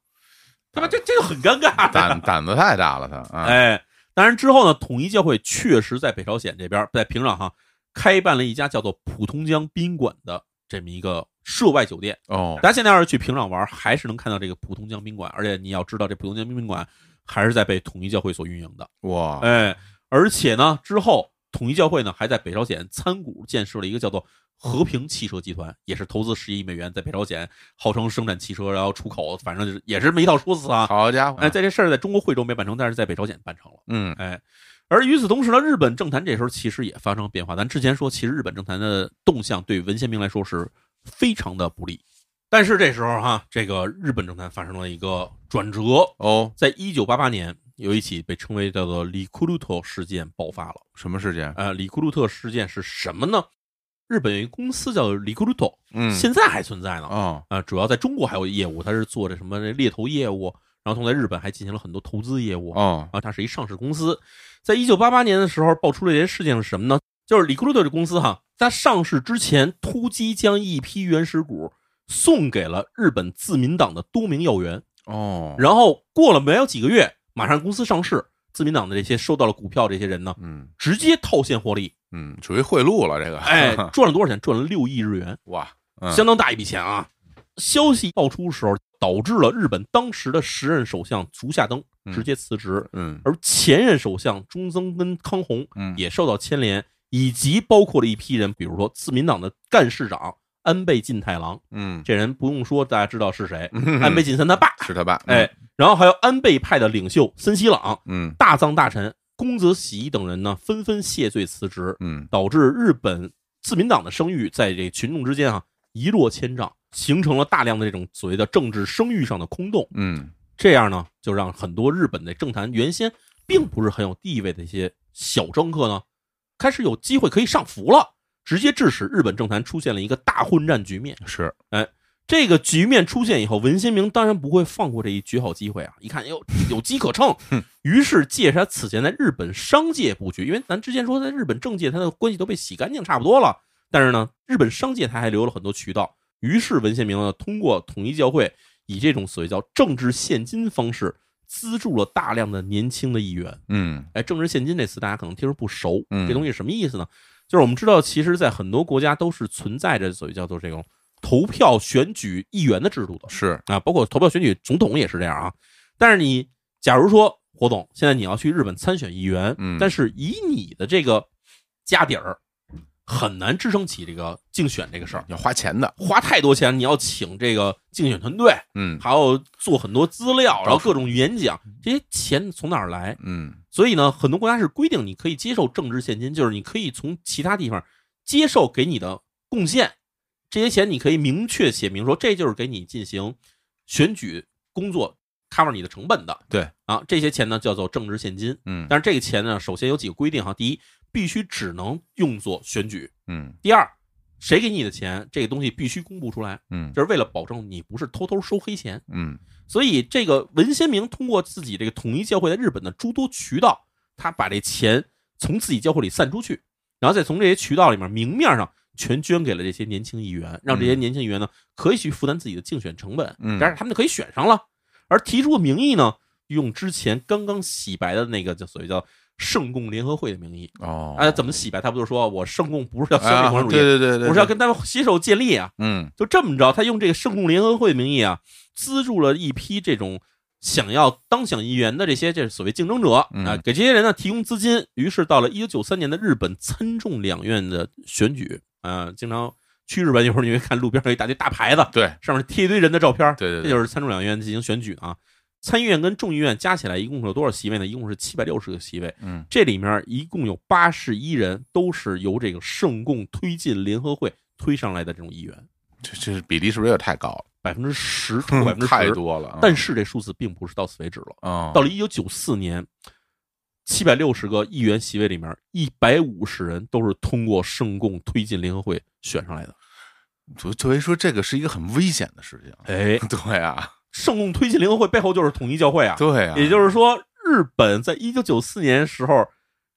B: 对吧？这这就很尴尬的
A: 胆胆子太大了，他啊，
B: 哎，当然之后呢，统一教会确实在北朝鲜这边，在平壤哈开办了一家叫做普通江宾馆的这么一个涉外酒店。
A: 哦，
B: 大家现在要是去平壤玩，还是能看到这个普通江宾馆，而且你要知道，这普通江宾馆还是在被统一教会所运营的。
A: 哇，
B: 哎，而且呢，之后统一教会呢还在北朝鲜参股建设了一个叫做和平汽车集团，也是投资十亿美元，在北朝鲜号称生产汽车，然后出口，反正就是也是这么一套说辞啊。
A: 好家伙，
B: 哎，在这事儿在中国惠州没办成，但是在北朝鲜办成了。
A: 嗯，
B: 哎，而与此同时呢，日本政坛这时候其实也发生变化。咱之前说，其实日本政坛的动向对文先明来说是非常的不利。但是这时候哈，这个日本政坛发生了一个转折，
A: 哦，
B: 在一九八八年，有一起被称为叫做里库鲁特事件爆发了。
A: 什么事件？
B: 呃，里库鲁特事件是什么呢？日本有一个公司叫里库鲁特，
A: 嗯，
B: 现在还存在呢。
A: 哦，
B: 啊，主要在中国还有业务，它是做这什么猎头业务，然后同在日本还进行了很多投资业务。
A: 哦，
B: 啊，它是一上市公司。在一九八八年的时候，爆出了一件事情是什么呢？就是李库鲁特这公司哈，在上市之前突击将一批原始股送给了日本自民党的多名要员，
A: 哦，
B: 然后过了没有几个月，马上公司上市，自民党的这些收到了股票这些人呢，
A: 嗯
B: 直接套现获
A: [laughs]
B: 利，
A: 嗯，属于贿赂了这个，
B: 哎，赚了多少钱？赚了六亿日元，
A: [laughs] 哇，嗯
B: 相当大一笔钱啊！消息爆出的时候，导致了日本当时的时任首相竹下登
A: 嗯
B: 直接辞职，
A: 嗯
B: 而前任首相中曾根康弘
A: 嗯，
B: 也受到牵连，以及包括了一批人，比如说自民党的干事长安倍晋太郎，
A: 嗯，
B: 这人不用说，大家知道是谁，
A: 嗯
B: 安倍晋三他爸，
A: 是他爸，嗯
B: 哎，，然后还有安倍派的领袖森西朗、
A: 嗯
B: 大藏大臣宫泽喜一等人呢，纷纷谢罪辞职，
A: 嗯，
B: 导致日本自民党的声誉在这群众之间啊一落千丈，形成了大量的这种所谓的政治声誉上的空洞。
A: 嗯
B: 这样呢，就让很多日本的政坛原先并不是很有地位的一些小政客呢，开始有机会可以上浮了，直接致使日本政坛出现了一个大混战局面。
A: 是，
B: 这个局面出现以后，文先明当然不会放过这一绝好机会啊！一看，哟，有机可乘，于是借着他此前在日本商界布局，因为咱之前说在日本政界他的关系都被洗干净差不多了，但是呢，日本商界他还留了很多渠道，于是文献明呢，通过统一教会以这种所谓叫政治现金方式，资助了大量的年轻的议员。
A: 嗯
B: 哎，政治现金这词大家可能听着不熟，
A: 嗯
B: 这东西什么意思呢？就是我们知道，其实，在很多国家都是存在着所谓叫做这种投票选举议员的制度的
A: 是
B: 啊，包括投票选举总统也是这样啊。但是你假如说火总，现在你要去日本参选议员，
A: 嗯
B: 但是以你的这个家底儿，很难支撑起这个竞选这个事儿，
A: 要花钱的，
B: 花太多钱，你要请这个竞选团队，
A: 嗯
B: 还要做很多资料，然后
A: 到处
B: 各种演讲，这些钱从哪儿来？
A: 嗯
B: 所以呢，很多国家是规定你可以接受政治现金，就是你可以从其他地方接受给你的贡献，这些钱你可以明确写明说，这就是给你进行选举工作 cover 你的成本的。
A: 对
B: 啊，这些钱呢叫做政治现金，
A: 嗯
B: 但是这个钱呢，首先有几个规定哈，第一，必须只能用作选举；
A: 嗯
B: 第二，谁给你的钱，这个东西必须公布出来，
A: 嗯
B: 这是为了保证你不是偷偷收黑钱。
A: 嗯
B: 所以这个文先明通过自己这个统一教会在日本的诸多渠道，他把这钱从自己教会里散出去，然后再从这些渠道里面明面上全捐给了这些年轻议员，让这些年轻议员呢可以去负担自己的竞选成本，
A: 嗯
B: 但是他们就可以选上了。而提出的名义呢，用之前刚刚洗白的那个叫所谓叫圣共联合会的名义，
A: 哦，
B: 哎，怎么洗白？他不就说我圣共不是要消灭
A: 啊
B: 共产主
A: 对
B: 义，
A: 对对对，
B: 我是要
A: 对
B: 跟他们携手建立啊，
A: 嗯
B: 就这么着，他用这个圣共联合会名义啊，资助了一批这种想要当选议员的这些这所谓竞争者
A: 嗯
B: 啊，给这些人呢提供资金。于是到了一九九三年的日本参众两院的选举啊，经常去日本有时候你会看路边上有一大堆大牌子，
A: 对
B: 上面贴一堆人的照片，
A: 对对
B: 这
A: 对
B: 就是参众两院进行选举啊。参议院跟众议院加起来一共有多少席位呢？一共是七百六十个席位。
A: 嗯
B: 这里面一共有八十一人都是由这个圣共推进联合会推上来的这种议员。
A: 这这比例是不是有点太高了？
B: 百分之
A: [laughs]
B: 十，超过百分之
A: 太
B: 十。
A: 多了啊，
B: 但是这数字并不是到此为止了。
A: 哦
B: 到了一九九四年，七百六十个议员席位里面，一百五十人都是通过圣共推进联合会选上来的。
A: 所以所以说这个是一个很危险的事情。
B: 哎，
A: 对啊，
B: 圣共推进联合会背后就是统一教会啊。
A: 对啊，
B: 也就是说，日本在一九九四年时候，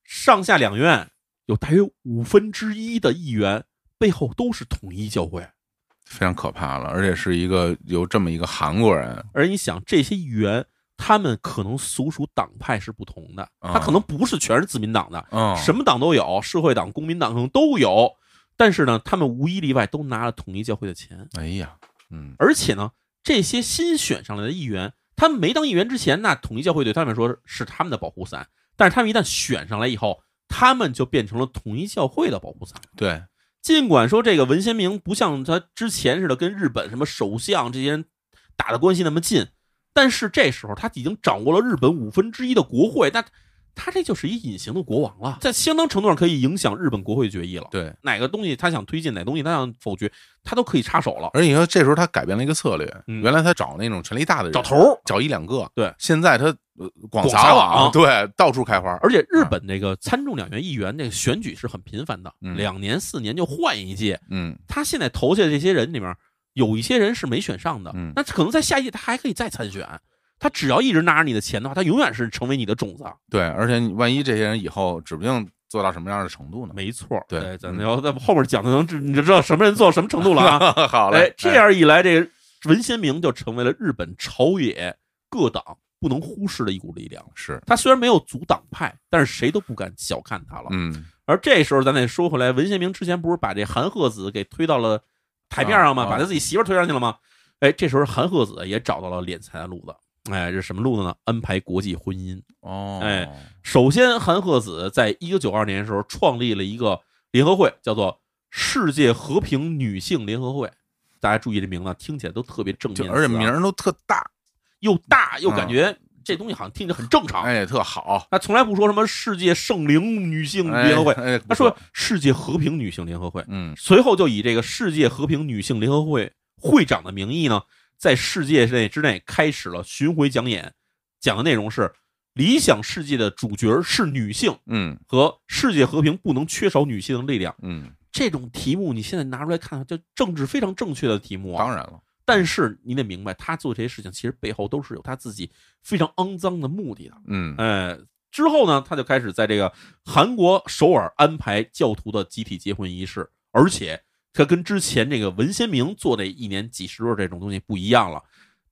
B: 上下两院有大约五分之一的议员背后都是统一教会。
A: 非常可怕了，而且是一个由这么一个韩国人，
B: 而你想，这些议员他们可能所属党派是不同的，
A: 啊
B: 他可能不是全是自民党的，
A: 嗯，
B: 什么党都有，社会党、公民党可能都有，但是呢，他们无一例外都拿了统一教会的钱，
A: 哎呀，嗯
B: 而且呢，这些新选上来的议员，他们没当议员之前，那统一教会对他们来说是他们的保护伞，但是他们一旦选上来以后，他们就变成了统一教会的保护伞。
A: 对，
B: 尽管说这个文先明不像他之前似的跟日本什么首相这些人打的关系那么近，但是这时候他已经掌握了日本五分之一的国会，那他这就是一隐形的国王了，在相当程度上可以影响日本国会决议了。
A: 对，
B: 哪个东西他想推进，哪个东西他想否决，他都可以插手了。
A: 而且你说这时候他改变了一个策略，
B: 嗯
A: 原来他找那种权力大的人，
B: 找头儿
A: 找一两个，
B: 对
A: 现在他呃广
B: 广
A: 撒
B: 撒
A: 网，
B: 网
A: 对，到处开花，
B: 而且日本这个参众两院议员那个选举是很频繁的，
A: 嗯
B: 两年四年就换一届。
A: 嗯
B: 他现在投下的这些人里面，有一些人是没选上的，
A: 嗯
B: 那可能在下一届他还可以再参选。他只要一直拿着你的钱的话，他永远是成为你的种子。
A: 对，而且你万一这些人以后指不定做到什么样的程度呢？
B: 没错，
A: 对
B: 哎咱
A: 嗯
B: 们要在后面讲的能知，你就知道什么人做到什么程度了啊。
A: [laughs] 好嘞
B: 哎，，这样一来，这个文先明就成为了日本朝野各党不能忽视的一股力量。
A: 哎是，
B: 他虽然没有组党派，但是谁都不敢小看他了。
A: 嗯，
B: 而这时候，咱得说回来，文先明之前不是把这韩鹤子给推到了台面上吗？
A: 啊啊
B: 把他自己媳妇儿推上去了吗？哎，这时候韩鹤子也找到了敛财的路子。哎，这是什么路子呢？安排国际婚姻。
A: 哦，
B: 哎，首先，韩鹤子在一九九二年的时候创立了一个联合会，叫做世界和平女性联合会。大家注意这名字，啊听起来都特别正面
A: 就
B: 词啊，
A: 而且名儿都特大，
B: 又大，又感觉这东西好像听着很正常。
A: 哎，特好，
B: 他从来不说什么世界圣灵女性
A: 哎
B: 联合会，
A: 哎，
B: 他
A: 不
B: 说
A: 错，
B: 世界和平女性联合会，
A: 嗯
B: 随后就以这个世界和平女性联合会会长的名义呢，在世界内之内开始了巡回讲演，讲的内容是理想世界的主角是女性
A: 嗯
B: 和世界和平不能缺少女性的力量。
A: 嗯，
B: 这种题目你现在拿出来看，就政治非常正确的题目啊。
A: 当然了，
B: 但是你得明白，他做这些事情其实背后都是有他自己非常肮脏的目的的。
A: 嗯
B: 哎，之后呢，他就开始在这个韩国首尔安排教徒的集体结婚仪式，而且它跟之前这个文先明做那一年几十对儿这种东西不一样了，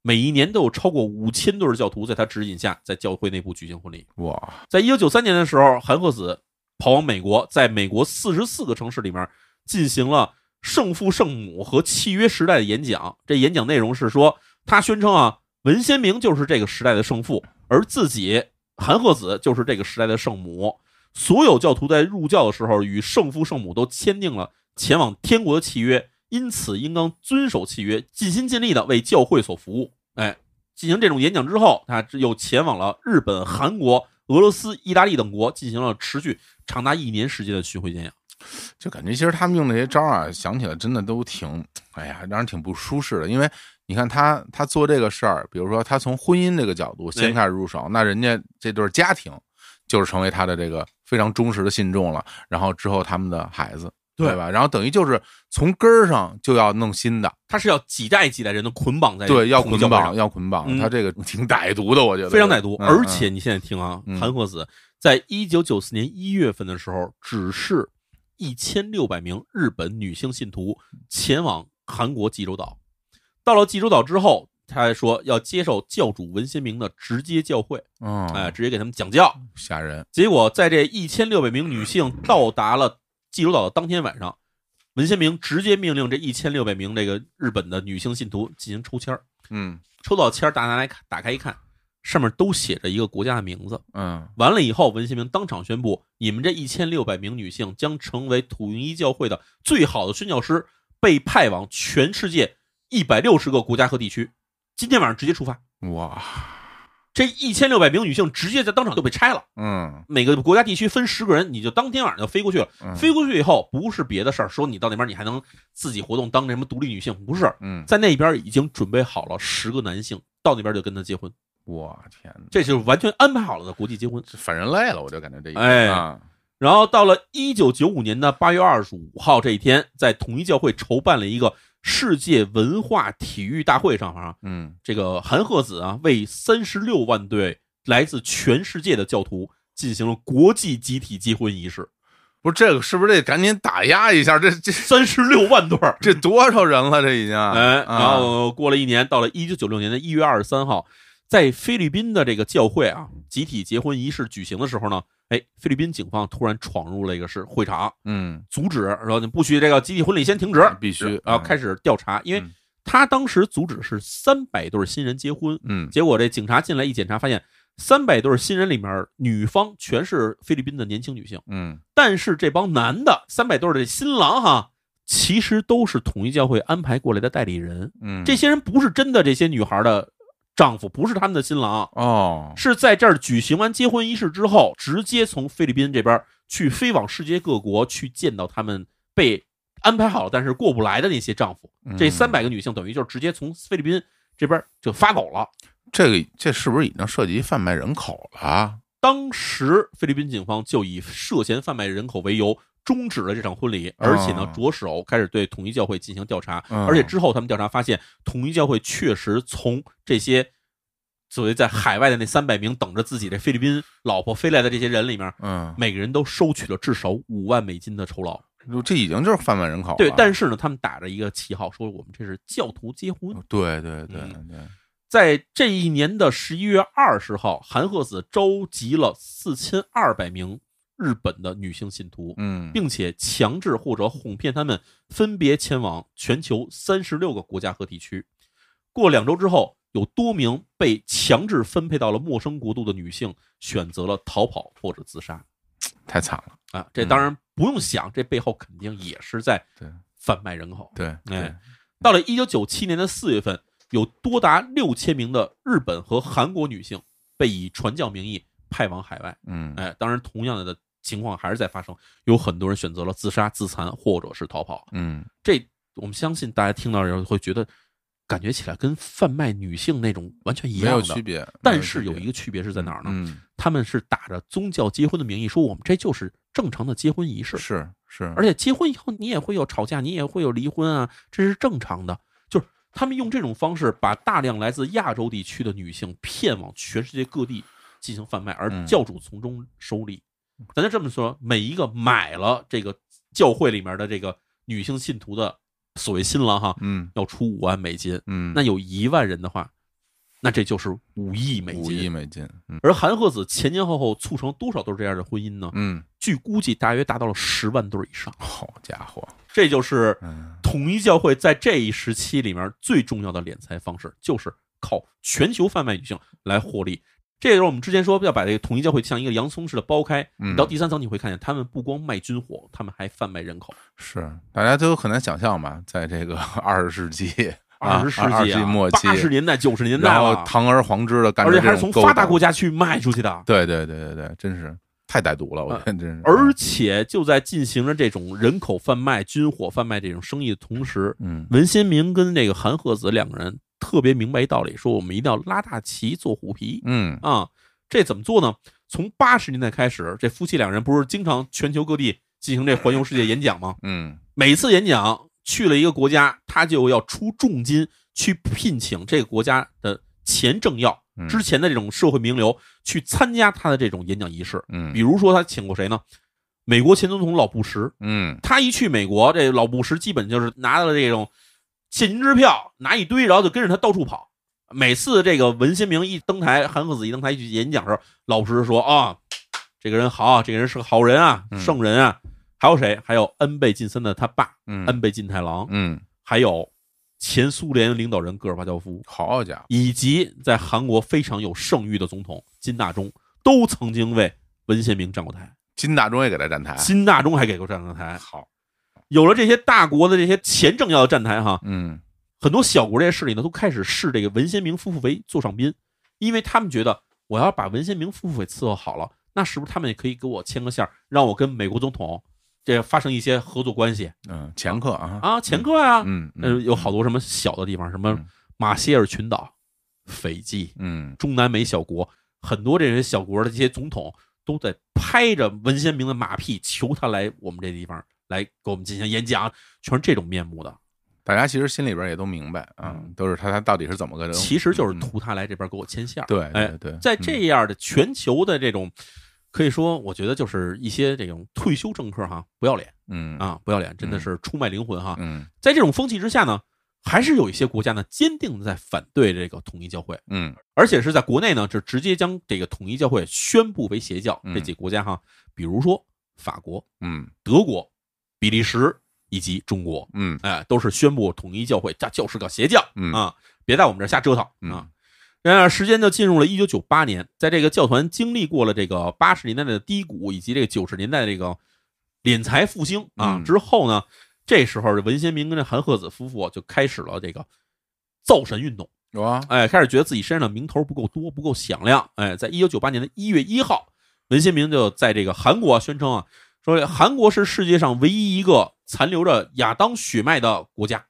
B: 每一年都有超过五千对儿教徒在他指引下在教会内部举行婚礼。
A: 哇，
B: 在一九九三年的时候，韩鹤子跑往美国，在美国四十四个城市里面进行了圣父、圣母和契约时代的演讲。这演讲内容是说，他宣称啊，文先明就是这个时代的圣父，而自己韩鹤子就是这个时代的圣母。所有教徒在入教的时候，与圣父、圣母都签订了前往天国的契约，因此应当遵守契约，尽心尽力的为教会所服务。哎，进行这种演讲之后，他又前往了日本、韩国、俄罗斯、意大利等国，进行了持续长达一年时间的巡回演讲。
A: 就感觉其实他们用这些招儿啊，想起来真的都挺，哎呀，让人挺不舒适的。因为你看他他做这个事儿，比如说他从婚姻这个角度先开始入手，那人家这对儿家庭就是成为他的这个非常忠实的信众了。然后之后他们的孩子，
B: 对
A: 吧？然后等于就是从根儿上就要弄新的，
B: 他是要几代几代人的捆绑在
A: 对，要
B: 同一
A: 捆
B: 教会上
A: 绑，要捆绑。
B: 嗯
A: 他这个挺歹毒的，我觉得
B: 非常歹毒。
A: 嗯
B: 而
A: 嗯
B: 且你现在听啊
A: 嗯，
B: 韩鹤子在一九九四年一月份的时候，只是一千六百名日本女性信徒前往韩国济州岛。到了济州岛之后，他还说要接受教主文先明的直接教诲，
A: 嗯，
B: 哎，直接给他们讲教。
A: 吓人，
B: 结果在这一千六百名女性到达了济州岛的当天晚上，文先明直接命令这一千六百名这个日本的女性信徒进行抽签儿。
A: 嗯
B: 抽到签儿，打拿来看，打开一看，上面都写着一个国家的名字。
A: 嗯，
B: 完了以后，文先明当场宣布，你们这一千六百名女性将成为土云一教会的最好的宣教师，被派往全世界一百六十个国家和地区。今天晚上直接出发。
A: 哇，
B: 这一千六百名女性直接在当场就被拆了，
A: 嗯，
B: 每个国家地区分十个人，你就当天晚上就飞过去了。
A: 嗯
B: 飞过去以后，不是别的事儿，说你到那边你还能自己活动当什么独立女性，不是，
A: 嗯，
B: 在那边已经准备好了十个男性，到那边就跟他结婚。
A: 我天哪，
B: 这就是完全安排好了的国际结婚。
A: 这反人类了，我就感觉这一
B: 哎
A: 啊
B: 然后到了一九九五年的八月二十五号这一天，在统一教会筹办了一个世界文化体育大会上啊，
A: 嗯
B: 这个韩鹤子啊为三十六万对来自全世界的教徒进行了国际集体结婚仪式，
A: 不是这个，是不是得赶紧打压一下？这
B: [laughs]
A: 这
B: 三十六万对儿。
A: 这多少人了？这已经，
B: 哎，
A: 啊
B: 然后过了一年，到了一九九六年的一月二十三号，在菲律宾的这个教会啊集体结婚仪式举行的时候呢，哎，菲律宾警方突然闯入了一个是会场，
A: 嗯
B: 阻止，说你不许这个集体婚礼先停止，
A: 必须
B: 然
A: 嗯
B: 后开始调查，因为
A: 嗯
B: 他当时阻止是三百对新人结婚，
A: 嗯，
B: 结果这警察进来一检查，发现三百对新人里面女方全是菲律宾的年轻女性，
A: 嗯
B: 但是这帮男的三百对的新郎哈，其实都是统一教会安排过来的代理人，
A: 嗯，
B: 这些人不是真的这些女孩的丈夫，不是他们的新郎，
A: 哦，
B: 是在这儿举行完结婚仪式之后，直接从菲律宾这边去飞往世界各国去见到他们被安排好但是过不来的那些丈夫。这
A: 嗯
B: 三百个女性等于就是直接从菲律宾这边就发狗了。
A: 这个这是不是已经涉及贩卖人口了？啊
B: 当时菲律宾警方就以涉嫌贩卖人口为由。终止了这场婚礼，而且呢
A: 啊，
B: 着手开始对统一教会进行调查，
A: 嗯
B: 而且之后他们调查发现，统一教会确实从这些所谓在海外的那三百名等着自己的菲律宾老婆飞来的这些人里面，
A: 嗯，
B: 每个人都收取了至少五万美金的酬劳。
A: 这已经就是贩卖人口了。
B: 对，但是呢，他们打着一个旗号，说我们这是教徒结婚。
A: 对对对
B: 嗯
A: 对，
B: 在这一年的十一月二十号，韩鹤子召集了四千二百名日本的女性信徒，
A: 嗯，
B: 并且强制或者哄骗他们分别前往全球三十六个国家和地区。过两周之后，有多名被强制分配到了陌生国度的女性选择了逃跑或者自杀。
A: 太惨了，
B: 啊，这当然不用想，这背后肯定也是在
A: 对
B: 贩卖人口。
A: 对对
B: 哎，到了一九九七年的四月份，有多达六千名的日本和韩国女性被以传教名义派往海外。
A: 嗯
B: 哎，当然，同样的情况还是在发生，有很多人选择了自杀、自残或者是逃跑。
A: 嗯，
B: 这我们相信大家听到的时候会觉得，感觉起来跟贩卖女性那种完全一
A: 没有
B: 样
A: 区
B: 的。
A: 别，没
B: 但是
A: 区
B: 有
A: 别
B: 一个区别是在哪儿呢？
A: 嗯，
B: 他们是打着宗教结婚的名义，说我们这就是正常的结婚仪式，
A: 是是，
B: 而且结婚以后你也会有吵架，你也会有离婚啊，这是正常的。就是他们用这种方式把大量来自亚洲地区的女性骗往全世界各地进行贩卖，而
A: 嗯
B: 教主从中收利。咱就这么说，每一个买了这个教会里面的这个女性信徒的所谓新郎哈，
A: 嗯
B: 要出五万美金，
A: 嗯，
B: 那有一万人的话，那这就是五亿美
A: 五亿
B: 金。
A: 美金，嗯
B: 而韩鹤子前前后后促成多少对这样的婚姻呢？
A: 嗯，
B: 据估计，大约达到了十万对以上。
A: 好家伙，
B: 这就是
A: 嗯
B: 统一教会在这一时期里面最重要的敛财方式，就是靠全球贩卖女性来获利。这也是我们之前说要把这个统一教会像一个洋葱似的剥开，
A: 嗯，
B: 到第三层你会看见，他们不光卖军火，他们还贩卖人口。
A: 是大家都很难想象吧，在这个 [laughs] 二十世
B: [laughs]
A: 纪啊、
B: 二十世
A: 二二
B: 纪
A: 世纪末期
B: 八，十年代、九十年代
A: 然后
B: 了，
A: 堂而皇之的干
B: 而
A: 出
B: 且
A: 这种嗯
B: 还是从发达国
A: 家，
B: 家去卖出去的。
A: 对对对对对，真是太歹毒了，我
B: 呃
A: 觉得真是。
B: 而且就在进行着这种人口贩卖、军火贩卖这种生意的同时，
A: 嗯
B: 文先明跟这个韩鹤子两个人特别明白一道理，说我们一定要拉大旗做虎皮。
A: 嗯
B: 啊，这怎么做呢？从八十年代开始，这夫妻两人不是经常全球各地进行这环游世界演讲吗？
A: 嗯
B: 每次演讲去了一个国家，他就要出重金去聘请这个国家的前政要
A: 嗯
B: 之前的这种社会名流去参加他的这种演讲仪式。
A: 嗯，
B: 比如说，他请过谁呢？美国前总统老布什，
A: 嗯
B: 他一去美国，这老布什基本就是拿了这种现金支票，拿一堆，然后就跟着他到处跑。每次这个文先明一登台，韩鹤子一登台一去演讲的时候，老布什说啊，这个人好，这个人是个好人啊，
A: 嗯
B: 圣人啊。还有谁？还有安倍晋三的他爸
A: 嗯
B: 安倍晋太郎，
A: 嗯，
B: 还有前苏联领导人戈尔巴乔夫，
A: 好家伙，
B: 以及在韩国非常有盛誉的总统金大中，都曾经为文先明站过台。
A: 金大中也给他站台，
B: 金大中还给过站过台，
A: 好，
B: 有了这些大国的这些前政要的站台哈，
A: 嗯
B: 很多小国这些势力呢都开始视这个文先明夫妇为座上宾，因为他们觉得我要把文先明夫妇给伺候好了，那是不是他们也可以给我牵个线儿，让我跟美国总统这发生一些合作关系
A: 嗯，前客啊，
B: 啊？前客呀，
A: 嗯
B: 呃，
A: 嗯
B: 有好多什么小的地方，什么
A: 嗯
B: 马歇尔群岛、斐济、
A: 嗯
B: 中南美小国，很多这些小国的这些总统都在拍着文先明的马屁，求他来我们这地方来给我们进行演讲，全是这种面目的。
A: 大家其实心里边也都明白啊，
B: 嗯
A: 都是他他到底是怎么个人，
B: 其实就是
A: 嗯
B: 图他来这边给我牵线儿。
A: 对
B: 哎
A: 对对，
B: 在
A: 嗯
B: 这样的全球的这种，可以说，我觉得就是一些这种退休政客哈，不要脸
A: 嗯
B: 啊，不要脸，真的是出卖灵魂哈。
A: 嗯
B: 在这种风气之下呢，还是有一些国家呢，坚定的在反对这个统一教会，
A: 嗯
B: 而且是在国内呢，就直接将这个统一教会宣布为邪教。
A: 嗯
B: 这几个国家哈，比如说法国、
A: 嗯
B: 德国、比利时以及中国，
A: 嗯
B: 哎，都是宣布统一教会，这就是个邪教。
A: 嗯
B: 啊，别在我们这儿瞎折腾
A: 嗯
B: 啊。然而，时间就进入了一九九八年，在这个教团经历过了这个八十年代的低谷，以及这个九十年代的这个敛财复兴啊
A: 嗯
B: 之后呢，这时候文先明跟这韩鹤子夫妇啊就开始了这个造神运动，
A: 有啊，
B: 哎，开始觉得自己身上的名头不够多，不够响亮，哎，在一九九八年的一月一号，文先明就在这个韩国宣称啊，说韩国是世界上唯一一个残留着亚当血脉的国家，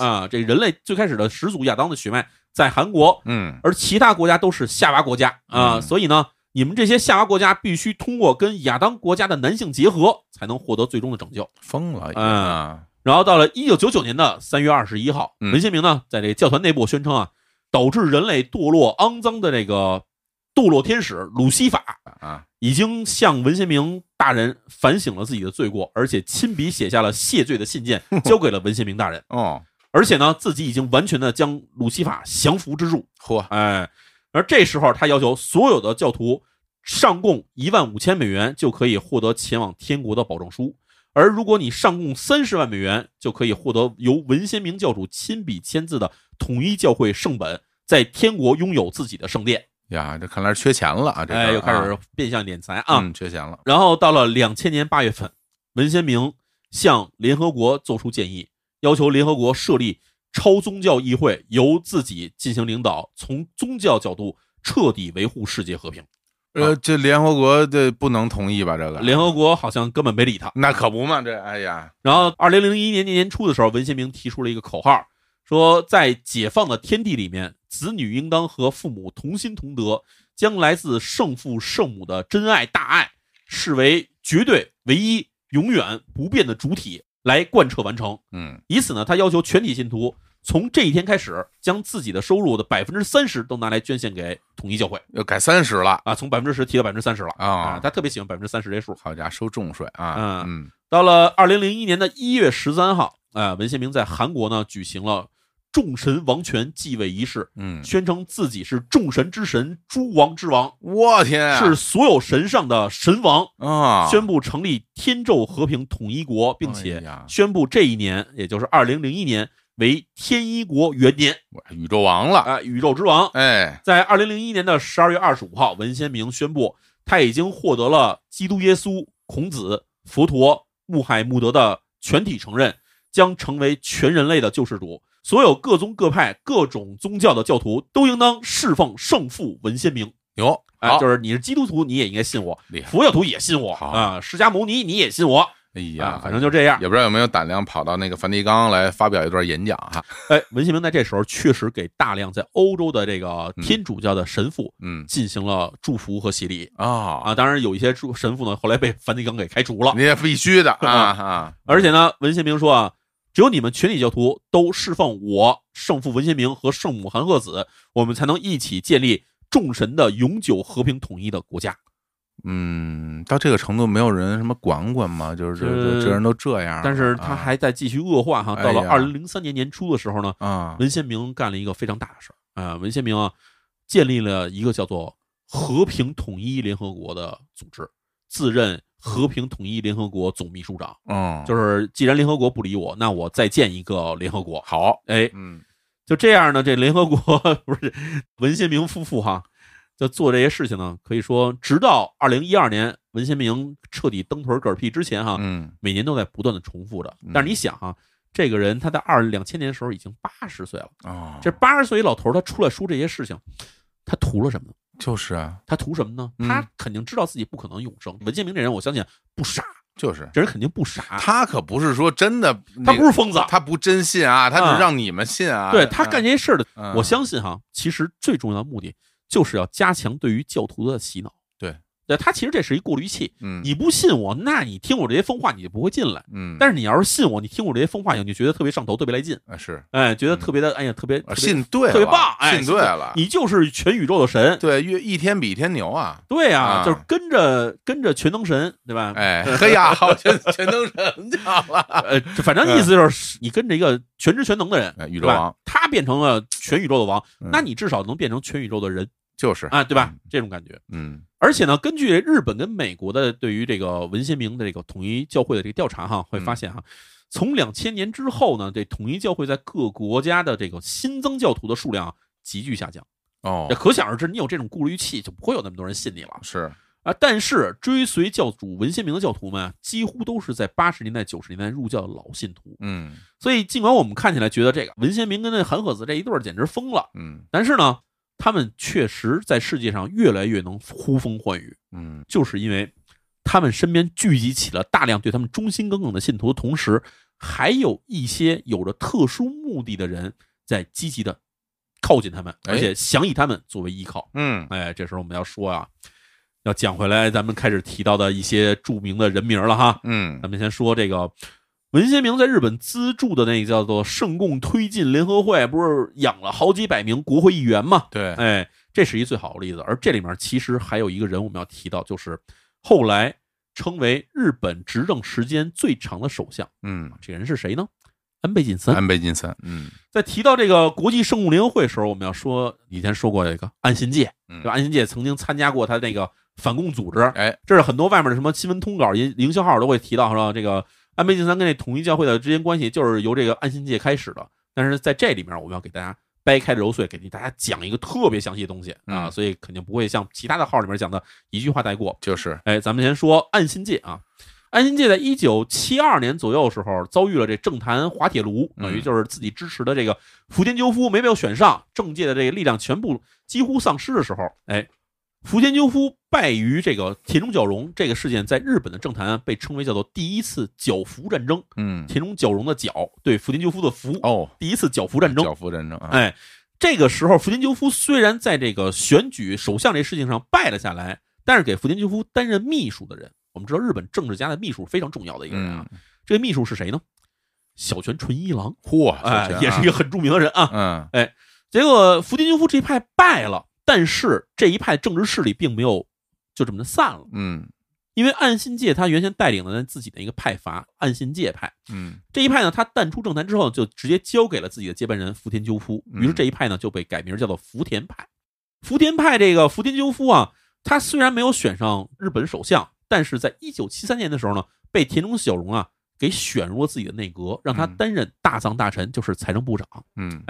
B: 啊，这人类最开始的始祖亚当的血脉在韩国，
A: 嗯
B: 而其他国家都是夏娃国家啊、
A: 嗯
B: 所以呢，你们这些夏娃国家必须通过跟亚当国家的男性结合，才能获得最终的拯救。
A: 疯了
B: 嗯
A: 啊，
B: 然后到了一九九九年的三月二十一号，
A: 嗯
B: 文先明呢在这个教团内部宣称啊，导致人类堕落肮脏的这个堕落天使鲁西法
A: 啊，
B: 已经向文先明大人反省了自己的罪过，而且亲笔写下了谢罪的信件，交给了文先明大人。
A: 哦，
B: 而且呢，自己已经完全的将鲁西法降服之术。
A: 嚯，
B: 哎，而这时候他要求所有的教徒上供一万五千美元就可以获得前往天国的保证书，而如果你上供三十万美元，就可以获得由文先明教主亲笔签字的统一教会圣本，在天国拥有自己的圣殿。
A: 呀，这看来是缺钱了啊，这事儿
B: 哎，又开
A: 啊
B: 始变相敛财啊。
A: 嗯，缺钱了，
B: 然后到了两千年八月份，文先明向联合国作出建议，要求联合国设立超宗教议会，由自己进行领导，从宗教角度彻底维护世界和平。
A: 呃，这联合国这不能同意吧？这个
B: 联合国好像根本没理他。
A: 那可不嘛，这哎呀，
B: 然后，二零零一年年初的时候，文先明提出了一个口号，说在解放的天地里面，子女应当和父母同心同德，将来自圣父圣母的真爱大爱视为绝对唯一、永远不变的主体来贯彻完成。
A: 嗯
B: 以此呢，他要求全体信徒从这一天开始，将自己的收入的百分之三十都拿来捐献给统一教会
A: 又改三十了
B: 啊，从百分之十提到百分之三十了
A: 啊
B: 啊，他特别喜欢百分之三十这数。
A: 好家伙，收重税啊！嗯
B: 到了二零零一年的一月十三号，啊，文献明在韩国呢举行了众神王权继位仪式，
A: 嗯，
B: 宣称自己是众神之神、诸王之王，
A: 我天，
B: 是所有神上的神王，
A: 哎啊，
B: 宣布成立天宙和平统一国，并
A: 哎
B: 且
A: 呀
B: 宣布这一年，也就是二零零一年为天一国元年
A: 我宇宙王了，
B: 啊、宇宙之王。
A: 哎，
B: 在二零零一年的十二月二十五号，文先明宣布他已经获得了基督耶稣、孔子、佛陀、穆罕默德的全体承认，将成为全人类的救世主。所有各宗各派、各种宗教的教徒都应当侍奉圣父文先明。
A: 牛，
B: 啊，
A: 好，
B: 就是你是基督徒，你也应该信我
A: 厉；害
B: 佛教徒也信我
A: 好
B: 啊；释迦牟尼你也信我
A: 哎呀
B: 啊，，反正就这样。
A: 也不知道有没有胆量跑到那个梵蒂冈来发表一段演讲哈。
B: 哎，文先明在这时候确实给大量在欧洲的这个天主教的神父
A: 嗯
B: 进行了祝福和洗礼
A: 啊，
B: 啊。当然，有一些祝神父呢，后来被梵蒂冈给开除了。
A: 你也必须的啊 [laughs] 啊！
B: 而且呢，文先明说啊，只有你们全体教徒都侍奉我圣父文先明和圣母韩鹤子，我们才能一起建立众神的永久和平统一的国家。
A: 嗯，到这个程度，没有人什么管管吗？就是这
B: 呃
A: 这人都这样了，
B: 但是他还在继续恶化哈。到
A: 啊
B: 了
A: 哎呀
B: 二零零三年年初的时候呢，
A: 啊，啊
B: 文先明干了一个非常大的事儿啊、文先明啊，建立了一个叫做和平统一联合国的组织，自任和平统一联合国总秘书长。
A: 嗯，
B: 就是是既然联合国不理我，那我再建一个联合国。
A: 好，
B: 哎，
A: 嗯
B: 就这样呢，这联合国 [laughs] 不是文先明夫妇哈，就做这些事情呢，可以说直到二零一二年文先明彻底蹬腿儿嗝屁之前哈，
A: 嗯，
B: 每年都在不断的重复着
A: 嗯。
B: 但是你想啊，这个人他在二两千年的时候已经八十岁了，
A: 哦，
B: 这八十岁老头儿他出来说这些事情，他图了什么呢？
A: 就是啊，
B: 他图什么呢？
A: 嗯
B: 他肯定知道自己不可能永生。文建明这人，我相信不傻，
A: 就是
B: 这人肯定不傻，
A: 他可不是说真的，那
B: 他不
A: 个
B: 是疯子。
A: 他不真信啊，他只
B: 啊
A: 是让你们信啊，
B: 对他干这些事儿的，
A: 嗯，
B: 我相信哈，其实最重要的目的就是要加强对于教徒的洗脑。
A: 对，
B: 对他其实这是一过滤器。
A: 嗯
B: 你不信我，那你听我这些疯话，你就不会进来。
A: 嗯，
B: 但是你要是信我，你听我这些疯话以后，你就觉得特别上头，特别来劲。
A: 啊是
B: 哎，觉得特别的，哎呀，特别特别
A: 啊信啊对了，
B: 特别棒，哎，
A: 信对了，
B: 你就是全宇宙的神，
A: 对越一天比一天牛啊，
B: 对
A: 啊
B: 啊，就是跟着跟着全能神，对吧？
A: 哎，嘿呀，好全全都神叫
B: [laughs]
A: 了，
B: 呃，这反正意思就是你跟着一个全知全能的人，
A: 哎宇
B: 宇
A: 宙王，
B: 他变成了全宇宙的王，
A: 嗯
B: 那你至少能变成全宇宙的人
A: 就是
B: 啊，对吧？这种感觉。
A: 嗯
B: 而且呢，根据日本跟美国的对于这个文先明的这个统一教会的这个调查哈，会发现哈，从两千年之后呢，这统一教会在各国家的这个新增教徒的数量啊急剧下降。
A: 哦
B: 这可想而知，你有这种顾虑器，就不会有那么多人信你了
A: 是
B: 啊。但是追随教主文先明的教徒们啊，几乎都是在八十年代、九十年代入教的老信徒。
A: 嗯
B: 所以，尽管我们看起来觉得这个文先明跟那韩鹤子这一对儿简直疯了，
A: 嗯
B: 但是呢，他们确实在世界上越来越能呼风唤雨，
A: 嗯
B: 就是因为他们身边聚集起了大量对他们忠心耿耿的信徒，同时还有一些有着特殊目的的人在积极的靠近他们，
A: 哎
B: 而且想以他们作为依靠。
A: 嗯
B: 哎，这时候我们要说啊，要讲回来，咱们开始提到的一些著名的人名了哈。
A: 嗯
B: 咱们先说这个文先明在日本资助的那个叫做圣共推进联合会，不是养了好几百名国会议员吗？
A: 对
B: 哎，这是一最好的例子。而这里面其实还有一个人我们要提到，就是后来称为日本执政时间最长的首相，
A: 嗯
B: 这个人是谁呢？安倍晋三。
A: 安倍晋三嗯
B: 在提到这个国际圣共联合会的时候，我们要说以前说过有一个岸信介，
A: 嗯
B: 对吧？岸信介曾经参加过他那个反共组织，
A: 哎
B: 这是很多外面的什么新闻通稿、营营销号都会提到说，这个安倍晋三跟这统一教会的之间关系就是由这个安信界开始的。但是在这里面，我们要给大家掰开揉碎，给大家讲一个特别详细的东西啊，
A: 嗯
B: 所以肯定不会像其他的号里面讲的一句话带过。
A: 就是
B: 哎，咱们先说安信界啊。安信界在一九七二年左右的时候，遭遇了这政坛滑铁卢，
A: 嗯
B: 等于就是自己支持的这个福田赳夫没有选上，政界的这个力量全部几乎丧失的时候，哎，福田赳夫败于这个田中角荣这个事件，在日本的政坛被称为叫做第一次角福战争。
A: 嗯
B: 田中角荣的角对福田赳夫的福，
A: 哦
B: 第一次角福战争。
A: 教父战争啊
B: 哎，这个时候福田赳夫虽然在这个选举首相这事情上败了下来，但是给福田赳夫担任秘书的人，我们知道日本政治家的秘书非常重要的一个人啊。
A: 嗯
B: 这个秘书是谁呢？小泉纯一郎，
A: 嚯，
B: 哎
A: 小泉，啊
B: 也是一个很著名的人啊。
A: 嗯
B: 结果福地军夫这一派败了，但是这一派政治势力并没有就这么的散了，
A: 嗯
B: 因为岸信介他原先带领的自己的一个派阀岸信介派，
A: 嗯
B: 这一派呢，他淡出政坛之后，就直接交给了自己的接班人福田赳夫。
A: 嗯
B: 于是这一派呢，就被改名叫做福田派。福田派这个福田赳夫啊，他虽然没有选上日本首相，但是在一九七三年的时候呢，被田中小荣啊给选入了自己的内阁，让他
A: 嗯
B: 担任大藏大臣，就是财政部长。
A: 嗯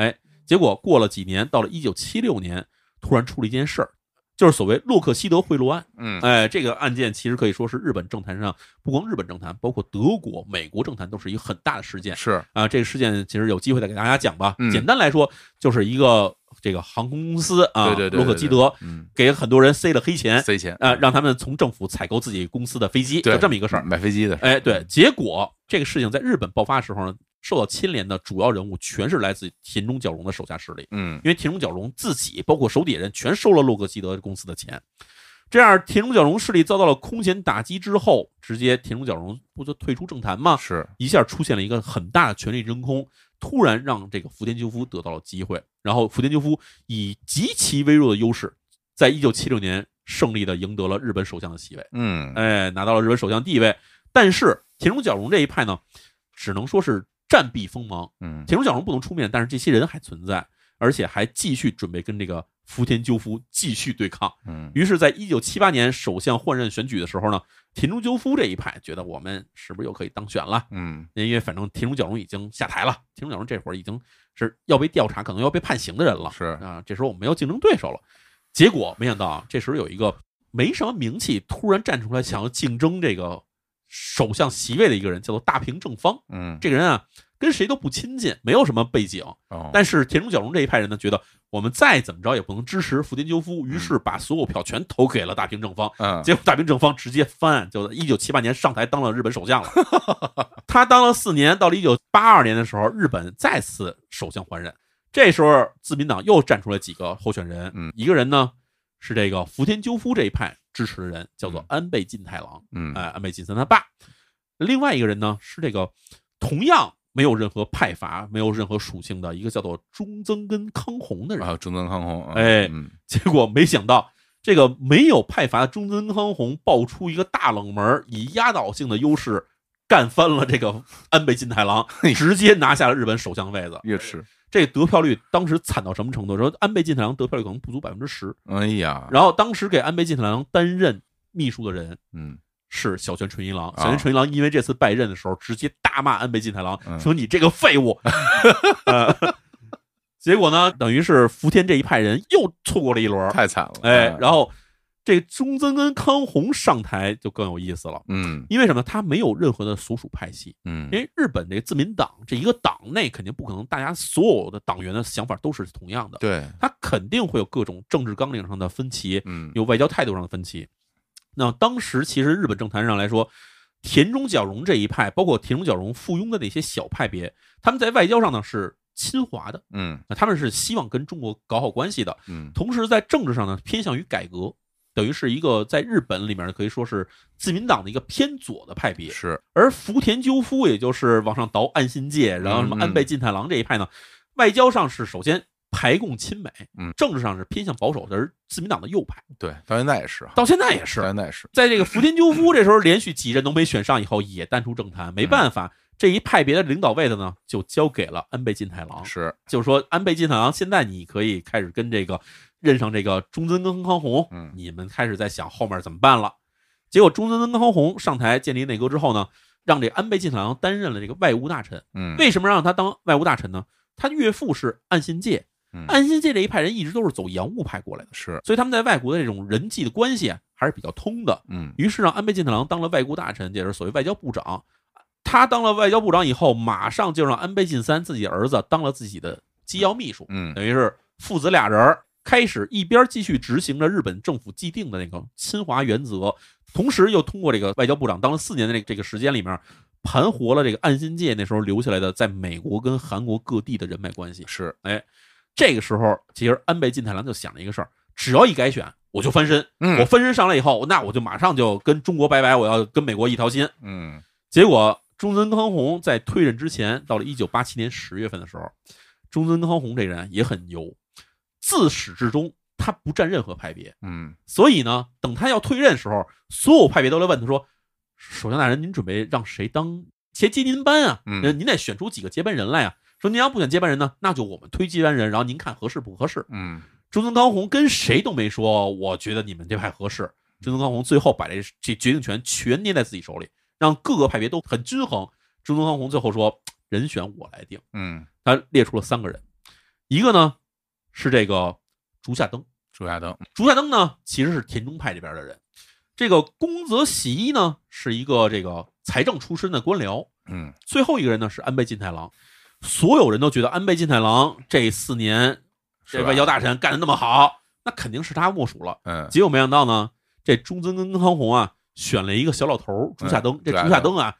B: 结果过了几年，到了一九七六年，突然出了一件事儿，就是所谓洛克希德贿赂案。
A: 嗯，
B: 哎，这个案件其实可以说是日本政坛上，不光日本政坛，包括德国、美国政坛都是一个很大的事件。
A: 是，
B: 啊，这个事件其实有机会再给大家讲吧。
A: 嗯
B: 简单来说，就是一个这个航空公司啊，
A: 对对对，
B: 洛克
A: 对
B: 希
A: 对
B: 德
A: 嗯，
B: 给很多人塞了黑钱，
A: 塞钱
B: 啊，让他们从政府采购自己公司的飞机，
A: 对
B: 就这么一个事儿。
A: 买飞机的事儿，
B: 哎，对，结果这个事情在日本爆发的时候呢，受到牵连的主要人物全是来自田中角荣的手下势力，
A: 嗯
B: 因为田中角荣自己包括手底下人全收了洛克希德公司的钱。这样，田中角荣势力遭到了空前打击之后，直接田中角荣不就退出政坛吗？
A: 是，
B: 一下出现了一个很大的权力真空，突然让这个福田赳夫得到了机会，然后福田赳夫以极其微弱的优势，在一九七六年胜利的赢得了日本首相的席位，
A: 嗯
B: 哎，拿到了日本首相地位。但是田中角荣这一派呢，只能说是暂避锋芒，
A: 嗯
B: 田中角荣不能出面，但是这些人还存在，而且还继续准备跟这个福田赳夫继续对抗。
A: 嗯
B: 于是，在一九七八年首相换任选举的时候呢，田中赳夫这一派觉得我们是不是又可以当选了？
A: 嗯
B: 因为反正田中角荣已经下台了，田中角荣这会儿已经是要被调查，可能要被判刑的人了。
A: 是
B: 啊，这时候我们没有竞争对手了。结果没想到啊，这时候有一个没什么名气，突然站出来想要竞争这个首相席位的一个人，叫做大平正方。
A: 嗯，
B: 这个人啊，跟谁都不亲近，没有什么背景，
A: 哦，
B: 但是田中角荣这一派人呢，觉得我们再怎么着也不能支持福田赳夫，于是把所有票全投给了大平正方。
A: 嗯
B: 结果大平正方直接翻案，就一九七八年上台当了日本首相了。 [laughs] 他当了四年，到了一九八二年的时候，日本再次首相换任。这时候，自民党又站出来几个候选人，
A: 嗯
B: 一个人呢是这个福田赳夫这一派支持的人，叫做
A: 嗯
B: 安倍晋太郎，
A: 嗯
B: 哎、安倍晋三他爸。另外一个人呢是这个同样没有任何派阀、没有任何属性的一个叫做中曾根康弘的人。
A: 啊，中曾康弘，嗯
B: 哎
A: 嗯
B: 结果没想到，这个没有派阀的中村康弘爆出一个大冷门儿，以压倒性的优势干翻了这个安倍晋太
A: [laughs]
B: 郎，直接拿下了日本首相位子。
A: 越吃，
B: 这得票率当时惨到什么程度？说安倍晋太郎得票率可能不足百分之十。
A: 哎呀，
B: 然后当时给安倍晋太郎担任秘书的人
A: 嗯
B: 是小泉纯一郎。
A: 啊
B: 小泉纯一郎因为这次拜任的时候，直接大骂安倍晋太郎
A: 嗯，
B: 说你这个
A: [laughs]
B: 废物。呃结果呢，等于是福田这一派人又错过了一轮儿，
A: 太惨了，
B: 哎，
A: 嗯
B: 然后这中曾跟康弘上台就更有意思了，
A: 嗯
B: 因为什么？他没有任何的所属派系，
A: 嗯
B: 因为日本这个自民党这一个党内肯定不可能大家所有的党员的想法都是同样的，
A: 对，
B: 他肯定会有各种政治纲领上的分歧，
A: 嗯
B: 有外交态度上的分歧。那当时其实日本政坛上来说，田中角荣这一派，包括田中角荣附庸的那些小派别，他们在外交上呢是亲华的，
A: 嗯
B: 他们是希望跟中国搞好关系的，
A: 嗯
B: 同时在政治上呢偏向于改革，等于是一个在日本里面可以说是自民党的一个偏左的派别。
A: 是，
B: 而福田赳夫，也就是往上倒岸信介，
A: 嗯
B: 然后什么安倍晋太郎这一派呢，外交上是首先排共亲美
A: 嗯，
B: 政治上是偏向保守的，而自民党的右派，
A: 对，到现在也是啊，
B: 到现在也
A: 到
B: 是。
A: 现在也是，
B: 在这个福田赳夫这时候连续几任都没选上以后，也淡出政坛，没办
A: 嗯
B: 法，这一派别的领导位子呢，就交给了安倍晋太郎。
A: 是，
B: 就是说安倍晋太郎，现在你可以开始跟这个认上这个中曾根康弘，
A: 嗯
B: 你们开始在想后面怎么办了。结果中曾根康弘上台建立内阁之后呢，让这个安倍晋太郎担任了这个外务大臣。
A: 嗯，
B: 为什么让他当外务大臣呢？他岳父是岸信介，
A: 嗯
B: 岸信介这一派人一直都是走洋务派过来的，
A: 是，
B: 所以他们在外国的这种人际的关系啊还是比较通的。
A: 嗯
B: 于是让安倍晋太郎当了外务大臣，也就是所谓外交部长。他当了外交部长以后，马上就让安倍晋三自己儿子当了自己的机要秘书，
A: 嗯
B: 等于是父子俩人儿开始一边继续执行着日本政府既定的那个侵华原则，同时又通过这个外交部长当了四年的这个这个时间里面，盘活了这个岸信介那时候留下来的在美国跟韩国各地的人脉关系。
A: 是，
B: 这个时候，其实安倍晋太郎就想了一个事儿：只要一改选，我就翻身。
A: 嗯
B: 我翻身上来以后，那我就马上就跟中国拜拜，我要跟美国一条心。
A: 嗯
B: 结果中村康弘在退任之前，到了一九八七年十月份的时候，中村康弘这个人也很牛，自始至终他不占任何派别，
A: 嗯
B: 所以呢，等他要退任的时候，所有派别都来问他说：“首相大人，您准备让谁当接接您班啊？
A: 嗯
B: 呃您得选出几个接班人来啊。说您要不选接班人呢，那就我们推接班人，然后您看合适不合适。”
A: 嗯
B: 中村康弘跟谁都没说，我觉得你们这派合适。中村康弘最后把这这决定权全捏在自己手里，让各个派别都很均衡。中村康弘最后说，人选我来定。
A: 嗯，
B: 他列出了三个人，一个呢是这个竹下登，
A: 朱亚登，
B: 竹下登呢其实是田中派这边的人，这个宫泽喜一呢是一个这个财政出身的官僚，
A: 嗯
B: 最后一个人呢是安倍晋太郎。所有人都觉得安倍晋太郎这四年
A: 是
B: 这
A: 吧
B: 外交大臣干得那么好，那肯定是他莫属了。
A: 嗯
B: 结果没想到呢，这中村跟康弘啊，选了一个小老头儿竹下登。这
A: 对啊
B: 竹下登啊，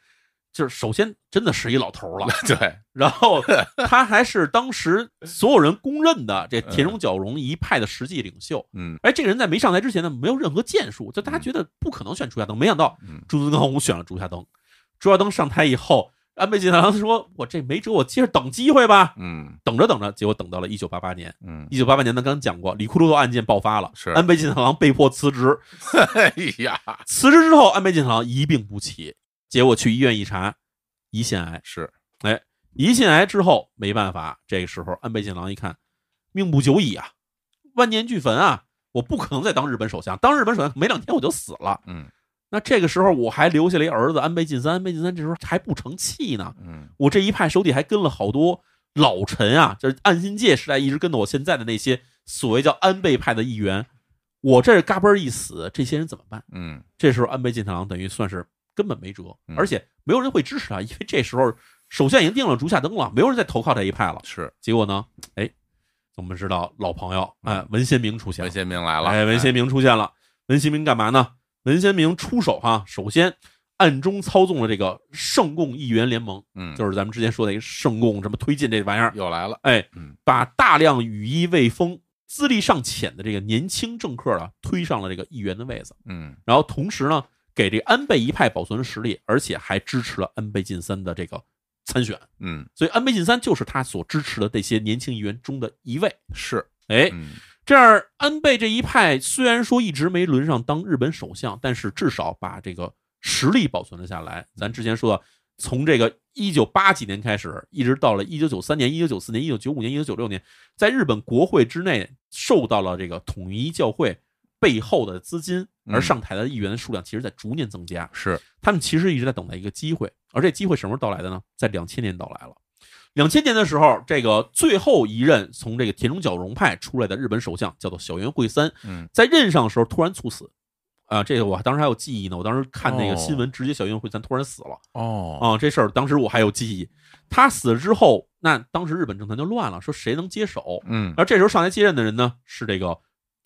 B: 就是首先真的是一老头儿了，
A: 对，
B: 然后他还是当时所有人公认的这田中角荣一派的实际领袖。
A: 嗯
B: 哎，这个人在没上台之前呢，没有任何建树，就大家觉得不可能选竹下登，没想到
A: 嗯
B: 中村康弘选了竹下登。竹下登上台以后，安倍晋太郎说：“我这没辙，我接着等机会吧。
A: 嗯”
B: 等着等着，结果等到了一九八八年。
A: 嗯，
B: 一九八八年，咱刚讲过，里库鲁多案件爆发了，
A: 是
B: 安倍晋太郎被迫辞职。
A: 哎呀，
B: 辞职之后，安倍晋太郎一病不起，结果去医院一查，胰腺癌。
A: 是，
B: 胰腺癌之后没办法，这个时候安倍晋郎一看，命不久矣啊，万年俱焚啊，我不可能再当日本首相，当日本首相没两天我就死了。
A: 嗯
B: 那这个时候我还留下了一儿子安倍晋三，安倍晋三这时候还不成器呢，
A: 嗯
B: 我这一派手底还跟了好多老臣啊，就是岸信介时代一直跟到我现在的那些所谓叫安倍派的议员，我这嘎嘣儿一死，这些人怎么办？
A: 嗯
B: 这时候安倍晋太郎等于算是根本没辙，
A: 嗯
B: 而且没有人会支持他，因为这时候首相已经定了竹下登了，没有人再投靠这一派了。
A: 是，
B: 结果呢，哎，我们知道老朋友哎
A: 嗯
B: 文先明出现
A: 文
B: 了，
A: 先明来了，
B: 哎，文先明出现了，文先明干嘛呢？文先明出手哈，首先暗中操纵了这个圣共议员联盟，
A: 嗯，
B: 就是咱们之前说的一个圣共什么推进这玩意儿，
A: 又来了，
B: 哎
A: 嗯，
B: 把大量羽翼未丰、资历尚浅的这个年轻政客啊推上了这个议员的位子。
A: 嗯
B: 然后同时呢，给这安倍一派保存了实力，而且还支持了安倍晋三的这个参选，
A: 嗯
B: 所以安倍晋三就是他所支持的这些年轻议员中的一位。
A: 是，
B: 哎，
A: 嗯
B: 这样安倍这一派虽然说一直没轮上当日本首相，但是至少把这个实力保存了下来。咱之前说的，从这个一九八几年开始，一直到了一九九三年、一九九四年、一九九五年、一九九六年，在日本国会之内受到了这个统一教会背后的资金，
A: 嗯
B: 而上台的议员数量其实在逐年增加。
A: 是，
B: 他们其实一直在等待一个机会，而这机会什么时候到来的呢？在两千年到来了。两千年的时候，这个最后一任从这个田中角荣派出来的日本首相叫做小渊惠三，
A: 嗯
B: 在任上的时候突然猝死，啊，这个我当时还有记忆呢，我当时看那个
A: 哦
B: 新闻，直接小渊惠三突然死了
A: 哦，
B: 啊，这事儿当时我还有记忆。他死了之后，那当时日本政坛就乱了，说谁能接手？
A: 嗯
B: 而这时候上来接任的人呢，是这个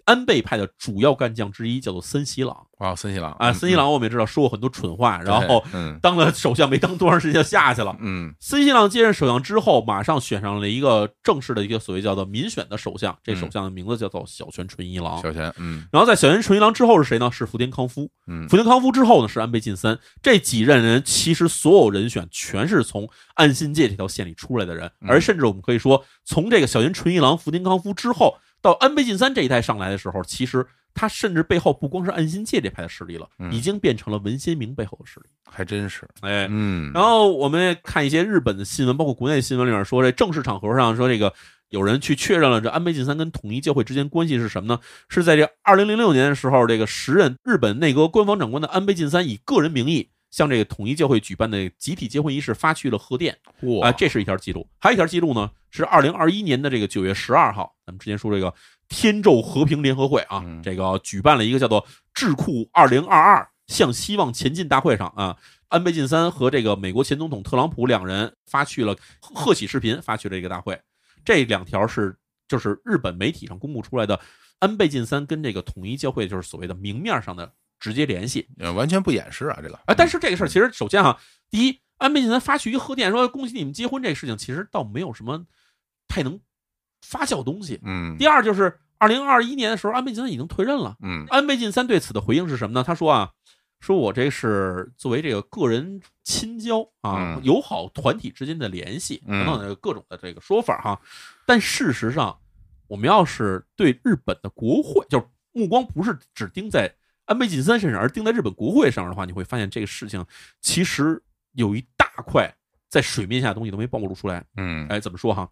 B: 安倍派的主要干将之一，叫做森喜朗
A: 哇，森喜朗
B: 啊。
A: 嗯
B: 森喜朗我们也知道说过很多蠢话，
A: 嗯
B: 然后
A: 对嗯
B: 当了首相没当多长时间就下去了。
A: 嗯
B: 森信朗接任首相之后，马上选上了一个正式的一个所谓叫做民选的首相，这
A: 嗯
B: 首相的名字叫做小泉纯一郎。
A: 小泉嗯
B: 然后在小泉纯一郎之后是谁呢？是福田康夫。
A: 嗯
B: 福田康夫之后呢是安倍晋三。这几任人其实所有人选全是从岸信介这条线里出来的人，
A: 嗯
B: 而甚至我们可以说，从这个小泉纯一郎、福田康夫之后到安倍晋三这一代上来的时候，其实他甚至背后不光是岸信介这派的势力了，
A: 嗯
B: 已经变成了文先明背后的势力。
A: 还真是
B: 哎，
A: 嗯
B: 然后我们也看一些日本的新闻，包括国内新闻里面说，这正式场合上说这个有人去确认了这安倍晋三跟统一教会之间关系是什么呢？是在这二零零六年的时候，这个时任日本内阁官方长官的安倍晋三以个人名义向这个统一教会举办的集体结婚仪式发去了贺电啊、
A: 哇
B: 这是一条记录。还有一条记录呢，是二零二一年的这个九月十二号，咱们之前说这个天宙和平联合会啊，
A: 嗯
B: 这个举办了一个叫做“智库二零二二向希望前进大会”上啊，安倍晋三和这个美国前总统特朗普两人发去了贺贺喜视频，发去了这个大会。这两条是就是日本媒体上公布出来的安倍晋三跟这个统一教会就是所谓的明面上的直接联系。
A: 呃完全不掩饰啊这个
B: 啊，但
A: 是
B: 是这个事儿其实首先哈，第一，安倍晋三发去一个贺电说恭喜你们结婚这个事情，其实倒没有什么太能发酵的东西。
A: 嗯
B: 第二就是二零二一年的时候，安倍晋三已经退任了。
A: 嗯
B: 安倍晋三对此的回应是什么呢？他说啊，说我这是作为这个个人亲交啊，
A: 嗯
B: 友好团体之间的联系等
A: 嗯
B: 等的各种的这个说法哈、但事实上，我们要是对日本的国会，就是目光不是只盯在安倍晋三身上，而盯在日本国会上的话，你会发现这个事情其实有一大块在水面下的东西都没暴露出来。
A: 嗯
B: 哎，怎么说哈？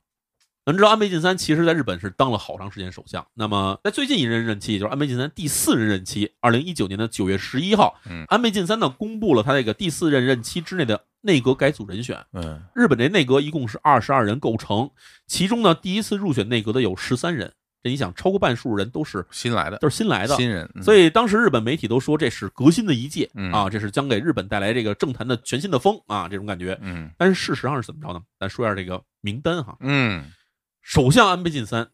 B: 咱知道安倍晋三其实在日本是当了好长时间首相。那么在最近一任任期，也就是安倍晋三第四任任期，二零一九年的九月十一号，
A: 嗯
B: 安倍晋三呢公布了他这个第四任任期之内的内阁改组人选。
A: 嗯
B: 日本这内阁一共是二十二人构成，其中呢第一次入选内阁的有十三人。这你想，超过半数人都是
A: 新来的，
B: 都是新来的，
A: 新人，嗯
B: 所
A: 以
B: 以当时日本媒体都说这是革新的一届
A: 嗯
B: 啊，这是将给日本带来这个政坛的全新的风啊，这种感觉。
A: 嗯
B: 但是事实上是怎么着呢？咱说一下这个名单哈，
A: 嗯
B: 首相安倍晋三，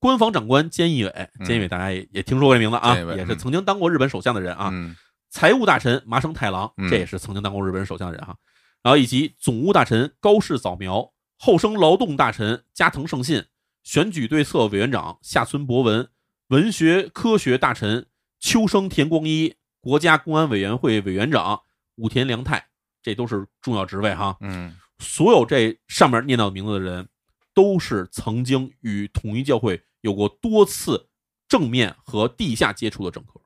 B: 官房长官菅义伟，
A: 嗯
B: 菅义伟大家也也听说过这名字啊
A: 菅义，伟
B: 也是
A: 嗯
B: 曾经当过日本首相的人啊。
A: 嗯
B: 财务大臣麻生太郎，
A: 嗯
B: 这也是曾经当过日本首相的人哈。然后以及总务大臣高市早苗、厚生劳动大臣加藤胜信、选举对策委员长下村博文、文学科学大臣秋生田光一、国家公安委员会委员长武田良太，这都是重要职位哈。
A: 嗯
B: 所有这上面念到的名字的人，都是曾经与统一教会有过多次正面和地下接触的政客，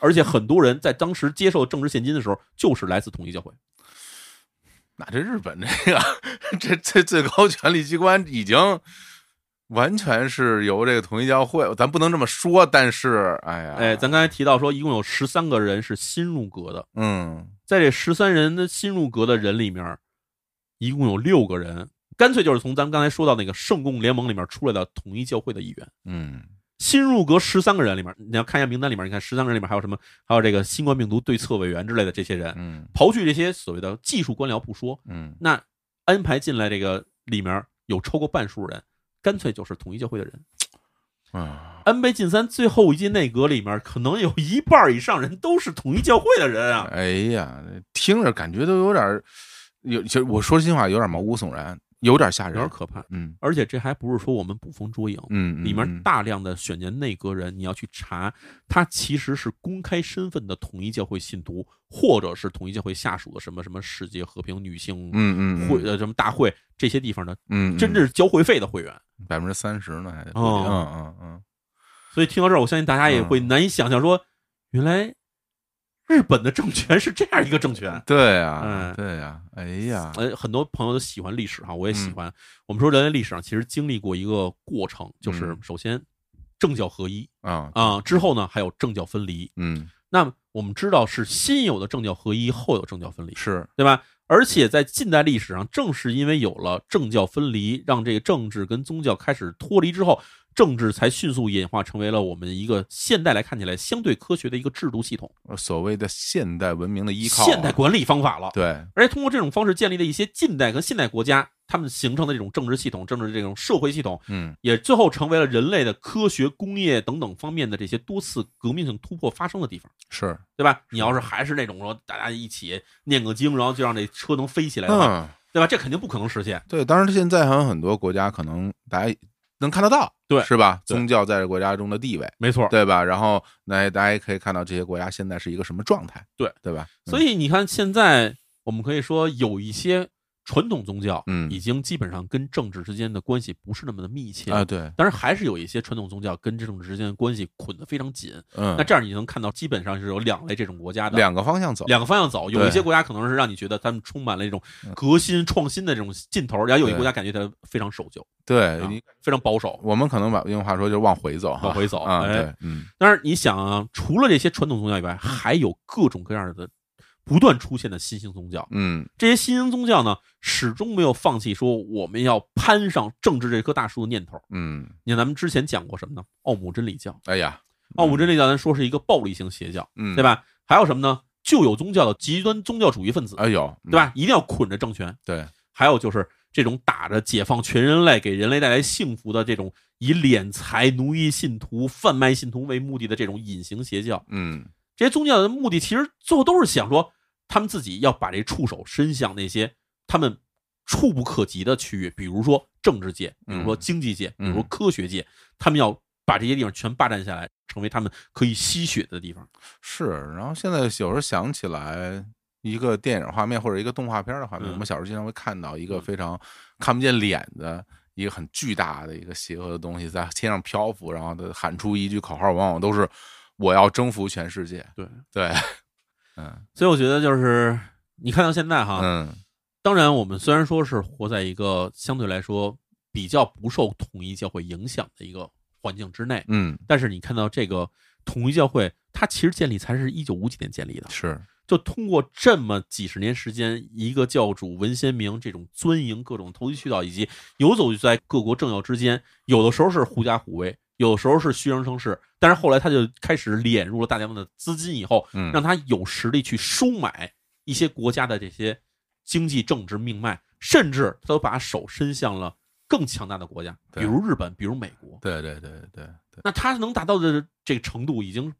B: 而且很多人在当时接受政治现金的时候，就是来自统一教会。
A: 那这日本这个这这最高权力机关已经完全是由这个统一教会，咱不能这么说，但是哎呀，
B: 哎，咱刚才提到说，一共有十三个人是新入阁的，
A: 嗯
B: 在这十三人的新入阁的人里面，一共有六个人，干脆就是从咱们刚才说到那个圣共联盟里面出来的统一教会的一员。
A: 嗯
B: 新入阁十三个人里面，你要看一下名单里面，你看十三个人里面还有什么？还有这个新冠病毒对策委员之类的这些人，
A: 嗯
B: 刨去这些所谓的技术官僚不说，
A: 嗯
B: 那安排进来这个里面有超过半数人，干脆就是统一教会的人。
A: 啊，
B: 安倍晋三最后一届内阁里面，可能有一半以上人都是统一教会的人啊。
A: 哎呀，这听着感觉都有点儿有，其实我说心话有点毛骨悚然，有点吓
B: 有点
A: 人，
B: 可怕，
A: 嗯
B: 而且这还不是说我们捕风捉影，
A: 嗯，嗯
B: 里面
A: 嗯
B: 大量的选年内阁人，你要去查，他其实是公开身份的统一教会信徒，或者是统一教会下属的什么什么世界和平女性
A: 嗯嗯嗯
B: 会呃什么大会这些地方的，
A: 嗯，
B: 真正是交会费的会员。
A: 百分之三十呢，还得
B: 哦
A: 嗯嗯嗯，
B: 所以听到这儿，我相信大家也会难以想象说，原来日本的政权是这样一个政权。
A: 对呀
B: 嗯，
A: 对呀，哎呀，
B: 呃，很多朋友都喜欢历史哈，我也
A: 嗯
B: 喜欢。我们说人类历史啊上其实经历过一个过程，就是
A: 嗯
B: 首先政教合一
A: 啊，
B: 啊、之后呢还有政教分离。
A: 嗯，
B: 那么我们知道是先有的政教合一，后有政教分离，
A: 是，
B: 对吧？而且在近代历史上，正是因为有了政教分离，让这个政治跟宗教开始脱离之后，政治才迅速演化成为了我们一个现代来看起来相对科学的一个制度系统、
A: 所谓的现代文明的依靠啊，
B: 现代管理方法了。
A: 对，
B: 而且通过这种方式建立的一些近代跟现代国家，他们形成的这种政治系统、政治这种社会系统，
A: 嗯
B: 也最后成为了人类的科学、工业等等方面的这些多次革命性突破发生的地方。
A: 是，
B: 对吧？你要是还是那种说大家一起念个经，然后就让这车能飞起来的话，
A: 嗯，
B: 对吧？这肯定不可能实现。
A: 对，当然现在还有很多国家可能大家能看得到，
B: 对
A: 是吧？
B: 对嗯
A: 宗教在这国家中的地位，
B: 没错，
A: 对吧？然后那大家也可以看到这些国家现在是一个什么状态，
B: 对
A: 对吧？嗯
B: 所以你看，现在我们可以说有一些传统宗教，
A: 嗯
B: 已经基本上跟政治之间的关系不是那么的密切
A: 嗯啊，。对，
B: 当然，还是有一些传统宗教跟政治之间的关系捆得非常紧。
A: 嗯，
B: 那这样你就能看到，基本上是有两类这种国家的
A: 两个方向走，
B: 两个方向走。有一
A: 对
B: 些国家可能是让你觉得他们充满了一种
A: 嗯
B: 革新创新的这种劲头，然后有一
A: 对
B: 个国家感觉它非常守旧，
A: 对
B: 啊
A: 你，
B: 非常保守。
A: 我们可能把用话说就是往回走哈，
B: 往回走
A: 啊，
B: 哎
A: 对，嗯
B: 当然，你想啊，除了这些传统宗教以外，还有各种各样的不断出现的新兴宗教。
A: 嗯
B: 这些新兴宗教呢，始终没有放弃说我们要攀上政治这棵大树的念头。
A: 嗯，
B: 你看，咱们之前讲过什么呢？奥姆真理教，
A: 哎呀，
B: 奥姆真理教咱说是一个暴力型邪教，
A: 嗯，
B: 对？吧？还有什么呢？旧有宗教的极端宗教主义分子，
A: 哎呦，
B: 对吧？一定要捆着政权。
A: 对，
B: 还有就是这种打着解放全人类、给人类带来幸福的这种以敛财、奴役信徒、贩卖信徒为目的的这种隐形邪教，
A: 嗯，
B: 这些宗教的目的其实最后都是想说，他们自己要把这触手伸向那些他们触不可及的区域，比如说政治界，比如说经济界，比
A: 嗯
B: 如说科学界，他们要把这些地方全霸占下来，成为他们可以吸血的地方。
A: 是，然后现在有时候想起来一个电影画面或者一个动画片的画面，
B: 嗯
A: 我们小时候经常会看到一个
B: 嗯
A: 非常看不见脸的一个很巨大的一个邪恶的东西在天上漂浮，然后他喊出一句口号，往往都是“我要征服全世界
B: 对，”。 [laughs]
A: 对，嗯
B: 所以我觉得就是你看到现在哈，
A: 嗯，
B: 当然我们虽然说是活在一个相对来说比较不受统一教会影响的一个环境之内，
A: 嗯，
B: 但是你看到这个统一教会，它其实建立才是一九五几年建立的，
A: 是，
B: 就通过这么几十年时间，一个教主文先明这种钻营各种投机渠道，以及游走在各国政要之间，有的时候是狐假虎威，有的时候是虚张声势，但是后来他就开始敛入了大量的资金以后，
A: 嗯，
B: 让他有实力去收买一些国家的这些经济、政治命脉，甚至他都把手伸向了更强大的国家，比
A: 对
B: 如日本，比如美国。
A: 对对对对对，
B: 那他能达到的这个程度，已经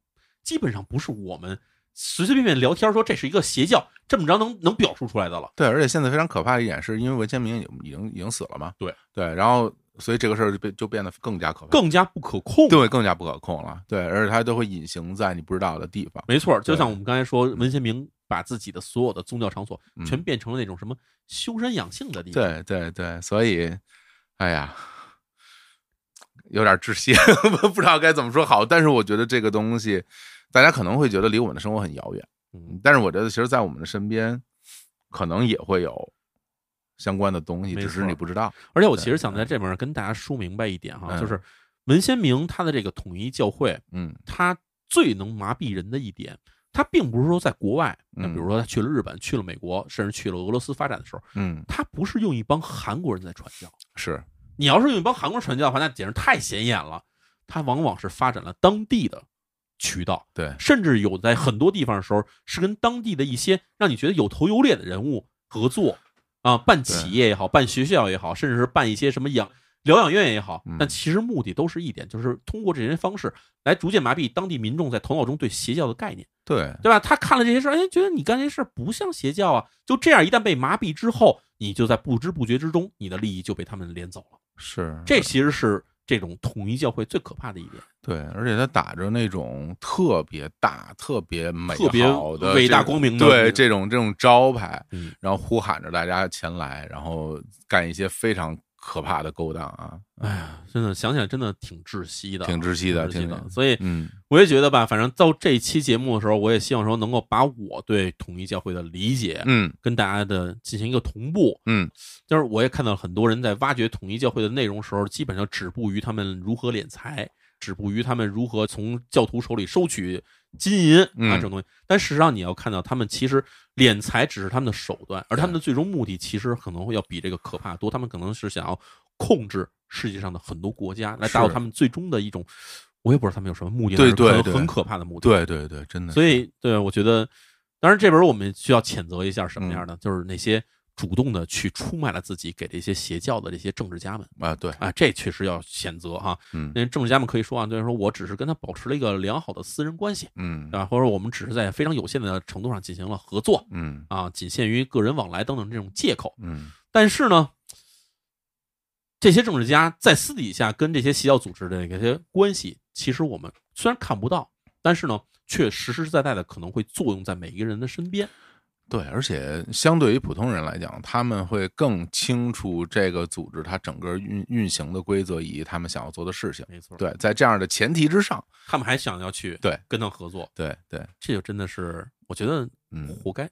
B: 基本上不是我们随随便便聊天说这是一个邪教这么着能能表述出来的了。
A: 对，而且现在非常可怕的一点是，因为文先明已经已经已经死了嘛，
B: 对
A: 对，然后所以这个事儿就变就变得更加可怕，
B: 更加不可控。
A: 对更加不可控了，对，而且它都会隐形在你不知道的地方，
B: 没错，
A: 对
B: 就像我们刚才说，文先明把自己的所有的宗教场所
A: 嗯
B: 全变成了那种什么修身养性的地方。
A: 对对对，所以，哎呀，有点窒息， [laughs] 不知道该怎么说好。但是我觉得这个东西，大家可能会觉得离我们的生活很遥远，
B: 嗯，
A: 但是我觉得其实，在我们的身边，可能也会有相关的东西，
B: 没
A: 只是
B: 错
A: 你不知道。
B: 而且我其实想在这边跟大家说明白一点哈，
A: 嗯
B: 就是文先明他的这个统一教会，
A: 嗯
B: 他最能麻痹人的一点，他并不是说在国外，那
A: 嗯
B: 比如说他去了日本、去了美国，甚至去了俄罗斯发展的时候，
A: 嗯，
B: 他不是用一帮韩国人在传教。
A: 是
B: 你要是用一帮韩国人传教的话，那简直太显眼了。他往往是发展了当地的渠道，
A: 对，
B: 甚至有在很多地方的时候是跟当地的一些让你觉得有头有脸的人物合作啊，办企业也好，办学校也好，甚至是办一些什么养疗养院也好
A: 嗯，
B: 但其实目的都是一点，就是通过这些方式来逐渐麻痹当地民众在头脑中对邪教的概念，
A: 对，
B: 对吧？他看了这些事儿，哎，觉得你干这些事儿不像邪教啊，就这样一旦被麻痹之后，你就在不知不觉之中，你的利益就被他们连走了。
A: 是
B: 这其实是这种统一教会最可怕的一点，
A: 对，而且他打着那种特别大、特别美
B: 特别
A: 好的、
B: 伟大
A: 这
B: 光明的那
A: 对这
B: 种
A: 种这种招牌，
B: 嗯
A: 然后呼喊着大家前来，然后干一些非常可怕的勾当啊，
B: 哎呀，真的想起来真的挺窒啊息的，
A: 挺窒息的，挺
B: 的。所以
A: 嗯
B: 我也觉得吧，反正到这期节目的时候，我也希望说能够把我对统一教会的理解
A: 嗯
B: 跟大家的进行一个同步。
A: 嗯，
B: 就是我也看到很多人在挖掘统一教会的内容时候，基本上止步于他们如何敛财，止步于他们如何从教徒手里收取金银啊
A: 嗯
B: 这种东西。但事实上，你要看到他们其实敛财只是他们的手段，而他们的最终目的其实可能会要比这个可怕得多。他们可能是想要控制世界上的很多国家，来达到
A: 是
B: 他们最终的一种，我也不知道他们有什么目的，
A: 对
B: 但是可能
A: 对对
B: 很可怕的目的。
A: 对对对，嗯真的是，
B: 所以对我觉得，当然这本我们需要谴责一下什么
A: 嗯
B: 样的，就是那些主动的去出卖了自己给这些邪教的这些政治家们
A: 啊，对，
B: 啊，这确实要谴责哈。
A: 嗯
B: 那政治家们可以说啊，就是说我只是跟他保持了一个良好的私人关系
A: 嗯
B: 啊，或者我们只是在非常有限的程度上进行了合作
A: 嗯
B: 啊，仅限于个人往来等等这种借口。
A: 嗯，
B: 但是呢，这些政治家在私底下跟这些邪教组织的这些关系，其实我们虽然看不到，但是呢，却实实在在的可能会作用在每一个人的身边。
A: 对，而且相对于普通人来讲，他们会更清楚这个组织它整个运运行的规则以及他们想要做的事情。
B: 没错，
A: 对，在这样的前提之上，
B: 他们还想要去
A: 对
B: 跟他合作，
A: 对对，
B: 这就真的是我觉得
A: 嗯，
B: 活该，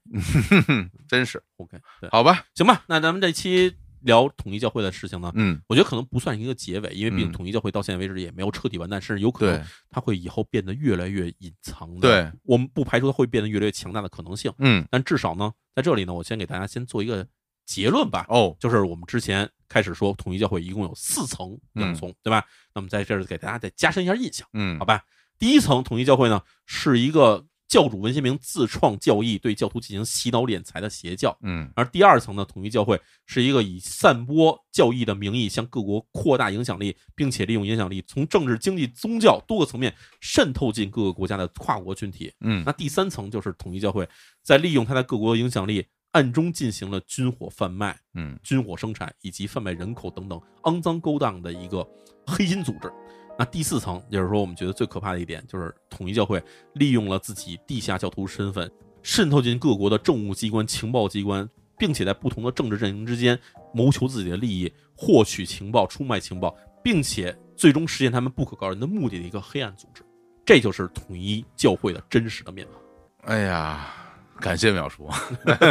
A: 真是
B: 活该。对，
A: 好吧，
B: 行吧，那咱们这期聊统一教会的事情呢，
A: 嗯，
B: 我觉得可能不算一个结尾，因为毕竟
A: 嗯
B: 统一教会到现在为止也没有彻底完蛋，甚至有可
A: 对
B: 能它会以后变得越来越隐藏的。
A: 对，
B: 我们不排除它会变得越来越强大的可能性。
A: 嗯，
B: 但至少呢，在这里呢，我先给大家先做一个结论吧，
A: 哦，
B: 就是我们之前开始说，统一教会一共有四层洋葱，对吧？那么在这儿给大家再加深一下印象，
A: 嗯
B: 好，吧？第一层，统一教会呢是一个教主文先明自创教义，对教徒进行洗脑敛财的邪教。
A: 嗯
B: 而第二层呢，统一教会是一个以散播教义的名义向各国扩大影响力，并且利用影响力从政治、经济、宗教多个层面渗透进各个国家的跨国群体。
A: 嗯
B: 那第三层就是统一教会在利用它在各国的影响力，暗中进行了军火贩卖、
A: 嗯
B: 军火生产以及贩卖人口等等肮脏勾当的一个黑心组织。那第四层，也就是说我们觉得最可怕的一点，就是统一教会利用了自己地下教徒身份，渗透进各国的政务机关、情报机关，并且在不同的政治阵营之间谋求自己的利益，获取情报、出卖情报，并且最终实现他们不可告人的目的的一个黑暗组织。这就是统一教会的真实的面貌。
A: 哎呀， [laughs] 感谢淼叔，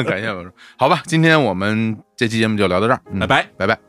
A: 感谢淼叔。好吧，今天我们这期节目就聊到这儿，嗯
B: 拜拜。
A: 拜拜。